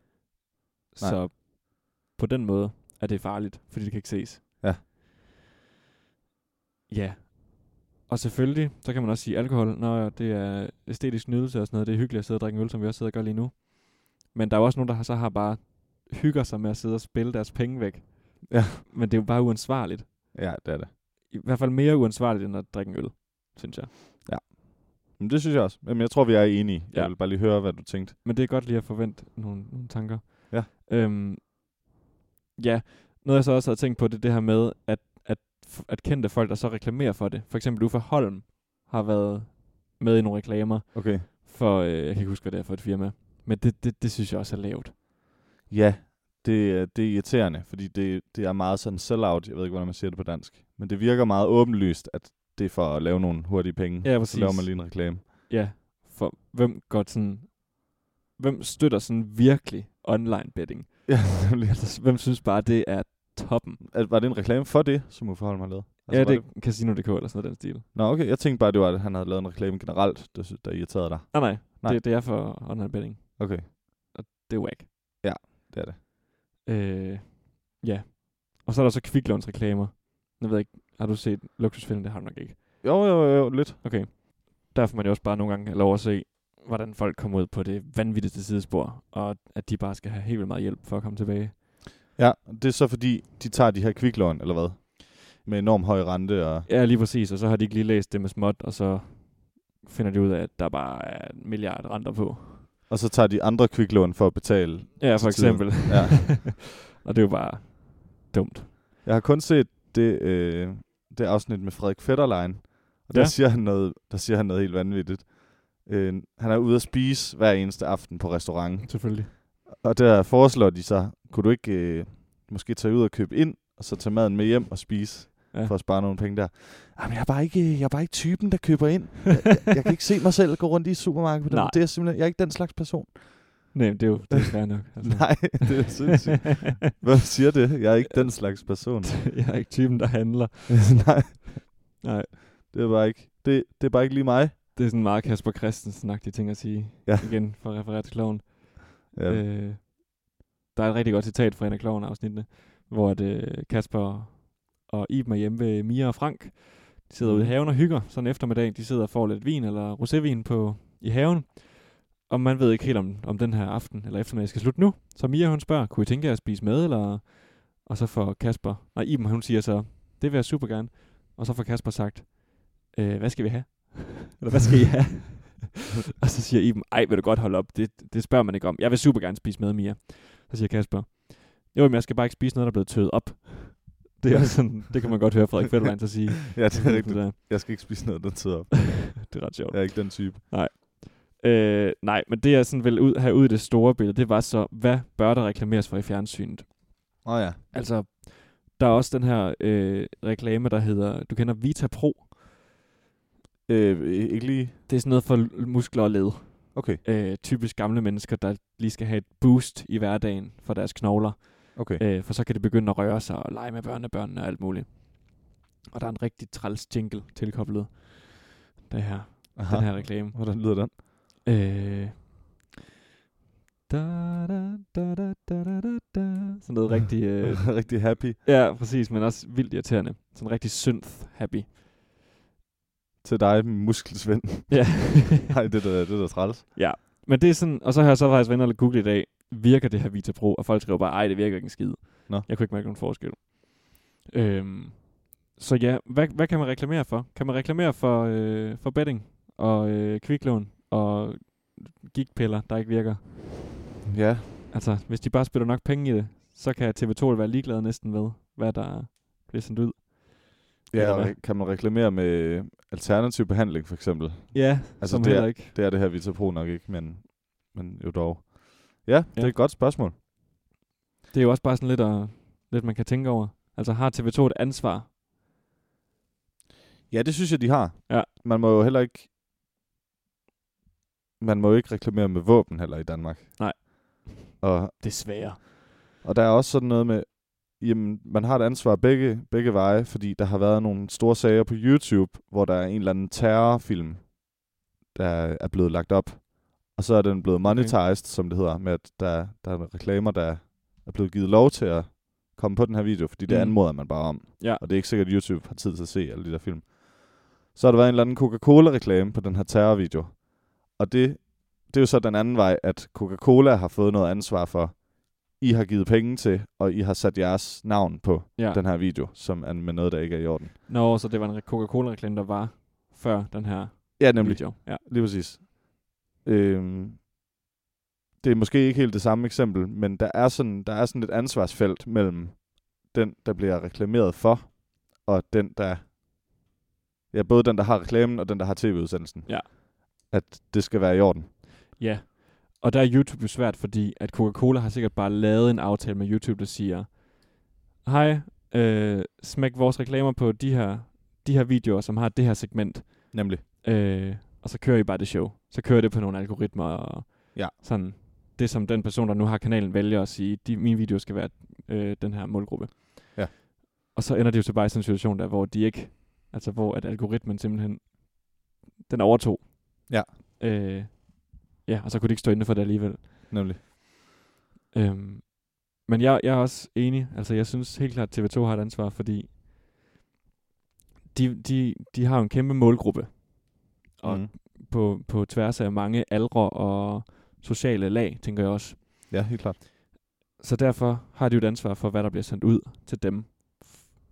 [SPEAKER 1] Nej.
[SPEAKER 2] Så på den måde er det farligt, fordi det kan ikke ses.
[SPEAKER 1] Ja.
[SPEAKER 2] Ja. Og selvfølgelig, så kan man også sige alkohol, når ja, det er æstetisk nydelse og sådan noget. Det er hyggeligt at sidde og drikke en øl, som vi også sidder og gør lige nu. Men der er jo også nogen, der har, så har bare hygger sig med at sidde og spille deres penge væk.
[SPEAKER 1] Ja.
[SPEAKER 2] Men det er jo bare uansvarligt.
[SPEAKER 1] Ja, det er det.
[SPEAKER 2] I hvert fald mere uansvarligt, end at drikke en øl, synes jeg.
[SPEAKER 1] Men det synes jeg også. Men jeg tror, vi er enige. Ja.
[SPEAKER 2] Ja.
[SPEAKER 1] Jeg vil bare lige høre, hvad du tænkte.
[SPEAKER 2] Men det er godt lige at forvente nogle, nogle tanker.
[SPEAKER 1] Ja.
[SPEAKER 2] Øhm, ja, noget jeg så også havde tænkt på, det er det her med, at, at, f- at kendte folk, der så reklamerer for det. For eksempel Uffe Holm har været med i nogle reklamer
[SPEAKER 1] Okay.
[SPEAKER 2] for, øh, jeg kan ikke huske, hvad det er for et firma. Men det, det, det synes jeg også er lavt.
[SPEAKER 1] Ja, det, er- det er irriterende, fordi det, det er meget sådan sell-out. Jeg ved ikke, hvordan man siger det på dansk. Men det virker meget åbenlyst, at det er for at lave nogle hurtige penge.
[SPEAKER 2] Ja,
[SPEAKER 1] Så laver man lige en reklame.
[SPEAKER 2] Ja, for hvem går sådan... Hvem støtter sådan virkelig online betting?
[SPEAKER 1] Ja, nemlig.
[SPEAKER 2] Altså, hvem synes bare, det er toppen?
[SPEAKER 1] At- Var det en reklame for det, som Uffe Holm har lavet?
[SPEAKER 2] Altså, ja,
[SPEAKER 1] var
[SPEAKER 2] det er Casino.dk eller sådan noget i den stil.
[SPEAKER 1] Nå, okay. Jeg tænkte bare, det var, at han havde lavet en reklame generelt, der, sy- der irriterede dig.
[SPEAKER 2] Ah, Nej, nej.
[SPEAKER 1] Nej.
[SPEAKER 2] nej. Det, det er for online betting.
[SPEAKER 1] Okay,
[SPEAKER 2] Det er whack.
[SPEAKER 1] det er det.
[SPEAKER 2] Øh, ja. Og så er der så kviklånsreklamer. Jeg ved ikke, har du set luksusfilm? Det har du nok ikke.
[SPEAKER 1] Jo, jo, jo, lidt.
[SPEAKER 2] Okay. Der får man jo også bare nogle gange lov at se, hvordan folk kommer ud på det vanvittigste sidespor, og at de bare skal have helt vildt meget hjælp for at komme tilbage.
[SPEAKER 1] Ja, det er så fordi, de tager de her kviklån, eller hvad? Med enorm høj rente og...
[SPEAKER 2] Ja, lige præcis, og så har de ikke lige læst det med småt, og så finder de ud af, at der bare er en milliard renter på.
[SPEAKER 1] Og så tager de andre kviklån for at betale.
[SPEAKER 2] Ja, for
[SPEAKER 1] Til
[SPEAKER 2] eksempel.
[SPEAKER 1] Ja.
[SPEAKER 2] og det er jo bare dumt.
[SPEAKER 1] Jeg har kun set det, øh, det afsnit med Frederik Fetterlein. Og der,
[SPEAKER 2] Ja.
[SPEAKER 1] ja. siger han noget, der siger han noget helt vanvittigt. Øh, han er ude at spise hver eneste aften på restaurant.
[SPEAKER 2] Selvfølgelig.
[SPEAKER 1] Og der foreslår de så, kunne du ikke øh, måske tage ud og købe ind, og så tage maden med hjem og spise,
[SPEAKER 2] Ja.
[SPEAKER 1] ja. for at spare nogle penge der. Jamen, jeg er bare ikke, jeg er bare ikke typen, der køber ind. Jeg, jeg, jeg kan ikke se mig selv gå rundt i supermarkedet på den
[SPEAKER 2] Nej.
[SPEAKER 1] måde. Det er simpelthen, jeg er ikke den slags person.
[SPEAKER 2] Nej, men det er jo det er fair nok. altså.
[SPEAKER 1] Nej, det er sindssygt. Hvem siger det? Jeg er ikke den slags person.
[SPEAKER 2] jeg er ikke typen, der handler.
[SPEAKER 1] Nej,
[SPEAKER 2] Nej,
[SPEAKER 1] det er bare ikke, det, det er bare ikke lige mig.
[SPEAKER 2] det er sådan meget Kasper Christensen-agtige ting at sige.
[SPEAKER 1] Ja.
[SPEAKER 2] Igen, for at referere til kloven.
[SPEAKER 1] Ja. Øh.
[SPEAKER 2] Øh, der er et rigtig godt citat fra en af kloven afsnittene, hvor at, øh, Kasper og Iben er hjemme ved Mia og Frank. De sidder ude i haven og hygger sådan en eftermiddag. De sidder og får lidt vin eller rosévin på, i haven. Og man ved ikke helt, om, om den her aften eller eftermiddag skal slutte nu. Så Mia hun spørger, kunne I tænke jer at spise med? Eller... Og så får Kasper, nej Iben hun siger så, det vil jeg super gerne. Og så får Kasper sagt, øh, hvad skal vi have? eller hvad skal I have? og så siger Iben, ej vil du godt holde op, det, det spørger man ikke om. Jeg vil super gerne spise med Mia. Så siger Kasper, jo men jeg skal bare ikke spise noget, der er blevet tøet op. Det, er også sådan, det kan man godt høre Frederik Fetterlein så sige.
[SPEAKER 1] Ja, det er rigtigt.
[SPEAKER 2] det,
[SPEAKER 1] Jeg skal ikke spise noget, der sidder op.
[SPEAKER 2] det er ret sjovt.
[SPEAKER 1] Jeg er ikke den type.
[SPEAKER 2] Øh, nej, men det jeg sådan ville ud, have ud i det store billede, det var så, hvad bør der reklameres for i fjernsynet?
[SPEAKER 1] Åh oh, ja.
[SPEAKER 2] Altså, der er også den her øh, reklame, der hedder, du kender Vita Pro.
[SPEAKER 1] Øh, ikke lige...
[SPEAKER 2] Det er sådan noget for l- muskler og led.
[SPEAKER 1] Okay,
[SPEAKER 2] Øh, typisk gamle mennesker, der lige skal have et boost i hverdagen for deres knogler.
[SPEAKER 1] okay.
[SPEAKER 2] Øh, for så kan de begynde at røre sig og lege med børnebørnene og alt muligt. Og der er en rigtig træls jingle tilkoblet. Det her,
[SPEAKER 1] Aha.
[SPEAKER 2] den her reklame.
[SPEAKER 1] Hvordan lyder den?
[SPEAKER 2] Øh. Da, da, da, da, da, da, da, da. Sådan noget rigtig... Øh,
[SPEAKER 1] Rigtig happy
[SPEAKER 2] ja, præcis, men også vildt irriterende. Sådan rigtig synth-happy.
[SPEAKER 1] til dig, muskelsvend.
[SPEAKER 2] Ja.
[SPEAKER 1] Nej, det er da- det er da træls.
[SPEAKER 2] men det er sådan... Og så har jeg så faktisk venner og googlet i dag, virker det her Vita Pro? Og folk skriver bare, ej, det virker ikke en skid.
[SPEAKER 1] Nå.
[SPEAKER 2] Jeg kunne ikke mærke nogen forskel. Øhm, så ja, hvad, hvad kan man reklamere for? Kan man reklamere for, øh, for betting og øh, kviklån og gigpiller, der ikke virker?
[SPEAKER 1] Ja,
[SPEAKER 2] Altså, hvis de bare spiller nok penge i det, så kan TV2 være ligeglad næsten med, hvad der bliver sendt ud.
[SPEAKER 1] Ja,
[SPEAKER 2] Eller
[SPEAKER 1] og
[SPEAKER 2] hvad?
[SPEAKER 1] re- kan man reklamere med øh, alternativ behandling, for eksempel?
[SPEAKER 2] Ja,
[SPEAKER 1] Altså,
[SPEAKER 2] som
[SPEAKER 1] det er-
[SPEAKER 2] heller ikke.
[SPEAKER 1] Det er det her Vitapro nok ikke, men, men jo dog. Ja, ja, det er
[SPEAKER 2] Ja.
[SPEAKER 1] et godt spørgsmål.
[SPEAKER 2] Det er jo også bare sådan lidt, at, lidt man kan tænke over. Altså, har TV2 et ansvar?
[SPEAKER 1] Ja, det synes jeg, de har.
[SPEAKER 2] Ja.
[SPEAKER 1] Man må jo heller ikke... Man må jo ikke reklamere med våben heller i Danmark.
[SPEAKER 2] Nej.
[SPEAKER 1] Og,
[SPEAKER 2] Desværre.
[SPEAKER 1] og der er også sådan noget med... Jamen, man har et ansvar begge, begge veje, fordi der har været nogle store sager på YouTube, hvor der er en eller anden terrorfilm, der er blevet lagt op. Og så er den blevet monetized, okay. som det hedder, med at der, der er reklamer, der er blevet givet lov til at komme på den her video, fordi det
[SPEAKER 2] Mm.
[SPEAKER 1] mm. anmoder man bare om.
[SPEAKER 2] Ja.
[SPEAKER 1] Og det er ikke sikkert, at YouTube har tid til at se alle de der film. Så har der været en eller anden Coca-Cola-reklame på den her terrorvideo. Og det, det er jo så den anden vej, at Coca-Cola har fået noget ansvar for, I har givet penge til, og I har sat jeres navn på
[SPEAKER 2] Ja.
[SPEAKER 1] ja. den her video, som er med noget, der ikke er i orden.
[SPEAKER 2] Nå, så det var en re- Coca-Cola-reklame, der var før den her
[SPEAKER 1] Ja, nemlig.
[SPEAKER 2] video. Ja.
[SPEAKER 1] Lige præcis. Øhm, det er måske ikke helt det samme eksempel, men der er sådan, der er sådan et ansvarsfelt mellem den, der bliver reklameret for, og den, der... Ja, både den, der har reklamen, og den, der har tv-udsendelsen.
[SPEAKER 2] Ja.
[SPEAKER 1] At det skal være i orden.
[SPEAKER 2] ja. Og der er YouTube jo svært, fordi at Coca-Cola har sikkert bare lavet en aftale med YouTube, der siger, hej, øh, smæk vores reklamer på de her, de her videoer, som har det her segment.
[SPEAKER 1] Nemlig.
[SPEAKER 2] Øh, og så kører I bare det show. Så kører det på nogle algoritmer og
[SPEAKER 1] Ja.
[SPEAKER 2] sådan. Det som den person, der nu har kanalen, vælger at sige, de, min video skal være øh, den her målgruppe.
[SPEAKER 1] Ja.
[SPEAKER 2] Og så ender det jo så bare i sådan en situation der, hvor de ikke, altså hvor at algoritmen simpelthen, den overtog.
[SPEAKER 1] Ja.
[SPEAKER 2] Øh, ja, og så kunne de ikke stå inde for det alligevel.
[SPEAKER 1] Nemlig.
[SPEAKER 2] Øhm, men jeg, jeg er også enig. Altså, jeg synes helt klart, at TV2 har et ansvar, fordi de, de, de har jo en kæmpe målgruppe. Og
[SPEAKER 1] Mhm.
[SPEAKER 2] på, på tværs af mange aldre og sociale lag, tænker jeg også.
[SPEAKER 1] Ja, helt klart.
[SPEAKER 2] Så derfor har de jo et ansvar for, hvad der bliver sendt ud til dem.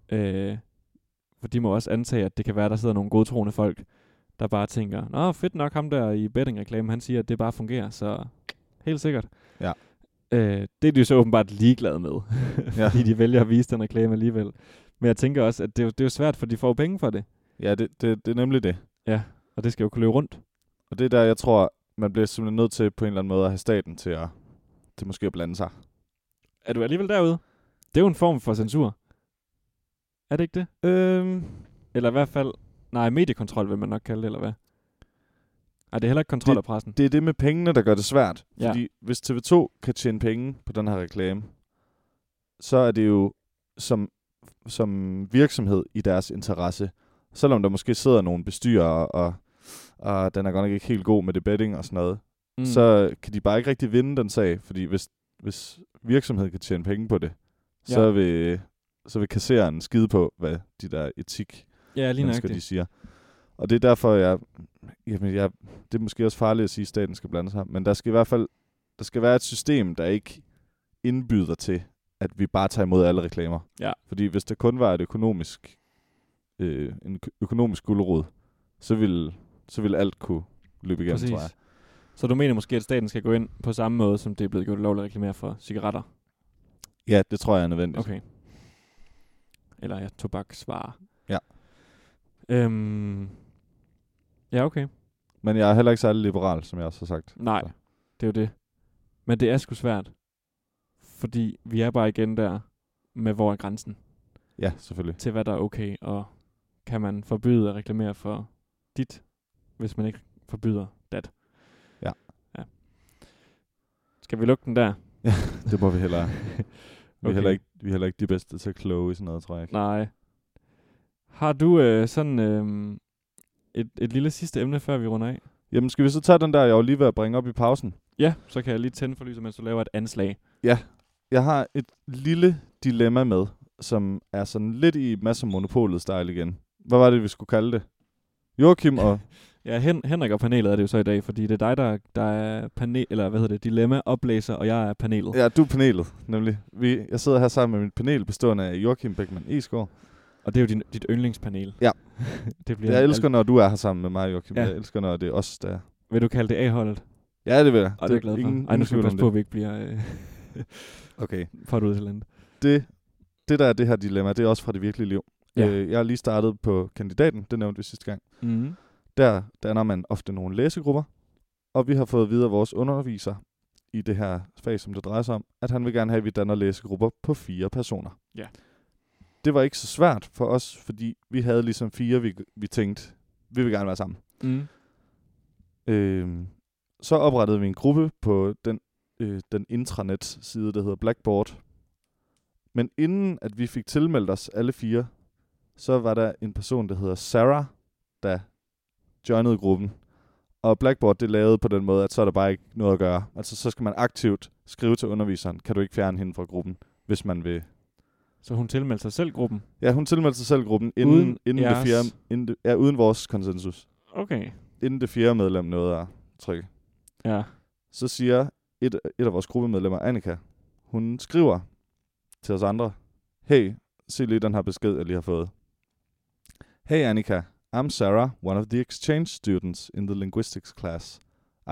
[SPEAKER 2] Øh, for de må også antage, at det kan være, der sidder nogle godtroende folk, der bare tænker, Nå, fedt nok ham der i bettingreklamen, han siger, at det bare fungerer, så helt sikkert.
[SPEAKER 1] Ja.
[SPEAKER 2] Øh, det er de jo så åbenbart ligeglade med,
[SPEAKER 1] Ja.
[SPEAKER 2] fordi de vælger at vise den reklame alligevel. Men jeg tænker også, at det er jo, det er jo svært, for de får jo penge for det,
[SPEAKER 1] Ja, det, det, det er nemlig det.
[SPEAKER 2] og det skal jo kunne løbe rundt.
[SPEAKER 1] Og det er der, jeg tror, man bliver simpelthen nødt til på en eller anden måde at have staten til at, til måske at blande sig.
[SPEAKER 2] Er du alligevel derude? Det er jo en form for censur. Er det ikke det?
[SPEAKER 1] Øhm,
[SPEAKER 2] Eller i hvert fald, nej, mediekontrol vil man nok kalde det, eller hvad? Nej, det er heller ikke kontrol af pressen.
[SPEAKER 1] det er det med pengene, der gør det svært.
[SPEAKER 2] Ja.
[SPEAKER 1] Ja. Fordi hvis TV2 kan tjene penge på den her reklame, så er det jo som, som virksomhed i deres interesse. Selvom der måske sidder nogle bestyrere, og, og den er godt nok ikke helt god med det betting og sådan noget,
[SPEAKER 2] Mm.
[SPEAKER 1] mm. så kan de bare ikke rigtig vinde den sag. Fordi hvis, hvis virksomheden kan tjene penge på det, ja. så,
[SPEAKER 2] Ja.
[SPEAKER 1] vil, så vil kassereren skide på, hvad de der etik
[SPEAKER 2] ja, lige
[SPEAKER 1] mennesker, de
[SPEAKER 2] nøjagtigt.
[SPEAKER 1] siger. Og det er derfor, jeg, jamen, jeg, det er måske også farligt at sige, at staten skal blande sig, men der skal i hvert fald der skal være et system, der ikke indbyder til, at vi bare tager imod alle reklamer.
[SPEAKER 2] Ja.
[SPEAKER 1] Fordi hvis der kun var et økonomisk, øh, en ø- økonomisk gulerod, så ville, så ville alt kunne løbe igennem, Præcis. tror jeg.
[SPEAKER 2] Præcis. Så du mener måske, at staten skal gå ind på samme måde, som det er blevet gjort lovligt at reklamere for cigaretter?
[SPEAKER 1] Ja, det tror jeg er nødvendigt.
[SPEAKER 2] Okay. Eller ja, tobaksvarer.
[SPEAKER 1] Ja.
[SPEAKER 2] Øhm, ja, okay.
[SPEAKER 1] Men jeg er heller ikke særlig liberal, som jeg også har sagt.
[SPEAKER 2] Nej,
[SPEAKER 1] Så.
[SPEAKER 2] det er jo det. Men det er sgu svært. Fordi vi er bare igen der med, hvor er grænsen?
[SPEAKER 1] Ja, selvfølgelig.
[SPEAKER 2] til, hvad der er okay, og kan man forbyde at reklamere for dit, hvis man ikke forbyder dat.
[SPEAKER 1] Ja.
[SPEAKER 2] ja. Skal vi lukke den der?
[SPEAKER 1] Det må vi heller. Okay. Vi, er heller
[SPEAKER 2] Okay.
[SPEAKER 1] ikke, vi er heller ikke de bedste til at kloge i sådan noget, tror jeg.
[SPEAKER 2] Nej. Har du øh, sådan øh, et, et lille sidste emne, før vi runder af?
[SPEAKER 1] Jamen, skal vi så tage den der, jeg var lige ved at bringe op i pausen?
[SPEAKER 2] Ja, så kan jeg lige tænde for lyset, mens du laver et anslag.
[SPEAKER 1] Jeg har et lille dilemma med, som er sådan lidt i masser monopolet style igen. Hvad var det, vi skulle kalde det? Joachim og...
[SPEAKER 2] Ja, Hen- Henrik og panelet er det jo så i dag, fordi det er dig, der, der er panel, eller hvad hedder det, dilemma oplæser, og jeg er panelet.
[SPEAKER 1] ja, du er panelet, nemlig. Vi, jeg sidder her sammen med mit panel, bestående af Joachim Beckmann Esgaard.
[SPEAKER 2] Og det er jo din, dit yndlingspanel.
[SPEAKER 1] Ja.
[SPEAKER 2] det bliver
[SPEAKER 1] Jeg
[SPEAKER 2] alt-
[SPEAKER 1] elsker, når du er her sammen med mig, Joachim.
[SPEAKER 2] Ja.
[SPEAKER 1] Ja. Jeg elsker, når det er os, der...
[SPEAKER 2] Vil du kalde det A-holdet?
[SPEAKER 1] Ja, det vil jeg.
[SPEAKER 2] Og det er jeg glad for.
[SPEAKER 1] Ingen,
[SPEAKER 2] Ej, nu
[SPEAKER 1] ingen
[SPEAKER 2] skal vi
[SPEAKER 1] tvivl om
[SPEAKER 2] passe på,
[SPEAKER 1] det.
[SPEAKER 2] at vi ikke bliver øh,
[SPEAKER 1] Okay.
[SPEAKER 2] for ud til landet.
[SPEAKER 1] Det, det, der er det her dilemma, det er også fra det virkelige liv.
[SPEAKER 2] Ja.
[SPEAKER 1] Ja. Øh, jeg har lige startet på kandidaten, det nævnte vi sidste gang.
[SPEAKER 2] Mm.
[SPEAKER 1] Der danner man ofte nogle læsegrupper, og vi har fået videre vores underviser i det her fag, som det drejer sig om, at han vil gerne have, at vi danner læsegrupper på fire personer.
[SPEAKER 2] Ja.
[SPEAKER 1] Det var ikke så svært for os, fordi vi havde ligesom fire, vi, vi tænkte, vi vil gerne være sammen.
[SPEAKER 2] Mm.
[SPEAKER 1] Øhm, så oprettede vi en gruppe på den, øh, den intranet-side, der hedder Blackboard. Men inden at vi fik tilmeldt os alle fire, så var der en person, der hedder Sarah, der joinede gruppen. Og Blackboard det lavede på den måde, at så er der bare ikke noget at gøre. Altså så skal man aktivt skrive til underviseren, kan du ikke fjerne hende fra gruppen, hvis man vil.
[SPEAKER 2] Så hun tilmeldte sig selv gruppen.
[SPEAKER 1] Ja, hun tilmeldte sig selv gruppen inden,
[SPEAKER 2] Uden
[SPEAKER 1] uden inden, det
[SPEAKER 2] jeres-
[SPEAKER 1] fjerde, inden, det, ja, uden vores konsensus.
[SPEAKER 2] Okay.
[SPEAKER 1] Inden det fjerde medlem nåede at trykke.
[SPEAKER 2] Ja.
[SPEAKER 1] Så siger et, et af vores gruppemedlemmer, Annika, hun skriver til os andre, Hey, se lige den her besked, jeg lige har fået. Hey Annika, I'm Sarah, one of the exchange students in the linguistics class.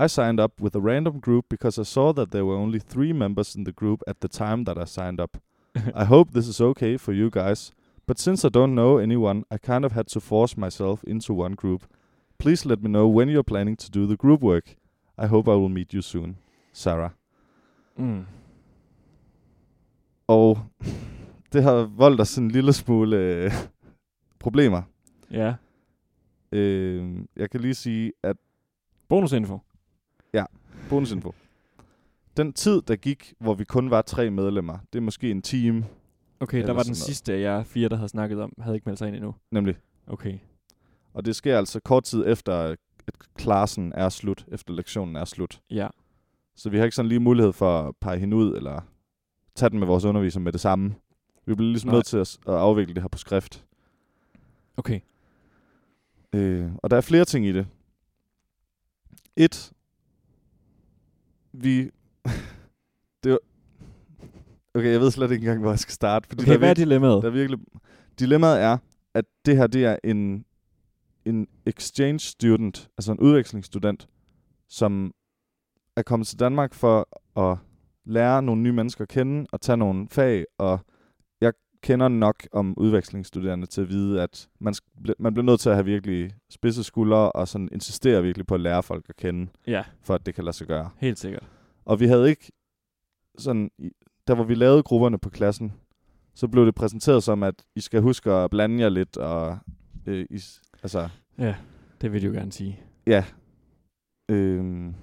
[SPEAKER 1] I signed up with a random group because I saw that there were only three members in the group at the time that I signed up. I hope this is okay for you guys, but since I don't know anyone, I kind of had to force myself into one group. Please let me know when you're planning to do the group work. I hope I will meet you soon. Sarah.
[SPEAKER 2] Mm.
[SPEAKER 1] Og det har voldt os en lille smule øh, problemer.
[SPEAKER 2] Ja.
[SPEAKER 1] Øh, jeg kan lige sige, at
[SPEAKER 2] Bonusinfo.
[SPEAKER 1] bonusinfo. Den tid, der gik, hvor vi kun var tre medlemmer, det er måske en time,
[SPEAKER 2] Okay,
[SPEAKER 1] Eller
[SPEAKER 2] der var den
[SPEAKER 1] sådan noget.
[SPEAKER 2] sidste af jer fire, der havde snakket om, havde ikke meldt sig ind endnu.
[SPEAKER 1] nemlig.
[SPEAKER 2] Okay.
[SPEAKER 1] Og det sker altså kort tid efter, at klassen er slut, efter lektionen er slut.
[SPEAKER 2] Ja.
[SPEAKER 1] Så vi har ikke sådan lige mulighed for at pege hende ud, eller tage den med vores underviser med det samme. Vi bliver ligesom
[SPEAKER 2] Nej.
[SPEAKER 1] nødt til at, s- at afvikle det her på skrift.
[SPEAKER 2] Okay.
[SPEAKER 1] Øh, og der er flere ting i det. Et, vi... det var... Okay, jeg ved slet ikke engang, hvor jeg skal starte. Fordi
[SPEAKER 2] Okay,
[SPEAKER 1] der,
[SPEAKER 2] hvad
[SPEAKER 1] er
[SPEAKER 2] er
[SPEAKER 1] virkelig,
[SPEAKER 2] dilemmaet?
[SPEAKER 1] der er virkelig... Dilemmaet er, at det her det er en, en exchange student, altså en udvekslingsstudent, som er kommet til Danmark for at lære nogle nye mennesker at kende og tage nogle fag, og jeg kender nok om udvekslingsstuderende til at vide, at man, sk- bl- man bliver nødt til at have virkelig spidse skuldre og sådan insistere virkelig på at lære folk at kende,
[SPEAKER 2] Ja,
[SPEAKER 1] for at det kan lade sig gøre.
[SPEAKER 2] helt sikkert.
[SPEAKER 1] Og vi havde ikke sådan, i- der hvor vi lavede grupperne på klassen, så blev det præsenteret som, at I skal huske at blande jer lidt, og øh, I, s- altså,
[SPEAKER 2] Ja, det vil de jo gerne sige.
[SPEAKER 1] øh,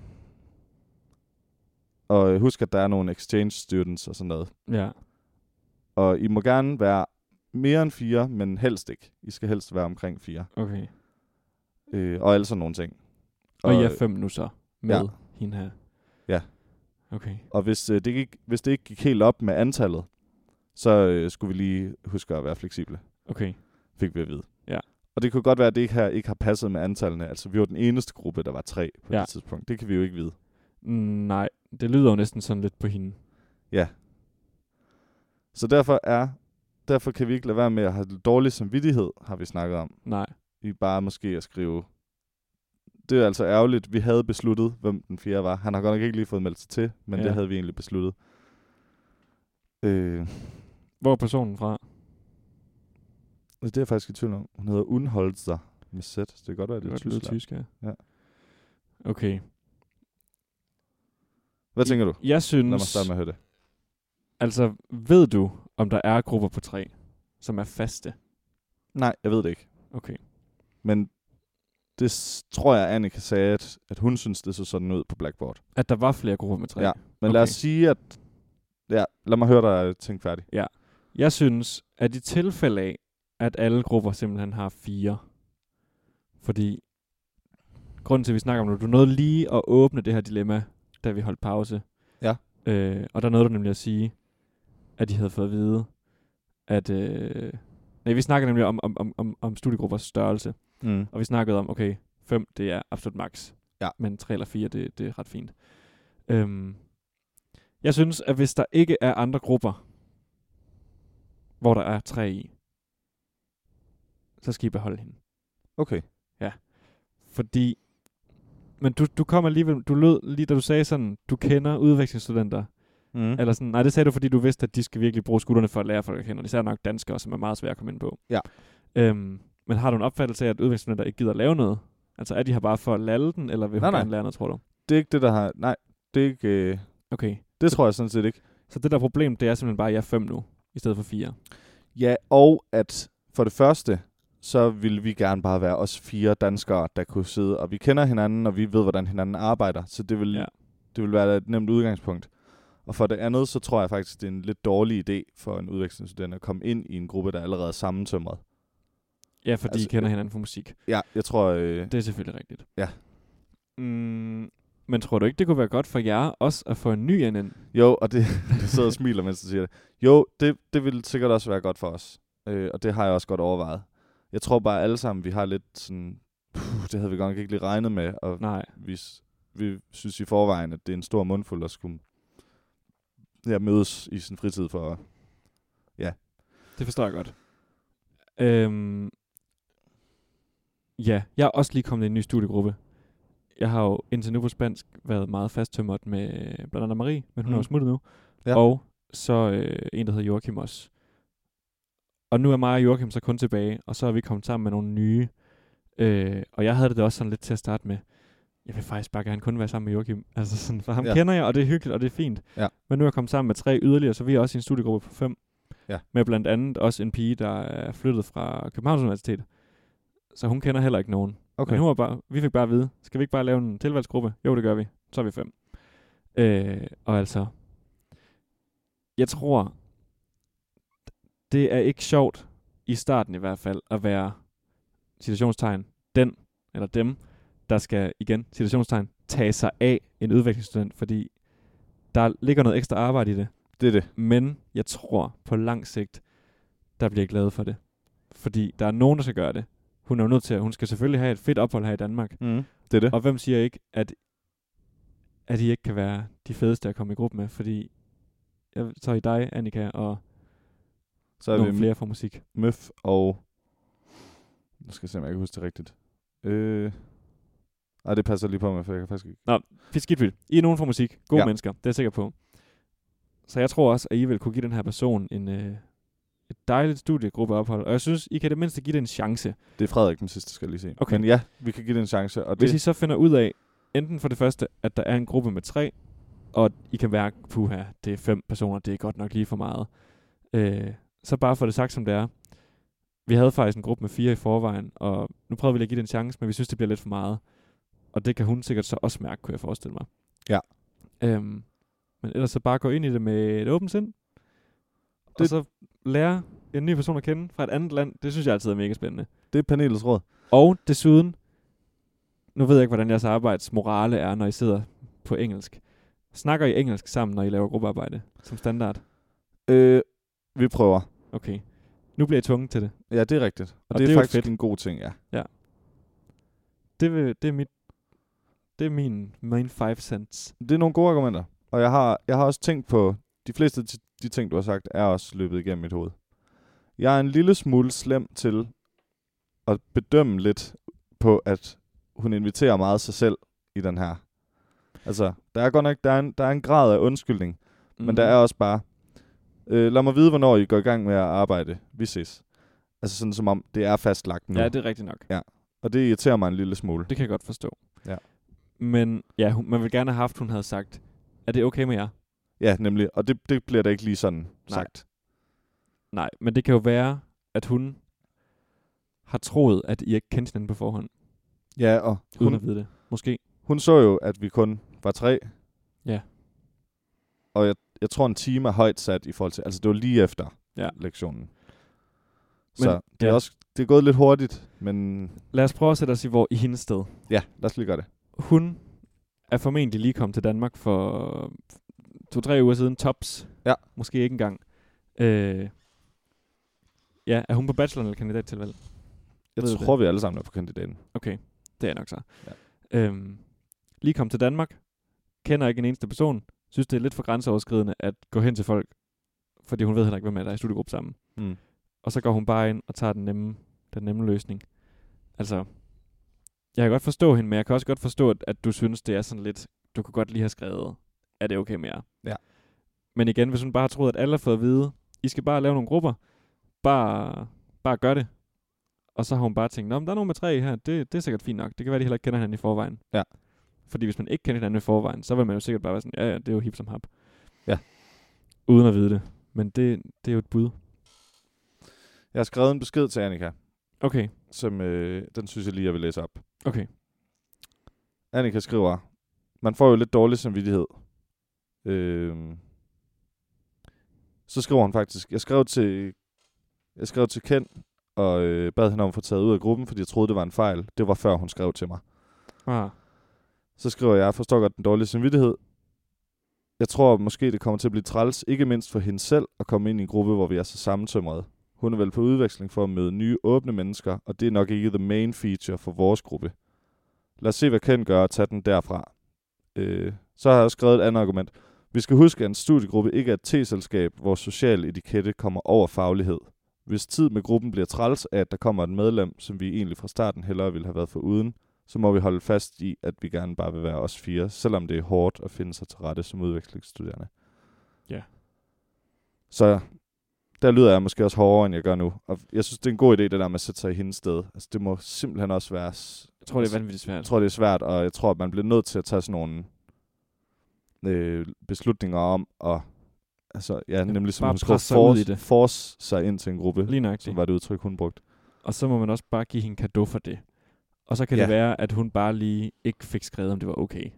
[SPEAKER 1] og øh, husk, at der er nogle exchange students og sådan noget.
[SPEAKER 2] Ja.
[SPEAKER 1] Og I må gerne være mere end fire, men helst ikke. I skal helst være omkring fire.
[SPEAKER 2] Okay.
[SPEAKER 1] Øh, og alle sådan nogle ting. øh,
[SPEAKER 2] Og jeg er fem nu så med
[SPEAKER 1] Ja.
[SPEAKER 2] ja. hende her.
[SPEAKER 1] Ja.
[SPEAKER 2] Okay.
[SPEAKER 1] og hvis, øh, det gik, hvis det ikke gik helt op med antallet, så øh, skulle vi lige huske at være fleksible.
[SPEAKER 2] Okay.
[SPEAKER 1] fik vi at vide.
[SPEAKER 2] Ja.
[SPEAKER 1] Og det kunne godt være, at det ikke her ikke har passet med antallene. Altså, vi var den eneste gruppe, der var tre på ja.
[SPEAKER 2] Ja.
[SPEAKER 1] det tidspunkt. Det kan vi jo ikke vide.
[SPEAKER 2] Mm, Nej, det lyder jo næsten sådan lidt på hende.
[SPEAKER 1] Så derfor er derfor kan vi ikke lade være med at have dårlig samvittighed, har vi snakket om.
[SPEAKER 2] Nej.
[SPEAKER 1] I bare måske at skrive. Det er altså ærgerligt. Vi havde besluttet, hvem den fjerde var. Han har godt nok ikke lige fået meldt sig til, men ja.
[SPEAKER 2] Ja.
[SPEAKER 1] det havde vi egentlig besluttet. Øh,
[SPEAKER 2] Hvor er personen fra?
[SPEAKER 1] det er jeg faktisk i tvivl om. Hun hedder Unholzer med Z. Det kan godt være, det er
[SPEAKER 2] godt lyde
[SPEAKER 1] Tyskland.
[SPEAKER 2] tysk, ja.
[SPEAKER 1] Ja.
[SPEAKER 2] Okay.
[SPEAKER 1] Hvad tænker du?
[SPEAKER 2] Jeg
[SPEAKER 1] Lad mig
[SPEAKER 2] synes...
[SPEAKER 1] starte med at høre det.
[SPEAKER 2] Altså, ved du, om der er grupper på tre, som er faste?
[SPEAKER 1] Nej, jeg ved det ikke.
[SPEAKER 2] Okay.
[SPEAKER 1] Men det s- tror jeg, Annika sagde, at, at hun synes, det så sådan ud på Blackboard.
[SPEAKER 2] At der var flere grupper med tre?
[SPEAKER 1] Ja. Men okay. lad os
[SPEAKER 2] Okay.
[SPEAKER 1] sige, at... Ja, lad mig høre dig tænke færdig.
[SPEAKER 2] Jeg synes, at i tilfælde af, at alle grupper simpelthen har fire, fordi grunden til, at vi snakker om det, du nåede lige at åbne det her dilemma, da vi holdt pause.
[SPEAKER 1] Ja.
[SPEAKER 2] Øh, og der nåede du nemlig at sige, at de havde fået at vide, at... Øh, nej, vi snakker nemlig om, om, om, om, om studiegruppers størrelse.
[SPEAKER 1] Mm.
[SPEAKER 2] Og vi snakkede om, okay, 5 det er absolut max.
[SPEAKER 1] Ja.
[SPEAKER 2] Men 3 eller 4, det, det er ret fint. Øhm, jeg synes, at hvis der ikke er andre grupper, hvor der er 3 i, så skal I beholde hende.
[SPEAKER 1] Okay.
[SPEAKER 2] Fordi, men du, du kom alligevel, du lød lige da du sagde sådan, du kender udvekslingsstudenter,
[SPEAKER 1] Mm.
[SPEAKER 2] eller sådan, nej, det sagde du, fordi du vidste, at de skal virkelig bruge skuldrene for at lære folk at kende, og især nok danskere, som er meget svære at komme ind på.
[SPEAKER 1] Ja.
[SPEAKER 2] Øhm, men har du en opfattelse af, at udviklingsstudenter ikke gider lave noget? Altså er de her bare for at lalle den, eller vil
[SPEAKER 1] Nej,
[SPEAKER 2] hun
[SPEAKER 1] nej.
[SPEAKER 2] gerne lære noget, tror du?
[SPEAKER 1] Det er ikke det, der har... Nej, det er ikke... Øh,
[SPEAKER 2] Okay.
[SPEAKER 1] det tror jeg sådan set ikke.
[SPEAKER 2] Så det der problem, det er simpelthen bare, at jeg er fem nu, i stedet for fire.
[SPEAKER 1] Ja, og at for det første, så ville vi gerne bare være os fire danskere, der kunne sidde, og vi kender hinanden, og vi ved, hvordan hinanden arbejder, så det vil, ja.
[SPEAKER 2] Ja.
[SPEAKER 1] det vil være et nemt udgangspunkt. Og for det andet, så tror jeg faktisk, det er en lidt dårlig idé for en udvekslingsstudent at komme ind i en gruppe, der allerede er sammentømret.
[SPEAKER 2] Ja, fordi
[SPEAKER 1] Altså,
[SPEAKER 2] altså, I kender hinanden fra musik.
[SPEAKER 1] Ja, jeg tror... Øh,
[SPEAKER 2] Det er selvfølgelig rigtigt.
[SPEAKER 1] Ja.
[SPEAKER 2] Mm, men tror du ikke, det kunne være godt for jer også at få en ny ind? ind?
[SPEAKER 1] jo, og det, du sidder og smiler, mens du siger det. Jo, det, det ville sikkert også være godt for os. Øh, og det har jeg også godt overvejet. Jeg tror bare alle sammen, vi har lidt sådan... Puh, det havde vi godt nok ikke lige regnet med, og
[SPEAKER 2] Nej.
[SPEAKER 1] vi, s- vi synes i forvejen, at det er en stor mundfuld at skulle ja, mødes i sin fritid for at...
[SPEAKER 2] Det forstår jeg godt. Øhm, ja, jeg er også lige kommet i en ny studiegruppe. Jeg har jo indtil nu på spansk været meget fasttømret med øh, blandt andet Marie, men hun mm. er
[SPEAKER 1] Mm.
[SPEAKER 2] jo smuttet nu.
[SPEAKER 1] Ja.
[SPEAKER 2] Og så øh, en, der hedder Joachim også. Og nu er mig og Joachim så kun tilbage, og så er vi kommet sammen med nogle nye. Øh, og jeg havde det da også sådan lidt til at starte med, jeg vil faktisk bare gerne kun være sammen med Joachim. Altså sådan, for ham
[SPEAKER 1] Ja.
[SPEAKER 2] ja. kender jeg, og det er hyggeligt, og det er fint.
[SPEAKER 1] Ja.
[SPEAKER 2] Men nu er jeg kommet sammen med tre yderligere, så vi er også i en studiegruppe på fem med blandt andet også en pige, der er flyttet fra Københavns Universitet. Så hun kender heller ikke nogen. Men hun var bare, vi fik bare at vide, skal vi ikke bare lave en tilvalgsgruppe? Jo, det gør vi. Så er vi fem. Øh, og altså, jeg tror, det er ikke sjovt, i starten i hvert fald, at være, situationstegn, den eller dem, der skal, igen, situationstegn, tage sig af en udviklingsstudent, fordi der ligger noget ekstra arbejde i det.
[SPEAKER 1] Det er det.
[SPEAKER 2] Men jeg tror på lang sigt, der bliver jeg glad for det. Fordi der er nogen, der skal gøre det. Hun er jo nødt til at, hun skal selvfølgelig have et fedt ophold her i Danmark.
[SPEAKER 1] Mm. Det er det.
[SPEAKER 2] Og hvem siger ikke, at, at I ikke kan være de fedeste at komme i gruppe med, fordi jeg, så er I dig, Annika, og
[SPEAKER 1] Så er
[SPEAKER 2] nogle
[SPEAKER 1] vi
[SPEAKER 2] flere fra musik.
[SPEAKER 1] Møf og... Nu skal jeg se, om jeg kan huske det rigtigt. Øh... Ej, det passer lige på mig, for jeg kan faktisk ikke...
[SPEAKER 2] Skidt vildt. I er nogen fra musik. Gode
[SPEAKER 1] Ja.
[SPEAKER 2] ja. mennesker, det er jeg sikker på. Så jeg tror også, at I vil kunne give den her person en, øh, et dejligt studiegruppeophold. Og jeg synes, I kan i det mindste give det en chance.
[SPEAKER 1] Det er Frederik den sidste, skal jeg lige se.
[SPEAKER 2] Okay.
[SPEAKER 1] Men ja, vi kan give det en chance. Og
[SPEAKER 2] Hvis
[SPEAKER 1] det,
[SPEAKER 2] I så finder ud af, enten for det første, at der er en gruppe med tre, og at I kan være, puha, det er fem personer, det er godt nok lige for meget. Øh, så bare for det sagt, som det er. Vi havde faktisk en gruppe med fire i forvejen, og nu prøver vi lige at give det en chance, men vi synes, det bliver lidt for meget. Og det kan hun sikkert så også mærke, kunne jeg forestille mig.
[SPEAKER 1] Ja.
[SPEAKER 2] Øhm, men ellers så bare gå ind i det med et åbent sind. Det. Og
[SPEAKER 1] Det-
[SPEAKER 2] så lære en ny person at kende fra et andet land. Det synes jeg altid er mega spændende.
[SPEAKER 1] det er panelets råd.
[SPEAKER 2] Og desuden, nu ved jeg ikke, hvordan jeres arbejdsmorale er, når I sidder på engelsk. Snakker I engelsk sammen, når I laver gruppearbejde som standard?
[SPEAKER 1] Øh, vi prøver.
[SPEAKER 2] Okay. Nu bliver I tvunget til det.
[SPEAKER 1] Ja, det er rigtigt. Og,
[SPEAKER 2] Og
[SPEAKER 1] og det,
[SPEAKER 2] det
[SPEAKER 1] det
[SPEAKER 2] er
[SPEAKER 1] er,
[SPEAKER 2] jo
[SPEAKER 1] faktisk
[SPEAKER 2] fedt.
[SPEAKER 1] en god ting, ja.
[SPEAKER 2] Det, vil, det er mit... Det er min, min five cents.
[SPEAKER 1] Det er nogle gode argumenter. Og jeg har, jeg har også tænkt på, de fleste af de- de ting, du har sagt, er også løbet igennem mit hoved. Jeg er en lille smule slem til at bedømme lidt på, at hun inviterer meget sig selv i den her. Altså, der er godt nok der er en, der er en grad af undskyldning, mm.
[SPEAKER 2] Mm.
[SPEAKER 1] men der er også bare, øh, lad mig vide, hvornår I går i gang med at arbejde. Vi ses. Altså sådan som om, det er fastlagt nu.
[SPEAKER 2] Ja,
[SPEAKER 1] Ja, det...
[SPEAKER 2] det er rigtigt nok.
[SPEAKER 1] Og det irriterer mig en lille smule.
[SPEAKER 2] Det kan jeg godt forstå.
[SPEAKER 1] Ja.
[SPEAKER 2] Men ja, hun, man ville gerne have haft, hun havde sagt, er det okay med jer?
[SPEAKER 1] Ja, nemlig. Og det, det bliver da ikke lige sådan Nej. sagt.
[SPEAKER 2] Nej, men det kan jo være, at hun har troet, at I ikke kendte hinanden på forhånd,
[SPEAKER 1] Ja, og
[SPEAKER 2] uden
[SPEAKER 1] hun,
[SPEAKER 2] at vide det. Måske.
[SPEAKER 1] hun så jo, at vi kun var tre.
[SPEAKER 2] Ja.
[SPEAKER 1] Og jeg, jeg tror, en time er højt sat i forhold til... Altså, det var lige efter
[SPEAKER 2] Ja.
[SPEAKER 1] lektionen. Men, så det,
[SPEAKER 2] ja.
[SPEAKER 1] er også, det er gået lidt hurtigt, men
[SPEAKER 2] Lad os prøve at sætte os i, hvor, i hendes sted.
[SPEAKER 1] ja, lad os lige gøre det.
[SPEAKER 2] hun er formentlig lige kommet til Danmark for to-tre uger siden, tops.
[SPEAKER 1] Ja.
[SPEAKER 2] Måske ikke engang. Øh, ja, er hun på bachelor eller kandidattilvalg?
[SPEAKER 1] Jeg
[SPEAKER 2] Ved du
[SPEAKER 1] tror, det. vi alle sammen er på kandidaten.
[SPEAKER 2] Okay, det er nok så.
[SPEAKER 1] Ja.
[SPEAKER 2] Øhm, lige kommet til Danmark, kender ikke en eneste person, synes det er lidt for grænseoverskridende at gå hen til folk, fordi hun ved heller ikke, hvem er der er i studiegruppe sammen.
[SPEAKER 1] Mm.
[SPEAKER 2] Og så går hun bare ind og tager den nemme, den nemme løsning. Altså, jeg kan godt forstå hende, men jeg kan også godt forstå, at, at du synes, det er sådan lidt, du kunne godt lige have skrevet, er det okay med jer?
[SPEAKER 1] Ja.
[SPEAKER 2] Men igen, hvis hun bare har troet, at alle har fået at vide, I skal bare lave nogle grupper, bare, bare gør det. Og så har hun bare tænkt, Nå, men der er nogen med tre her, det, det er sikkert fint nok. Det kan være, de heller ikke kender hinanden i forvejen.
[SPEAKER 1] Ja.
[SPEAKER 2] Fordi hvis man ikke kender hinanden i forvejen, så vil man jo sikkert bare være sådan, ja, ja, det er jo hip som hap.
[SPEAKER 1] Ja.
[SPEAKER 2] Uden at vide det. Men det, det er jo et bud.
[SPEAKER 1] Jeg har skrevet en besked til Annika,
[SPEAKER 2] Okay,
[SPEAKER 1] som øh, den synes jeg lige, jeg vil læse op.
[SPEAKER 2] okay.
[SPEAKER 1] Annika skriver, man får jo lidt dårlig samvittighed. Øhm. Så skriver hun faktisk, jeg skrev til, jeg skrev til Ken, og øh, bad hende om at få taget ud af gruppen, fordi jeg troede, det var en fejl. Det var før, hun skrev til mig.
[SPEAKER 2] Ah,
[SPEAKER 1] Så skriver jeg, forstår godt den dårlige samvittighed. Jeg tror måske, det kommer til at blive træls, ikke mindst for hende selv, at komme ind i en gruppe, hvor vi er så sammentømrede. Hun er vel på udveksling for at møde nye, åbne mennesker, og det er nok ikke the main feature for vores gruppe. Lad os se, hvad Ken gør, og tage den derfra. Øh, så har jeg også skrevet et andet argument. Vi skal huske, at en studiegruppe ikke er et t-selskab, hvor social etikette kommer over faglighed. Hvis tid med gruppen bliver træls af, at der kommer et medlem, som vi egentlig fra starten hellere ville have været foruden, så må vi holde fast i, at vi gerne bare vil være os fire, selvom det er hårdt at finde sig til rette som udvekslingsstuderende.
[SPEAKER 2] Ja.
[SPEAKER 1] Så der lyder jeg måske også hårdere, end jeg gør nu. Og jeg synes, det er en god idé, det der med at sætte sig i hendes sted. Altså, det må simpelthen også være... s-
[SPEAKER 2] jeg tror, det er vanvittigt
[SPEAKER 1] Altså- Jeg
[SPEAKER 2] svært.
[SPEAKER 1] tror, det er svært, og jeg tror, at man bliver nødt til at tage sådan nogle øh, beslutninger om, og altså, ja, nemlig som
[SPEAKER 2] bare
[SPEAKER 1] hun skrev,
[SPEAKER 2] presse sig ud i
[SPEAKER 1] force,
[SPEAKER 2] det.
[SPEAKER 1] force sig ind til en gruppe,
[SPEAKER 2] Lige nok
[SPEAKER 1] som var det udtryk, hun brugte.
[SPEAKER 2] Og så må man også bare give hende kado for det. Og så kan
[SPEAKER 1] Ja.
[SPEAKER 2] det være, at hun bare lige ikke fik skrevet, om det var okay.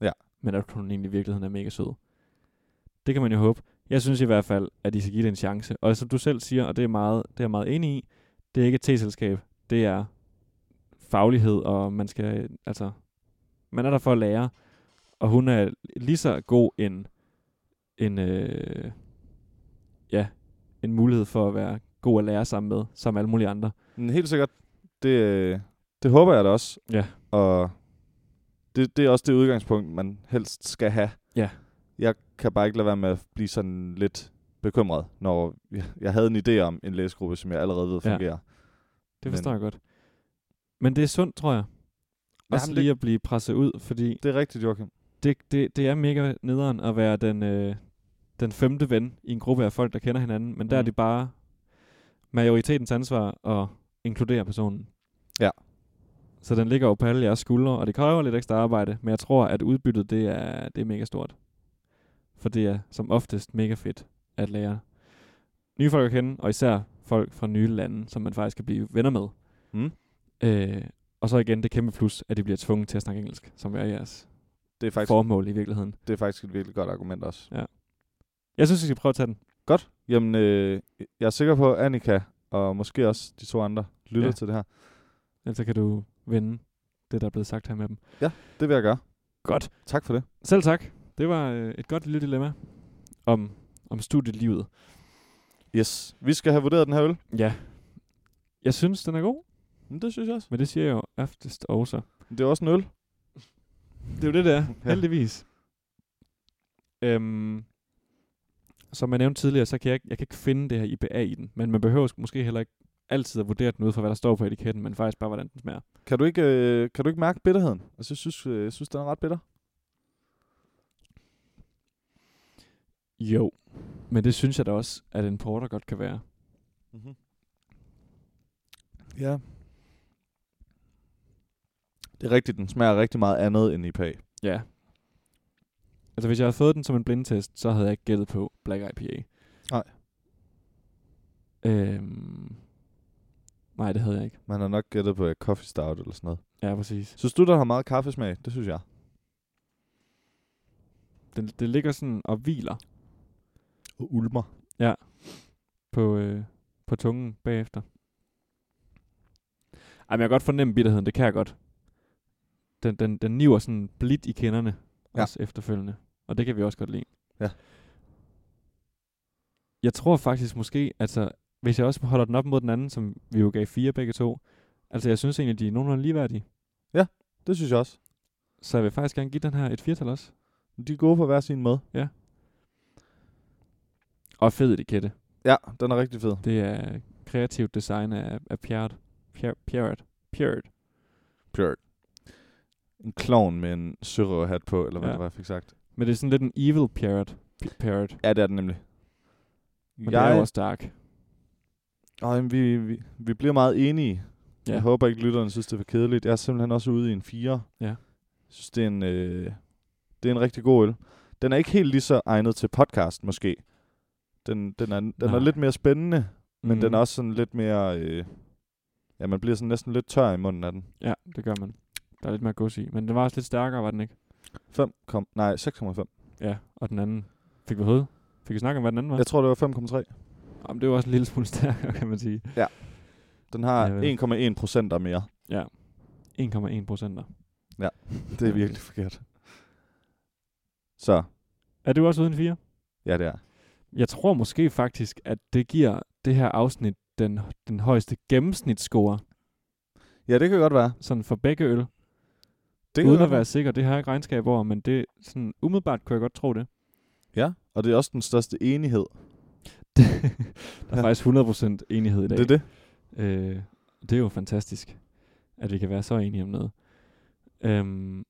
[SPEAKER 1] Ja.
[SPEAKER 2] Men at hun egentlig i virkeligheden er mega sød. Det kan man jo håbe. Jeg synes i hvert fald, at I skal give det en chance. Og som du selv siger, og det er, meget, det er jeg meget enig i, det er ikke et t-selskab. Det er faglighed, og man skal, altså, man er der for at lære. Og hun er lige så god en, en øh, ja, en mulighed for at være god at lære sammen med, som alle mulige andre.
[SPEAKER 1] Men helt sikkert, det, øh, det håber jeg da også.
[SPEAKER 2] Ja.
[SPEAKER 1] Og det, det er også det udgangspunkt, man helst skal have.
[SPEAKER 2] Ja.
[SPEAKER 1] Jeg kan bare ikke lade være med at blive sådan lidt bekymret, når jeg, jeg havde en idé om en læsegruppe, som jeg allerede ved
[SPEAKER 2] Ja.
[SPEAKER 1] fungerer.
[SPEAKER 2] Det
[SPEAKER 1] Men-
[SPEAKER 2] forstår jeg godt. Men det er sundt, tror jeg. Også
[SPEAKER 1] Jamen,
[SPEAKER 2] Jamen,
[SPEAKER 1] det-
[SPEAKER 2] lige at blive presset ud, fordi
[SPEAKER 1] Det er rigtigt, Joachim.
[SPEAKER 2] det, det, det er mega nederen at være den, øh, den femte ven i en gruppe af folk, der kender hinanden. Men der er
[SPEAKER 1] Mhm.
[SPEAKER 2] det bare majoritetens ansvar at inkludere personen.
[SPEAKER 1] Ja.
[SPEAKER 2] Så den ligger jo på alle jeres skuldre, og det kræver lidt ekstra arbejde. Men jeg tror, at udbyttet det er, det er mega stort. For det er som oftest mega fedt at lære nye folk at kende, og især folk fra nye lande, som man faktisk kan blive venner med.
[SPEAKER 1] Mm.
[SPEAKER 2] Øh, og så igen det kæmpe plus, at de bliver tvunget til at snakke engelsk, som er jeres
[SPEAKER 1] Det er faktisk, For...
[SPEAKER 2] formål i virkeligheden.
[SPEAKER 1] det er faktisk et virkelig godt argument også.
[SPEAKER 2] Jeg synes, vi skal prøve at tage den.
[SPEAKER 1] Godt. Jamen, øh, jeg er sikker på, at Annika og måske også de to andre lytter ja.
[SPEAKER 2] Ja.
[SPEAKER 1] til det her.
[SPEAKER 2] Ellers så kan du vende det, der er blevet sagt her med dem.
[SPEAKER 1] Det vil jeg gøre.
[SPEAKER 2] Godt.
[SPEAKER 1] Tak for det.
[SPEAKER 2] Selv tak. Det var øh, et godt lille dilemma om, om studielivet.
[SPEAKER 1] Yes. Vi skal have vurderet den her øl.
[SPEAKER 2] Ja. Jeg synes, den er god,
[SPEAKER 1] Men Mm, det synes jeg også.
[SPEAKER 2] men det siger jeg jo oftest også.
[SPEAKER 1] Det er også en øl.
[SPEAKER 2] Det er jo det, der.
[SPEAKER 1] Ja.
[SPEAKER 2] Ja. Heldigvis. Øhm, som jeg nævnte tidligere, så kan jeg, ikke- jeg kan ikke finde det her IPA i den, men man behøver sk- måske heller ikke altid at vurdere den ud fra, hvad der står på etiketten, men faktisk bare, hvordan den smager.
[SPEAKER 1] Kan du ikke, øh, kan du ikke mærke bitterheden? Altså, jeg synes, øh, jeg synes, den er ret bitter.
[SPEAKER 2] Jo. Men det synes jeg da også, at en porter godt kan være.
[SPEAKER 1] Mm-hmm. Ja. Det er rigtigt, den smager rigtig meget andet end IPA.
[SPEAKER 2] Ja. Altså, hvis jeg havde fået den som en blindtest, så havde jeg ikke gættet på Black IPA.
[SPEAKER 1] Nej.
[SPEAKER 2] Øhm, nej, det havde jeg ikke.
[SPEAKER 1] Man har nok gættet på uh, coffee stout eller sådan noget.
[SPEAKER 2] Ja, præcis.
[SPEAKER 1] Synes du, der har meget kaffesmag? Det synes jeg.
[SPEAKER 2] Det, det ligger sådan og hviler
[SPEAKER 1] Og ulmer.
[SPEAKER 2] på, øh, på tungen bagefter. Ej, men jeg kan godt fornemme bitterheden, det kan jeg godt. Den, den, den niver sådan blidt i kinderne,
[SPEAKER 1] Ja.
[SPEAKER 2] ja. også efterfølgende. Og det kan vi også godt lide.
[SPEAKER 1] Ja.
[SPEAKER 2] Jeg tror faktisk måske, altså, hvis jeg også holder den op mod den anden, som vi jo gav fire begge to, altså jeg synes egentlig, de er nogenlunde ligeværdige.
[SPEAKER 1] Det synes jeg også.
[SPEAKER 2] Så jeg vil faktisk gerne give den her et firtal også.
[SPEAKER 1] De er gode på hver sin måde.
[SPEAKER 2] Og fed etikette.
[SPEAKER 1] Ja, den er rigtig fed.
[SPEAKER 2] Det er kreativt design af, af Pierrot. Pierrot. Pierrot. Pierrot.
[SPEAKER 1] Pjørt. En klovn med en sørøverhat på, eller hvad
[SPEAKER 2] Ja.
[SPEAKER 1] det var, jeg fik sagt.
[SPEAKER 2] Men det er sådan lidt en evil parrot. P- parrot.
[SPEAKER 1] Ja, det er den nemlig.
[SPEAKER 2] Men jeg... det er jo også dark.
[SPEAKER 1] Åh, jamen, vi, vi, vi bliver meget enige. Ja.
[SPEAKER 2] Ja.
[SPEAKER 1] Jeg håber ikke, lytterne synes, det var kedeligt. Jeg er simpelthen også ude i en 4.
[SPEAKER 2] Ja.
[SPEAKER 1] Jeg synes, det er en, øh, det er en rigtig god øl. Den er ikke helt lige så egnet til podcast, måske. Den, den, er, den er
[SPEAKER 2] Nej. Mhm.
[SPEAKER 1] lidt mere spændende, men den er også sådan lidt mere... Øh, ja, man bliver sådan næsten lidt tør i munden af den.
[SPEAKER 2] Ja, det gør man. Der er lidt mere gods i. Men den var også lidt stærkere, var den ikke?
[SPEAKER 1] 5, kom, nej, 6,5.
[SPEAKER 2] Ja, og den anden fik vi hovedet. Fik vi snakket om, hvad den anden var?
[SPEAKER 1] Jeg tror, det var 5,3.
[SPEAKER 2] Jamen, det var også en lille smule stærkere, kan man sige.
[SPEAKER 1] Den har
[SPEAKER 2] Ja, vel.
[SPEAKER 1] 1,1 procent og mere.
[SPEAKER 2] 1,1 procenter.
[SPEAKER 1] Det er virkelig forkert. Så,
[SPEAKER 2] Er du også uden fire?
[SPEAKER 1] ja, det er.
[SPEAKER 2] Jeg tror måske faktisk, at det giver det her afsnit den, den højeste gennemsnitsscore,
[SPEAKER 1] Ja, det kan godt være.
[SPEAKER 2] sådan for begge øl.
[SPEAKER 1] Det kan
[SPEAKER 2] Uden
[SPEAKER 1] godt
[SPEAKER 2] at være sikker, det har jeg ikke regnskab over, men det sådan umiddelbart kunne jeg godt tro det.
[SPEAKER 1] Ja, og det er også den største enighed.
[SPEAKER 2] Der er
[SPEAKER 1] Ja.
[SPEAKER 2] faktisk 100% enighed i dag.
[SPEAKER 1] Det er det.
[SPEAKER 2] Øh, det er jo fantastisk, at vi kan være så enige om noget. Øhm,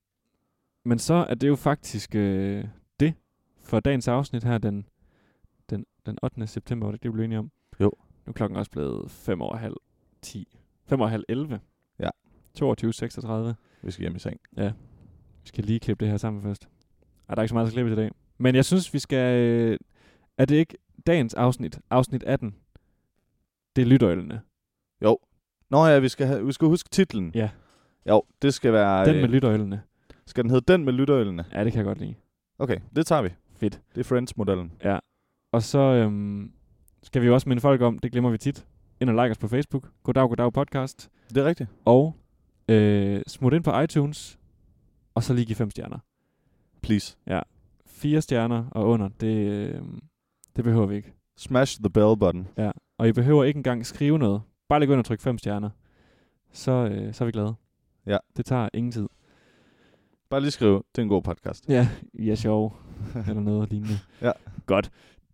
[SPEAKER 2] men så er det jo faktisk øh, det for dagens afsnit her den, den, den 8. september, var det ikke det, vi blev enige om?
[SPEAKER 1] Jo.
[SPEAKER 2] Nu er klokken også blevet 5 over halv 10. 5 over halv 11.
[SPEAKER 1] Ja.
[SPEAKER 2] 22.36. Vi
[SPEAKER 1] Vi skal hjem i seng.
[SPEAKER 2] skal lige klippe det her sammen først. Ej, der er ikke så meget at klippe i dag. Men jeg synes, vi skal... Øh, er det ikke dagens afsnit, afsnit 18? Det er lytterølene.
[SPEAKER 1] Jo. Nå ja, vi skal, have, vi skal huske titlen.
[SPEAKER 2] Ja.
[SPEAKER 1] Jo, det skal være...
[SPEAKER 2] Den med
[SPEAKER 1] øh,
[SPEAKER 2] lytterølene.
[SPEAKER 1] skal den hedde Den med lytterølene?
[SPEAKER 2] Ja, det kan jeg godt lide.
[SPEAKER 1] Okay, det tager vi.
[SPEAKER 2] Fedt.
[SPEAKER 1] Det er Friends-modellen.
[SPEAKER 2] Og så øhm, skal vi jo også minde folk om, det glemmer vi tit, ind og like os på Facebook. Goddag, goddag podcast.
[SPEAKER 1] Det er rigtigt.
[SPEAKER 2] Og øh, smut ind på iTunes, og så lige give fem stjerner.
[SPEAKER 1] Please.
[SPEAKER 2] Fire stjerner og under, det, øh, det behøver vi ikke.
[SPEAKER 1] Smash the bell button.
[SPEAKER 2] Ja. Og I behøver ikke engang skrive noget. Bare lige gå ind og tryk fem stjerner. Så, øh, så er vi glade.
[SPEAKER 1] Ja.
[SPEAKER 2] Det tager ingen tid.
[SPEAKER 1] Bare lige skrive, det er en god podcast.
[SPEAKER 2] Ja, I er sjov. Eller noget lignende.
[SPEAKER 1] Ja.
[SPEAKER 2] Godt.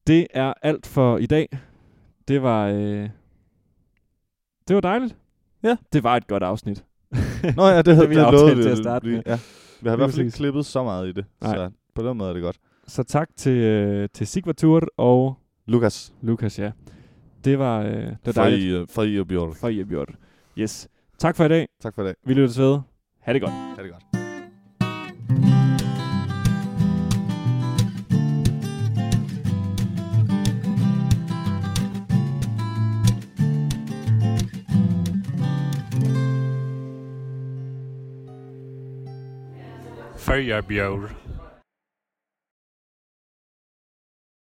[SPEAKER 2] Det er alt for i dag. Det var... Øh... Det var dejligt.
[SPEAKER 1] Ja.
[SPEAKER 2] Det var et godt afsnit.
[SPEAKER 1] Nå ja, det havde
[SPEAKER 2] vi
[SPEAKER 1] vi det
[SPEAKER 2] aftalte
[SPEAKER 1] lovet,
[SPEAKER 2] til
[SPEAKER 1] det
[SPEAKER 2] at
[SPEAKER 1] ville
[SPEAKER 2] starte
[SPEAKER 1] blive.
[SPEAKER 2] med.
[SPEAKER 1] Ja. Vi har i
[SPEAKER 2] Lige
[SPEAKER 1] hvert fald ikke
[SPEAKER 2] præcis.
[SPEAKER 1] klippet så meget i det,
[SPEAKER 2] Nej.
[SPEAKER 1] så på den måde er det godt.
[SPEAKER 2] Så tak til, øh, til Sigvatur og
[SPEAKER 1] Lukas
[SPEAKER 2] Lukas, ja. Det var, øh, det
[SPEAKER 1] fra,
[SPEAKER 2] var dejligt.
[SPEAKER 1] I, øh, fra I og Bjørk.
[SPEAKER 2] For I har gjort. det. Yes. Tak for i dag.
[SPEAKER 1] Tak for i dag.
[SPEAKER 2] Vi lyttes ved. Ha' det godt.
[SPEAKER 1] Ha' det godt.
[SPEAKER 4] Før jeg bjør.